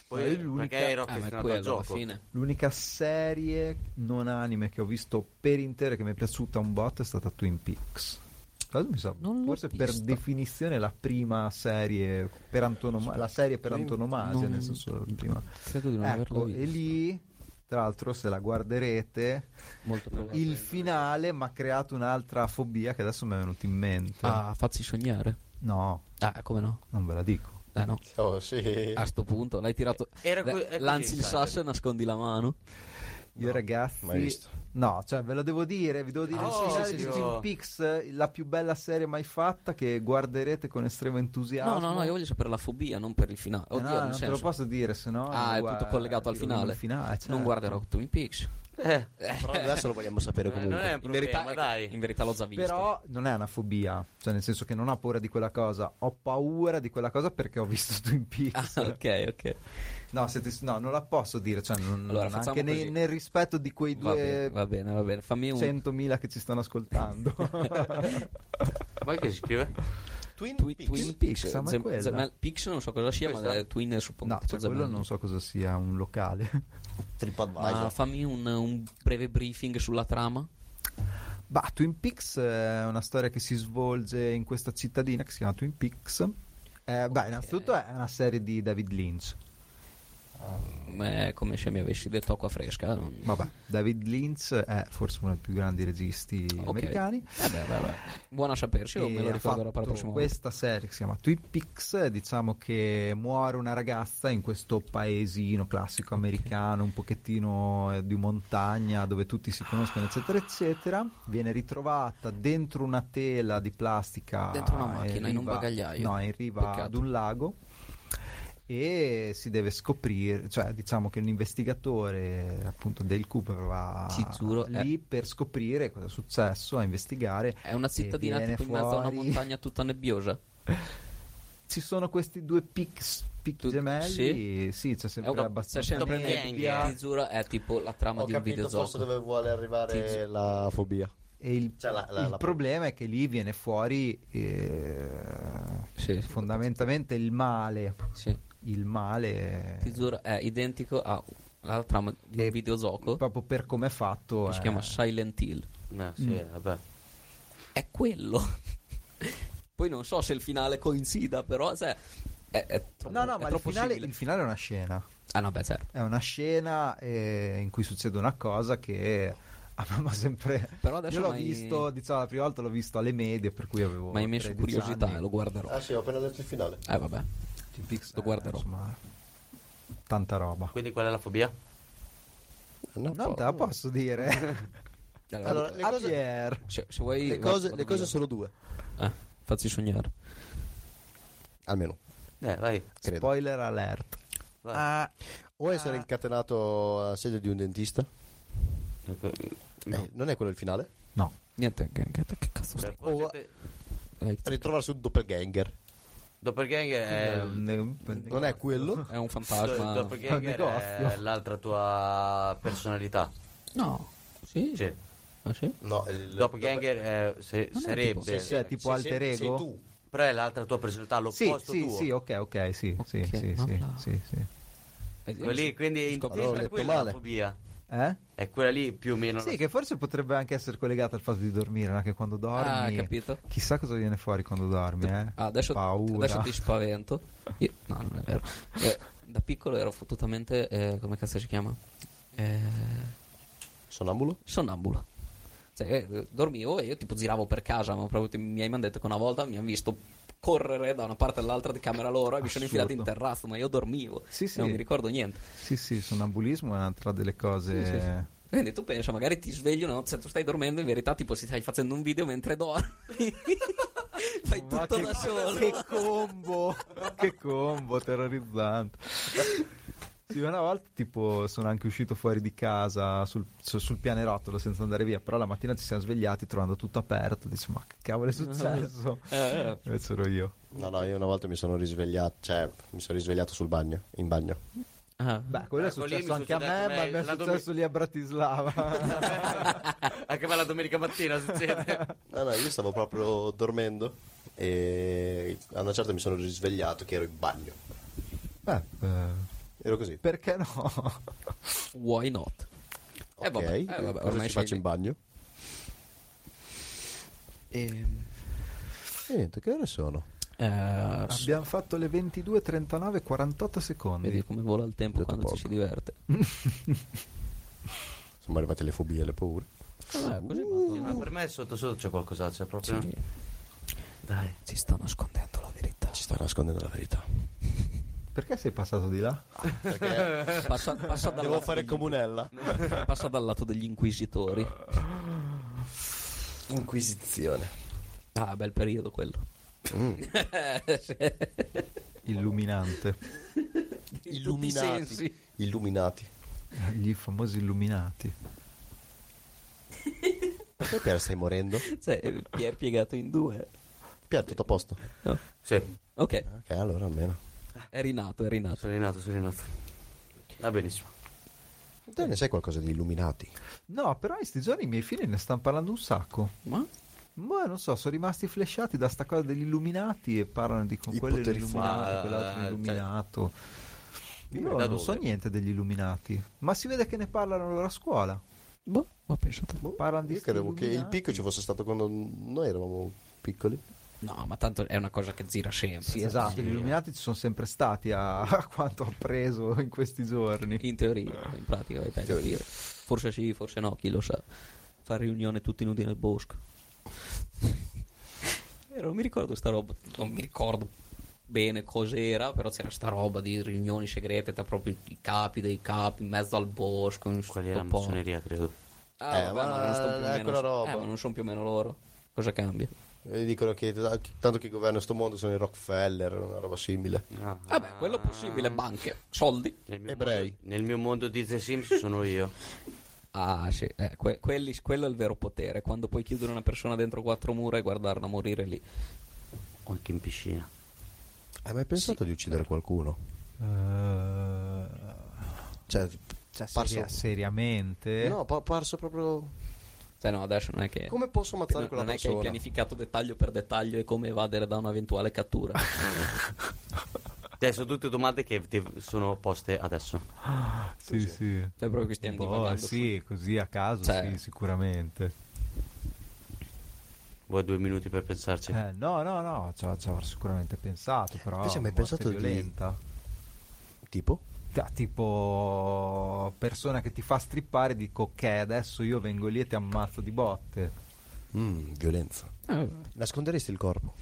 [SPEAKER 1] Poi,
[SPEAKER 6] Eh, l'unica-
[SPEAKER 1] Perché ero
[SPEAKER 2] Ah, ma è
[SPEAKER 1] affezionato
[SPEAKER 2] quello
[SPEAKER 1] al
[SPEAKER 2] alla
[SPEAKER 1] gioco.
[SPEAKER 2] fine.
[SPEAKER 6] L'unica serie non anime che ho visto per intero che mi è piaciuta un botto è stata Twin Peaks. Tra l'altro mi sa,
[SPEAKER 2] Non l'ho
[SPEAKER 6] forse per
[SPEAKER 2] vista.
[SPEAKER 6] definizione la prima serie per antonomasia, la serie per antonomasia, nel senso la prima.
[SPEAKER 2] Credo di non averlo
[SPEAKER 6] Ecco,
[SPEAKER 2] visto.
[SPEAKER 6] e lì, tra l'altro, se la guarderete,
[SPEAKER 2] Molto probabile.
[SPEAKER 6] il finale mi ha creato un'altra fobia che adesso mi è venuta in mente.
[SPEAKER 2] Ah, fazzi sognare.
[SPEAKER 6] No,
[SPEAKER 2] Ah, come no?
[SPEAKER 6] non ve la dico.
[SPEAKER 2] Eh no,
[SPEAKER 4] Oh, sì.
[SPEAKER 2] a sto punto l'hai tirato.
[SPEAKER 1] Eh, Era
[SPEAKER 2] Beh,
[SPEAKER 1] que- è così,
[SPEAKER 2] lanci il
[SPEAKER 1] sai.
[SPEAKER 2] sasso e nascondi la mano.
[SPEAKER 6] Io ragazzi,
[SPEAKER 4] mai visto.
[SPEAKER 6] no, cioè ve lo devo dire, vi devo dire
[SPEAKER 1] Ah,
[SPEAKER 6] il
[SPEAKER 1] sì,
[SPEAKER 6] finale
[SPEAKER 1] sì,
[SPEAKER 6] di
[SPEAKER 1] sì,
[SPEAKER 6] Twin
[SPEAKER 1] sì.
[SPEAKER 6] Peaks, eh, la più bella serie mai fatta che guarderete con estremo
[SPEAKER 2] No,
[SPEAKER 6] entusiasmo.
[SPEAKER 2] no, no, io voglio sapere la fobia, non per il finale.
[SPEAKER 6] Eh
[SPEAKER 2] Oddio,
[SPEAKER 6] no,
[SPEAKER 2] nel
[SPEAKER 6] non te lo
[SPEAKER 2] senso-
[SPEAKER 6] posso dire, se no
[SPEAKER 2] Ah, è
[SPEAKER 6] guarda,
[SPEAKER 2] tutto collegato al
[SPEAKER 6] ti rovino
[SPEAKER 2] finale.
[SPEAKER 6] il finale, certo.
[SPEAKER 2] Non guarderò Twin Peaks.
[SPEAKER 1] [laughs] Eh,
[SPEAKER 4] Però
[SPEAKER 2] [laughs]
[SPEAKER 4] adesso lo vogliamo sapere
[SPEAKER 1] eh, non
[SPEAKER 4] comunque.
[SPEAKER 1] è un
[SPEAKER 2] In
[SPEAKER 1] problema,
[SPEAKER 2] verità, ecco,
[SPEAKER 1] dai.
[SPEAKER 2] in verità l'ho già visto.
[SPEAKER 6] Però non è una fobia, cioè nel senso che non ho paura di quella cosa, ho paura di quella cosa perché ho visto [laughs] Twin
[SPEAKER 2] Ah,
[SPEAKER 6] Peaks.
[SPEAKER 2] ok, ok.
[SPEAKER 6] No, siete- no, non la posso dire, cioè non-
[SPEAKER 2] Allora,
[SPEAKER 6] non-
[SPEAKER 2] facciamo
[SPEAKER 6] anche nei-
[SPEAKER 2] così.
[SPEAKER 6] nel rispetto di quei
[SPEAKER 2] Va bene,
[SPEAKER 6] due Cioè,
[SPEAKER 2] va bene, va bene. Fammi un
[SPEAKER 6] 100.000 che ci
[SPEAKER 2] [laughs]
[SPEAKER 6] stanno ascoltando. [laughs]
[SPEAKER 1] Poi che si scrive?
[SPEAKER 4] Twin,
[SPEAKER 2] Twi-
[SPEAKER 4] Peaks.
[SPEAKER 2] Twin Peaks.
[SPEAKER 6] Sa, ma è
[SPEAKER 2] Gem-
[SPEAKER 6] quella?
[SPEAKER 2] Gemel- Peaks non so cosa sia, ma
[SPEAKER 1] Questa?
[SPEAKER 2] eh, Twin suppongo.
[SPEAKER 6] No, cioè, quello non so cosa sia un locale.
[SPEAKER 4] TripAdvisor.
[SPEAKER 2] Ma fammi un, un breve briefing sulla trama.
[SPEAKER 6] Bah, Twin Peaks eh, è una storia che si svolge in questa cittadina che si chiama Twin Peaks. Eh, beh, innanzitutto è una serie di David Lynch.
[SPEAKER 2] è come se mi avessi detto acqua fresca. non-
[SPEAKER 6] Vabbè, David Lynch è forse uno dei più grandi registi
[SPEAKER 2] Ok.
[SPEAKER 6] americani.
[SPEAKER 2] Vabbè, vabbè. Buona sapersi, io me
[SPEAKER 6] E
[SPEAKER 2] lo
[SPEAKER 6] ha
[SPEAKER 2] ricorderò per la
[SPEAKER 6] fatto
[SPEAKER 2] prossima volta.
[SPEAKER 6] questa serie che si chiama Twin Peaks diciamo che muore una ragazza in questo paesino classico americano un pochettino eh, di montagna dove tutti si conoscono eccetera eccetera viene ritrovata dentro una tela di plastica
[SPEAKER 2] Dentro una macchina, in un bagagliaio.
[SPEAKER 6] no in riva
[SPEAKER 2] Peccato.
[SPEAKER 6] ad un lago e si deve scoprire, cioè diciamo che un investigatore appunto del Cooper va
[SPEAKER 2] Ci giuro, è-
[SPEAKER 6] lì per scoprire cosa è successo, a investigare
[SPEAKER 2] È una
[SPEAKER 6] e
[SPEAKER 2] cittadina
[SPEAKER 6] viene
[SPEAKER 2] tipo in mezzo a una
[SPEAKER 6] fuori-
[SPEAKER 2] montagna tutta nebbiosa.
[SPEAKER 6] Ci sono questi due pix, pix
[SPEAKER 2] Tu-
[SPEAKER 6] gemelli.
[SPEAKER 2] sì?
[SPEAKER 6] Sì, c'è
[SPEAKER 2] È
[SPEAKER 6] sempre
[SPEAKER 2] una sta
[SPEAKER 6] abbastanza.
[SPEAKER 2] scendendo
[SPEAKER 6] nebbia.
[SPEAKER 1] nebbia.
[SPEAKER 2] nebbia. Ti giuro, è tipo la trama
[SPEAKER 4] Ho
[SPEAKER 2] di un
[SPEAKER 4] capito forse
[SPEAKER 2] videogioco.
[SPEAKER 4] dove vuole arrivare
[SPEAKER 2] Sì.
[SPEAKER 4] la fobia.
[SPEAKER 6] E il,
[SPEAKER 4] Cioè, la- la-
[SPEAKER 6] il
[SPEAKER 4] la-
[SPEAKER 6] problema è che lì viene fuori eh,
[SPEAKER 2] Sì.
[SPEAKER 6] fondamentalmente il male.
[SPEAKER 2] Sì.
[SPEAKER 6] Il male.
[SPEAKER 2] Ti giuro, è identico a la trama di un
[SPEAKER 6] Eh,
[SPEAKER 2] videogioco che
[SPEAKER 6] Proprio per come è fatto.
[SPEAKER 2] si
[SPEAKER 6] eh,
[SPEAKER 2] chiama Silent Hill.
[SPEAKER 1] No, sì, vabbè.
[SPEAKER 2] È quello. [laughs] Poi non so se il finale coincida, però cioè, è, è troppo,
[SPEAKER 6] No, no,
[SPEAKER 2] è
[SPEAKER 6] ma il
[SPEAKER 2] troppo
[SPEAKER 6] finale,
[SPEAKER 2] simile.
[SPEAKER 6] il finale è una scena.
[SPEAKER 2] Ah no, beh, certo.
[SPEAKER 6] È una scena eh, in cui succede una cosa che a me mi ha sempre.
[SPEAKER 2] Però adesso
[SPEAKER 6] Io l'ho
[SPEAKER 2] m'hai-
[SPEAKER 6] visto, diciamo, la prima volta l'ho visto alle medie, per cui avevo.
[SPEAKER 2] Ma hai messo
[SPEAKER 6] 13
[SPEAKER 2] curiosità
[SPEAKER 6] Boh, anni.
[SPEAKER 2] e lo guarderò.
[SPEAKER 4] Ah sì, ho appena detto il finale.
[SPEAKER 2] Eh vabbè.
[SPEAKER 6] Twin Peaks,
[SPEAKER 2] Lo
[SPEAKER 6] eh,
[SPEAKER 2] guarderò.
[SPEAKER 6] insomma, tanta roba.
[SPEAKER 1] Quindi qual è la fobia?
[SPEAKER 6] Non te la posso dire.
[SPEAKER 4] Allora,
[SPEAKER 6] [laughs]
[SPEAKER 4] le
[SPEAKER 6] A
[SPEAKER 4] cose-
[SPEAKER 6] Pierre.
[SPEAKER 2] se, se vuoi...
[SPEAKER 4] Le
[SPEAKER 2] guarda-
[SPEAKER 4] cose,
[SPEAKER 2] vado
[SPEAKER 4] le cose
[SPEAKER 2] io.
[SPEAKER 4] sono due,
[SPEAKER 2] Eh, facci sognare.
[SPEAKER 4] almeno,
[SPEAKER 1] Eh, vai.
[SPEAKER 4] credo.
[SPEAKER 6] Spoiler alert.
[SPEAKER 1] vai.
[SPEAKER 4] O essere incatenato a sedia di un dentista. Eh, non è quello il finale.
[SPEAKER 6] No.
[SPEAKER 2] Niente, che, che, che cazzo
[SPEAKER 1] Cioè,
[SPEAKER 2] stai?
[SPEAKER 1] poi
[SPEAKER 4] Oh,
[SPEAKER 1] siete-
[SPEAKER 2] Dai,
[SPEAKER 4] Ritrovarsi un doppelganger.
[SPEAKER 1] Doppelgang
[SPEAKER 6] Eh,
[SPEAKER 1] è...
[SPEAKER 4] Ehm, Non è [laughs] quello.
[SPEAKER 2] È un fantasma.
[SPEAKER 1] Doppelgang è l'altra tua personalità.
[SPEAKER 2] No. Sì?
[SPEAKER 1] Sì.
[SPEAKER 2] Ah, sì?
[SPEAKER 4] No, il
[SPEAKER 1] Doppelganger è, se-
[SPEAKER 2] Non è
[SPEAKER 1] sarebbe...
[SPEAKER 2] tipo-
[SPEAKER 6] Sì, è Cioè, tipo alter
[SPEAKER 4] sei- sei
[SPEAKER 6] ego?
[SPEAKER 4] tu.
[SPEAKER 1] Però è l'altra tua personalità,
[SPEAKER 6] Sì,
[SPEAKER 1] l'opposto
[SPEAKER 6] sì,
[SPEAKER 1] tuo.
[SPEAKER 6] sì, ok, ok, sì, sì,
[SPEAKER 2] Ok,
[SPEAKER 6] sì, sì,
[SPEAKER 2] mamma.
[SPEAKER 6] sì, sì.
[SPEAKER 2] Eh,
[SPEAKER 1] Quelli- quindi in
[SPEAKER 2] Scopri-
[SPEAKER 1] teoria
[SPEAKER 4] Allora, ho
[SPEAKER 1] è
[SPEAKER 4] detto
[SPEAKER 1] quella la
[SPEAKER 4] male.
[SPEAKER 1] fobia.
[SPEAKER 6] Eh?
[SPEAKER 1] È quella lì più o meno.
[SPEAKER 6] Sì, che forse potrebbe anche essere collegato al fatto di dormire, no? che quando dormi...
[SPEAKER 2] Ah, capito.
[SPEAKER 6] Chissà cosa viene fuori quando dormi, eh?
[SPEAKER 2] Ah, adesso,
[SPEAKER 6] Paura.
[SPEAKER 2] adesso ti spavento. Io- no, non è vero. Eh, da piccolo ero fottutamente. eh, come cazzo si chiama? Eh,
[SPEAKER 4] Sonambulo?
[SPEAKER 2] sonnambulo. Cioè, eh, dormivo e io tipo giravo per casa, ma proprio ti- mi hanno detto che una volta mi hanno visto correre da una parte all'altra di camera loro e mi sono infilato in
[SPEAKER 6] Assurdo.
[SPEAKER 2] terrazzo, ma io dormivo.
[SPEAKER 6] Sì, sì.
[SPEAKER 2] Non mi ricordo niente.
[SPEAKER 6] Sì, sì, sonnambulismo è un'altra delle cose...
[SPEAKER 2] Quindi tu pensa, magari ti sveglio, no? Cioè, tu stai dormendo, in verità, tipo, si stai facendo un video mentre dormi. [laughs] Fai
[SPEAKER 6] Ma
[SPEAKER 2] tutto
[SPEAKER 6] [laughs] che-
[SPEAKER 2] da solo.
[SPEAKER 6] Che combo, che combo terrorizzante. Sì, una volta tipo sono anche uscito fuori di casa sul, su- sul pianerottolo senza andare via, però la mattina ci siamo svegliati trovando tutto aperto, dici ma che cavolo
[SPEAKER 2] [laughs]
[SPEAKER 6] è successo?
[SPEAKER 2] Eh,
[SPEAKER 6] Invece ero io.
[SPEAKER 4] No, no, io una volta mi sono risvegliato, cioè mi sono risvegliato sul bagno, in bagno.
[SPEAKER 2] ah.
[SPEAKER 6] Beh, quello è
[SPEAKER 1] Ecco, lì
[SPEAKER 6] successo
[SPEAKER 1] mi
[SPEAKER 6] anche a
[SPEAKER 1] succede
[SPEAKER 6] me,
[SPEAKER 1] anche a
[SPEAKER 6] ma
[SPEAKER 1] me.
[SPEAKER 6] mi è
[SPEAKER 1] La domen-
[SPEAKER 6] successo lì a Bratislava.
[SPEAKER 1] [laughs]
[SPEAKER 2] [laughs]
[SPEAKER 1] Anche per la domenica mattina succede.
[SPEAKER 4] No, no, io stavo proprio dormendo e a una certa mi sono risvegliato che ero in bagno. Ah.
[SPEAKER 6] Beh, eh,
[SPEAKER 4] Ero così.
[SPEAKER 6] perché no?
[SPEAKER 2] Why not?
[SPEAKER 4] Ok,
[SPEAKER 2] vabbè, eh, vabbè,
[SPEAKER 4] cosa
[SPEAKER 2] ormai
[SPEAKER 4] ci faccio
[SPEAKER 2] scegli.
[SPEAKER 4] in bagno? E niente, che ore sono?
[SPEAKER 2] Ehm, Eh,
[SPEAKER 6] Abbiamo fatto le 22, 39, 48 secondi.
[SPEAKER 2] vedi come vola il tempo
[SPEAKER 4] Detto
[SPEAKER 2] quando
[SPEAKER 4] poco.
[SPEAKER 2] ci si diverte.
[SPEAKER 4] Sono arrivate le fobie e le paure.
[SPEAKER 2] Vabbè, Ah, così
[SPEAKER 1] Ma Ah, per me sotto sotto c'è qualcosa, c'è proprio...
[SPEAKER 2] Sì.
[SPEAKER 1] Dai.
[SPEAKER 2] si sta nascondendo la verità.
[SPEAKER 4] Ci sta nascondendo la verità.
[SPEAKER 6] Perché sei passato di là?
[SPEAKER 4] Perché
[SPEAKER 2] Passa, passa dal
[SPEAKER 4] devo
[SPEAKER 2] lato
[SPEAKER 4] fare
[SPEAKER 2] degli-
[SPEAKER 4] comunella.
[SPEAKER 2] passa dal lato degli inquisitori.
[SPEAKER 4] Inquisizione.
[SPEAKER 2] Ah, bel periodo quello.
[SPEAKER 6] Illuminante.
[SPEAKER 4] Illuminati. Illuminati.
[SPEAKER 6] [laughs] Gli famosi illuminati.
[SPEAKER 4] Perché Pier stai morendo?
[SPEAKER 2] Cioè, ti è piegato in due.
[SPEAKER 4] Pier, tutto a posto.
[SPEAKER 1] Sì,
[SPEAKER 2] Ok,
[SPEAKER 4] Ok, allora almeno.
[SPEAKER 2] è rinato, è rinato.
[SPEAKER 1] sono rinato, sono rinato. Va benissimo.
[SPEAKER 4] Te ne sai qualcosa di illuminati?
[SPEAKER 6] No, però in sti giorni i miei figli ne stanno parlando un sacco.
[SPEAKER 2] Ma?
[SPEAKER 6] Ma non so, sono rimasti flashati da sta cosa degli illuminati e parlano di con
[SPEAKER 4] I
[SPEAKER 6] quello è
[SPEAKER 4] poteri
[SPEAKER 1] forti.
[SPEAKER 6] illuminato,
[SPEAKER 1] Ah,
[SPEAKER 6] quell'altro è
[SPEAKER 1] cioè-
[SPEAKER 6] illuminato.
[SPEAKER 1] Ma
[SPEAKER 6] Io
[SPEAKER 1] da
[SPEAKER 6] non
[SPEAKER 1] dove?
[SPEAKER 6] so niente degli illuminati, ma si vede che ne parlano loro a scuola.
[SPEAKER 2] Boh, ma pensate.
[SPEAKER 6] Parlano di
[SPEAKER 4] Io
[SPEAKER 6] sti
[SPEAKER 4] credevo che il
[SPEAKER 6] illuminati.
[SPEAKER 4] picco ci fosse stato quando noi eravamo piccoli.
[SPEAKER 2] No, ma tanto è una cosa che gira sempre.
[SPEAKER 6] Sì,
[SPEAKER 2] cioè,
[SPEAKER 6] esatto, gli
[SPEAKER 2] in-
[SPEAKER 6] illuminati ci sono sempre stati a, [laughs] a quanto ho preso in questi giorni.
[SPEAKER 2] In teoria, in pratica, ripeto, forse sì, forse no, chi lo sa. Fa riunione tutti nudi nel bosco. [laughs] Era, non mi ricordo sta roba, non mi ricordo bene cos'era, però c'era sta roba di riunioni segrete tra proprio i capi dei capi in mezzo al bosco. In
[SPEAKER 1] Quella
[SPEAKER 2] sto
[SPEAKER 1] è la
[SPEAKER 2] po-
[SPEAKER 1] massoneria, credo.
[SPEAKER 2] Ah,
[SPEAKER 4] Eh,
[SPEAKER 2] vabbè,
[SPEAKER 4] ma
[SPEAKER 2] ma non sono più o
[SPEAKER 4] è
[SPEAKER 2] meno-
[SPEAKER 4] quella roba.
[SPEAKER 2] eh, ma non sono più o meno loro. Cosa cambia?
[SPEAKER 4] E dicono che t- ah, tanto che governa sto mondo sono i Rockefeller, una roba simile.
[SPEAKER 1] No.
[SPEAKER 2] Vabbè, quello è possibile, banche, soldi.
[SPEAKER 1] Nel mio
[SPEAKER 4] Ebrei.
[SPEAKER 1] mondo- nel mio mondo di The Sims sono io.
[SPEAKER 2] Ah, sì, eh, que- quelli- quello è il vero potere, quando puoi chiudere una persona dentro quattro mura e guardarla morire lì.
[SPEAKER 1] O anche in piscina.
[SPEAKER 4] Hai mai pensato di uccidere qualcuno?
[SPEAKER 6] Eh,
[SPEAKER 4] Cioè,
[SPEAKER 6] Cioè,
[SPEAKER 4] parso-
[SPEAKER 6] seria- seriamente?
[SPEAKER 4] No, pa- parso proprio...
[SPEAKER 2] Cioè, no, adesso non è che.
[SPEAKER 4] Come posso ammazzare
[SPEAKER 2] non-
[SPEAKER 4] quella
[SPEAKER 2] non è che hai
[SPEAKER 4] persona?
[SPEAKER 2] pianificato dettaglio per dettaglio e come evadere da un'eventuale
[SPEAKER 6] [laughs]
[SPEAKER 2] cattura.
[SPEAKER 1] Cioè, sono tutte domande che ti sono poste adesso.
[SPEAKER 6] Sì, sì.
[SPEAKER 2] Cioè, proprio che stiamo
[SPEAKER 6] Boh,
[SPEAKER 2] divagando.
[SPEAKER 6] sì, così a caso,
[SPEAKER 2] Cioè.
[SPEAKER 6] sì, sicuramente.
[SPEAKER 1] Vuoi due minuti per pensarci?
[SPEAKER 6] Eh, no, no, no, ci av- ci avrò sicuramente pensato, però...
[SPEAKER 4] Invece mi hai
[SPEAKER 6] morte
[SPEAKER 4] pensato di-
[SPEAKER 6] violenta.
[SPEAKER 4] Tipo?
[SPEAKER 6] Ah, tipo persona che ti fa strippare dico ok adesso io vengo lì e ti ammazzo di botte
[SPEAKER 4] Mm, violenza.
[SPEAKER 2] Eh,
[SPEAKER 4] Nasconderesti il corpo?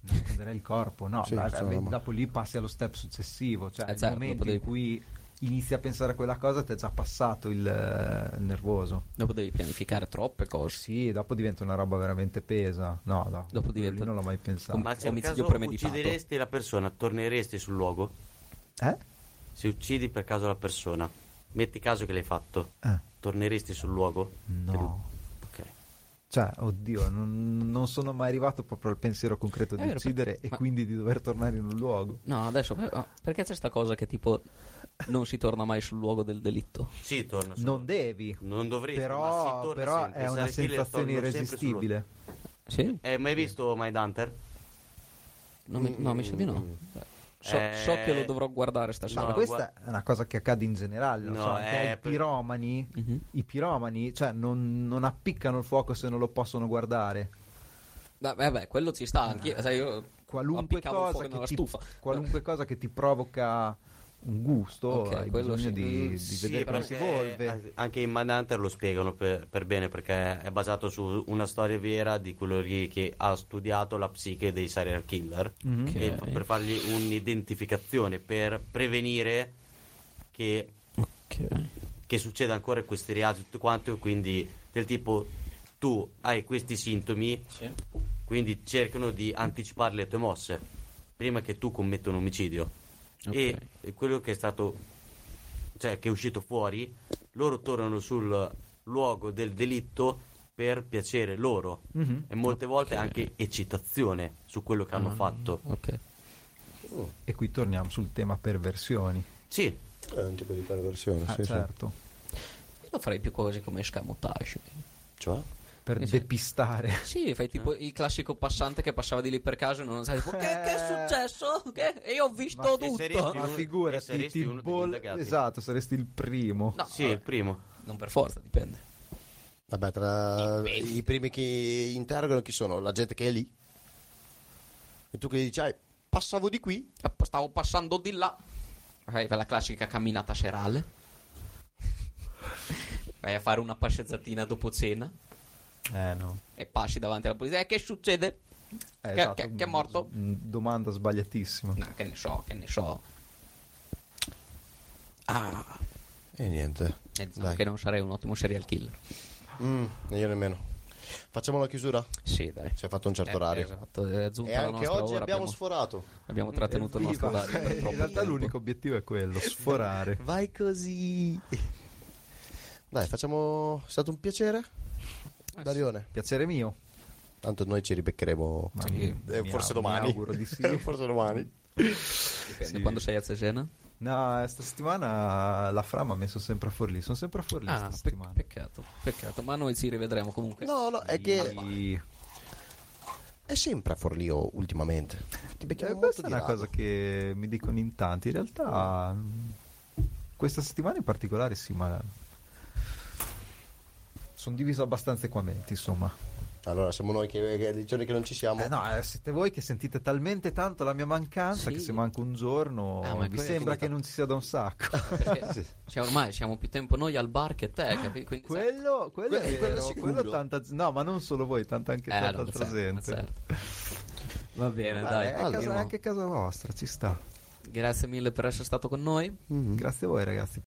[SPEAKER 6] nasconderei il corpo no
[SPEAKER 4] Sì,
[SPEAKER 6] dai,
[SPEAKER 4] insomma,
[SPEAKER 6] beh,
[SPEAKER 4] ma-
[SPEAKER 6] dopo lì passi allo step successivo cioè
[SPEAKER 2] Eh,
[SPEAKER 6] nel
[SPEAKER 2] certo,
[SPEAKER 6] momento
[SPEAKER 2] dopo devi-
[SPEAKER 6] in cui inizi a pensare a quella cosa ti è già passato il, eh, il nervoso
[SPEAKER 2] Dopo devi pianificare troppe cose.
[SPEAKER 6] sì dopo diventa una roba veramente pesa no no
[SPEAKER 2] Dopo
[SPEAKER 6] quello lì
[SPEAKER 2] diventa-
[SPEAKER 6] non l'ho mai pensato
[SPEAKER 2] Com-
[SPEAKER 1] Ma se a
[SPEAKER 2] omicidio
[SPEAKER 1] caso
[SPEAKER 2] premeditato.
[SPEAKER 1] uccideresti la persona, torneresti sul luogo?
[SPEAKER 6] eh?
[SPEAKER 1] Se uccidi per caso la persona, metti caso che l'hai fatto,
[SPEAKER 6] Eh.
[SPEAKER 1] torneresti sul luogo?
[SPEAKER 6] no
[SPEAKER 1] Ok.
[SPEAKER 6] cioè, oddio, non, non sono mai arrivato proprio al pensiero concreto
[SPEAKER 2] È
[SPEAKER 6] di
[SPEAKER 2] vero,
[SPEAKER 6] uccidere e
[SPEAKER 2] ma-
[SPEAKER 6] quindi di dover tornare in un luogo.
[SPEAKER 2] No, adesso però, perché c'è sta cosa che tipo non si torna mai sul luogo del delitto?
[SPEAKER 1] Sì, torna sul
[SPEAKER 6] Non devi,
[SPEAKER 1] Non dovresti, ma si
[SPEAKER 6] però,
[SPEAKER 1] torna
[SPEAKER 6] però
[SPEAKER 1] sempre.
[SPEAKER 6] è una
[SPEAKER 1] Saresti lì e
[SPEAKER 6] sensazione
[SPEAKER 1] torno sempre sul luogo.
[SPEAKER 6] irresistibile.
[SPEAKER 2] Sì?
[SPEAKER 1] Eh, mai visto Mindhunter?
[SPEAKER 2] No, mi, no, mi sa di no. So, so
[SPEAKER 1] Eh,
[SPEAKER 2] che lo dovrò guardare stasera.
[SPEAKER 6] Ma
[SPEAKER 1] No,
[SPEAKER 6] questa è una cosa che accade in generale, non
[SPEAKER 1] No,
[SPEAKER 6] so, anche
[SPEAKER 1] è
[SPEAKER 6] ai
[SPEAKER 1] per-
[SPEAKER 6] piromani,
[SPEAKER 2] Mhm.
[SPEAKER 6] i piromani, cioè non, non appiccano il fuoco se non lo possono guardare.
[SPEAKER 2] Beh, Vabbè, quello ci sta anche. Sai, io
[SPEAKER 6] Qualunque
[SPEAKER 2] appiccavo il
[SPEAKER 6] cosa,
[SPEAKER 2] fuoco
[SPEAKER 6] che
[SPEAKER 2] nella
[SPEAKER 6] ti,
[SPEAKER 2] stufa.
[SPEAKER 6] qualunque cosa che ti provoca un gusto,
[SPEAKER 2] Ok,
[SPEAKER 6] hai
[SPEAKER 2] quello
[SPEAKER 6] bisogno
[SPEAKER 2] sì.
[SPEAKER 6] di,
[SPEAKER 2] Mm,
[SPEAKER 6] di
[SPEAKER 1] Sì, eh,
[SPEAKER 6] vedere come si
[SPEAKER 1] perché
[SPEAKER 6] evolve.
[SPEAKER 1] a- Anche in Manhunter lo spiegano per, per bene perché è basato su una storia vera di quello lì che ha studiato la psiche dei serial killer
[SPEAKER 6] Mhm.
[SPEAKER 1] e
[SPEAKER 2] Ok.
[SPEAKER 1] per fargli un'identificazione per prevenire che,
[SPEAKER 2] Ok.
[SPEAKER 1] che succeda ancora questi reati e tutto quanto quindi del tipo tu hai questi sintomi quindi cercano di anticipare le tue mosse prima che tu commetta un omicidio
[SPEAKER 2] Ok.
[SPEAKER 1] e quello che è stato cioè che è uscito fuori loro tornano sul luogo del delitto per piacere loro
[SPEAKER 6] Mhm.
[SPEAKER 1] e molte volte anche eccitazione su quello che hanno fatto
[SPEAKER 2] Ok.
[SPEAKER 6] E qui torniamo sul tema perversioni.
[SPEAKER 1] sì
[SPEAKER 4] È un tipo di perversione,
[SPEAKER 6] Ah,
[SPEAKER 4] sì, sì.
[SPEAKER 6] certo.
[SPEAKER 2] Io farei più cose come escamotage.
[SPEAKER 4] Cioè?
[SPEAKER 6] Per
[SPEAKER 2] Eh, sì. [laughs]
[SPEAKER 6] depistare.
[SPEAKER 2] Sì, fai tipo il classico passante che passava di lì per caso e non sai tipo, che, che è successo? Eh. Che? E io ho visto
[SPEAKER 1] che seriesti?
[SPEAKER 2] tutto.
[SPEAKER 6] Ma
[SPEAKER 1] uno-
[SPEAKER 6] figurati,
[SPEAKER 1] e saresti
[SPEAKER 6] ti
[SPEAKER 1] uno degli
[SPEAKER 6] boll-
[SPEAKER 1] indagati.
[SPEAKER 6] Esatto, saresti il primo.
[SPEAKER 2] No,
[SPEAKER 1] sì il primo
[SPEAKER 2] non per forza, dipende.
[SPEAKER 4] Vabbè, tra i primi che interrogano chi sono? La gente che è lì. E tu che gli dici, "Ah, passavo di qui.
[SPEAKER 2] Ah, Stavo passando di là. Vai per la classica camminata serale. Vai a fare una passeggiatina dopo cena
[SPEAKER 6] Eh no.
[SPEAKER 2] e passi davanti alla polizia. E che succede?
[SPEAKER 6] Eh,
[SPEAKER 2] che,
[SPEAKER 6] esatto,
[SPEAKER 2] che- che è
[SPEAKER 6] mm,
[SPEAKER 2] morto?
[SPEAKER 6] mm, Domanda sbagliatissima.
[SPEAKER 2] No, che ne so, che ne so. Ah,
[SPEAKER 4] E niente.
[SPEAKER 2] eh, diciamo
[SPEAKER 4] Dai.
[SPEAKER 2] che non sarei un ottimo serial killer.
[SPEAKER 4] Mm, io nemmeno. Facciamo la chiusura?
[SPEAKER 2] Sì, dai.
[SPEAKER 4] Si è fatto un certo
[SPEAKER 2] Eh,
[SPEAKER 4] orario.
[SPEAKER 2] Esatto, è giunta
[SPEAKER 4] E
[SPEAKER 2] la
[SPEAKER 4] anche
[SPEAKER 2] nostra
[SPEAKER 4] oggi
[SPEAKER 2] ora,
[SPEAKER 4] abbiamo sforato.
[SPEAKER 2] abbiamo trattenuto il nostro
[SPEAKER 6] Viva. Eh,
[SPEAKER 2] orario. per troppo
[SPEAKER 6] In realtà
[SPEAKER 2] tempo.
[SPEAKER 6] l'unico obiettivo è quello, sforare.
[SPEAKER 4] Vai così. Dai, facciamo... È stato un piacere? Darione,
[SPEAKER 6] Piacere mio.
[SPEAKER 4] tanto noi ci ribeccheremo.
[SPEAKER 6] Ma
[SPEAKER 2] Sì,
[SPEAKER 6] mi-
[SPEAKER 4] eh,
[SPEAKER 6] mi
[SPEAKER 4] forse
[SPEAKER 6] au- mi
[SPEAKER 4] domani.
[SPEAKER 6] auguro [laughs] di sì.
[SPEAKER 4] [laughs] Forse domani.
[SPEAKER 2] Dipende Quando sei a Cesena?
[SPEAKER 6] No, questa settimana la Fra mi ha messo sempre a Forlì. Sono sempre a Forlì
[SPEAKER 2] Ah,
[SPEAKER 6] questa
[SPEAKER 2] pe-
[SPEAKER 6] settimana.
[SPEAKER 2] peccato, peccato. Ma noi ci rivedremo comunque.
[SPEAKER 4] No, no, è che
[SPEAKER 6] Sì.
[SPEAKER 4] è sempre a Forlio ultimamente. Ti
[SPEAKER 6] Eh,
[SPEAKER 4] becchiamo molto
[SPEAKER 6] questa è
[SPEAKER 4] di
[SPEAKER 6] una
[SPEAKER 4] rado.
[SPEAKER 6] cosa che mi dicono in tanti. In realtà, mh, questa settimana in particolare, sì, ma sono diviso abbastanza equamente. Insomma,
[SPEAKER 4] Allora siamo noi che, che i giorni che non ci siamo.
[SPEAKER 2] Ah,
[SPEAKER 6] Eh, no, eh, siete voi che sentite talmente tanto la mia mancanza
[SPEAKER 2] Sì.
[SPEAKER 6] che se manco un giorno
[SPEAKER 2] Ah, ma
[SPEAKER 6] vi
[SPEAKER 2] quella è
[SPEAKER 6] sembra
[SPEAKER 2] finita.
[SPEAKER 6] che non ci sia da
[SPEAKER 2] [laughs]
[SPEAKER 6] un sacco.
[SPEAKER 2] Perché cioè, ormai siamo più tempo noi al bar che te, capi? Quindi, sai-
[SPEAKER 6] quello, quello è
[SPEAKER 4] Quello- quello
[SPEAKER 6] vero,
[SPEAKER 4] sicuro.
[SPEAKER 6] quello tanta, no, ma non solo voi, tanta anche
[SPEAKER 2] Eh,
[SPEAKER 6] tanta
[SPEAKER 2] no,
[SPEAKER 6] altra
[SPEAKER 2] certo,
[SPEAKER 6] gente. eh,
[SPEAKER 2] certo. Va bene,
[SPEAKER 6] Vabbè,
[SPEAKER 2] dai.
[SPEAKER 6] è casa-
[SPEAKER 2] Allora,
[SPEAKER 6] anche casa vostra, ci sta.
[SPEAKER 2] Grazie mille per essere stato con noi.
[SPEAKER 6] Grazie a voi ragazzi.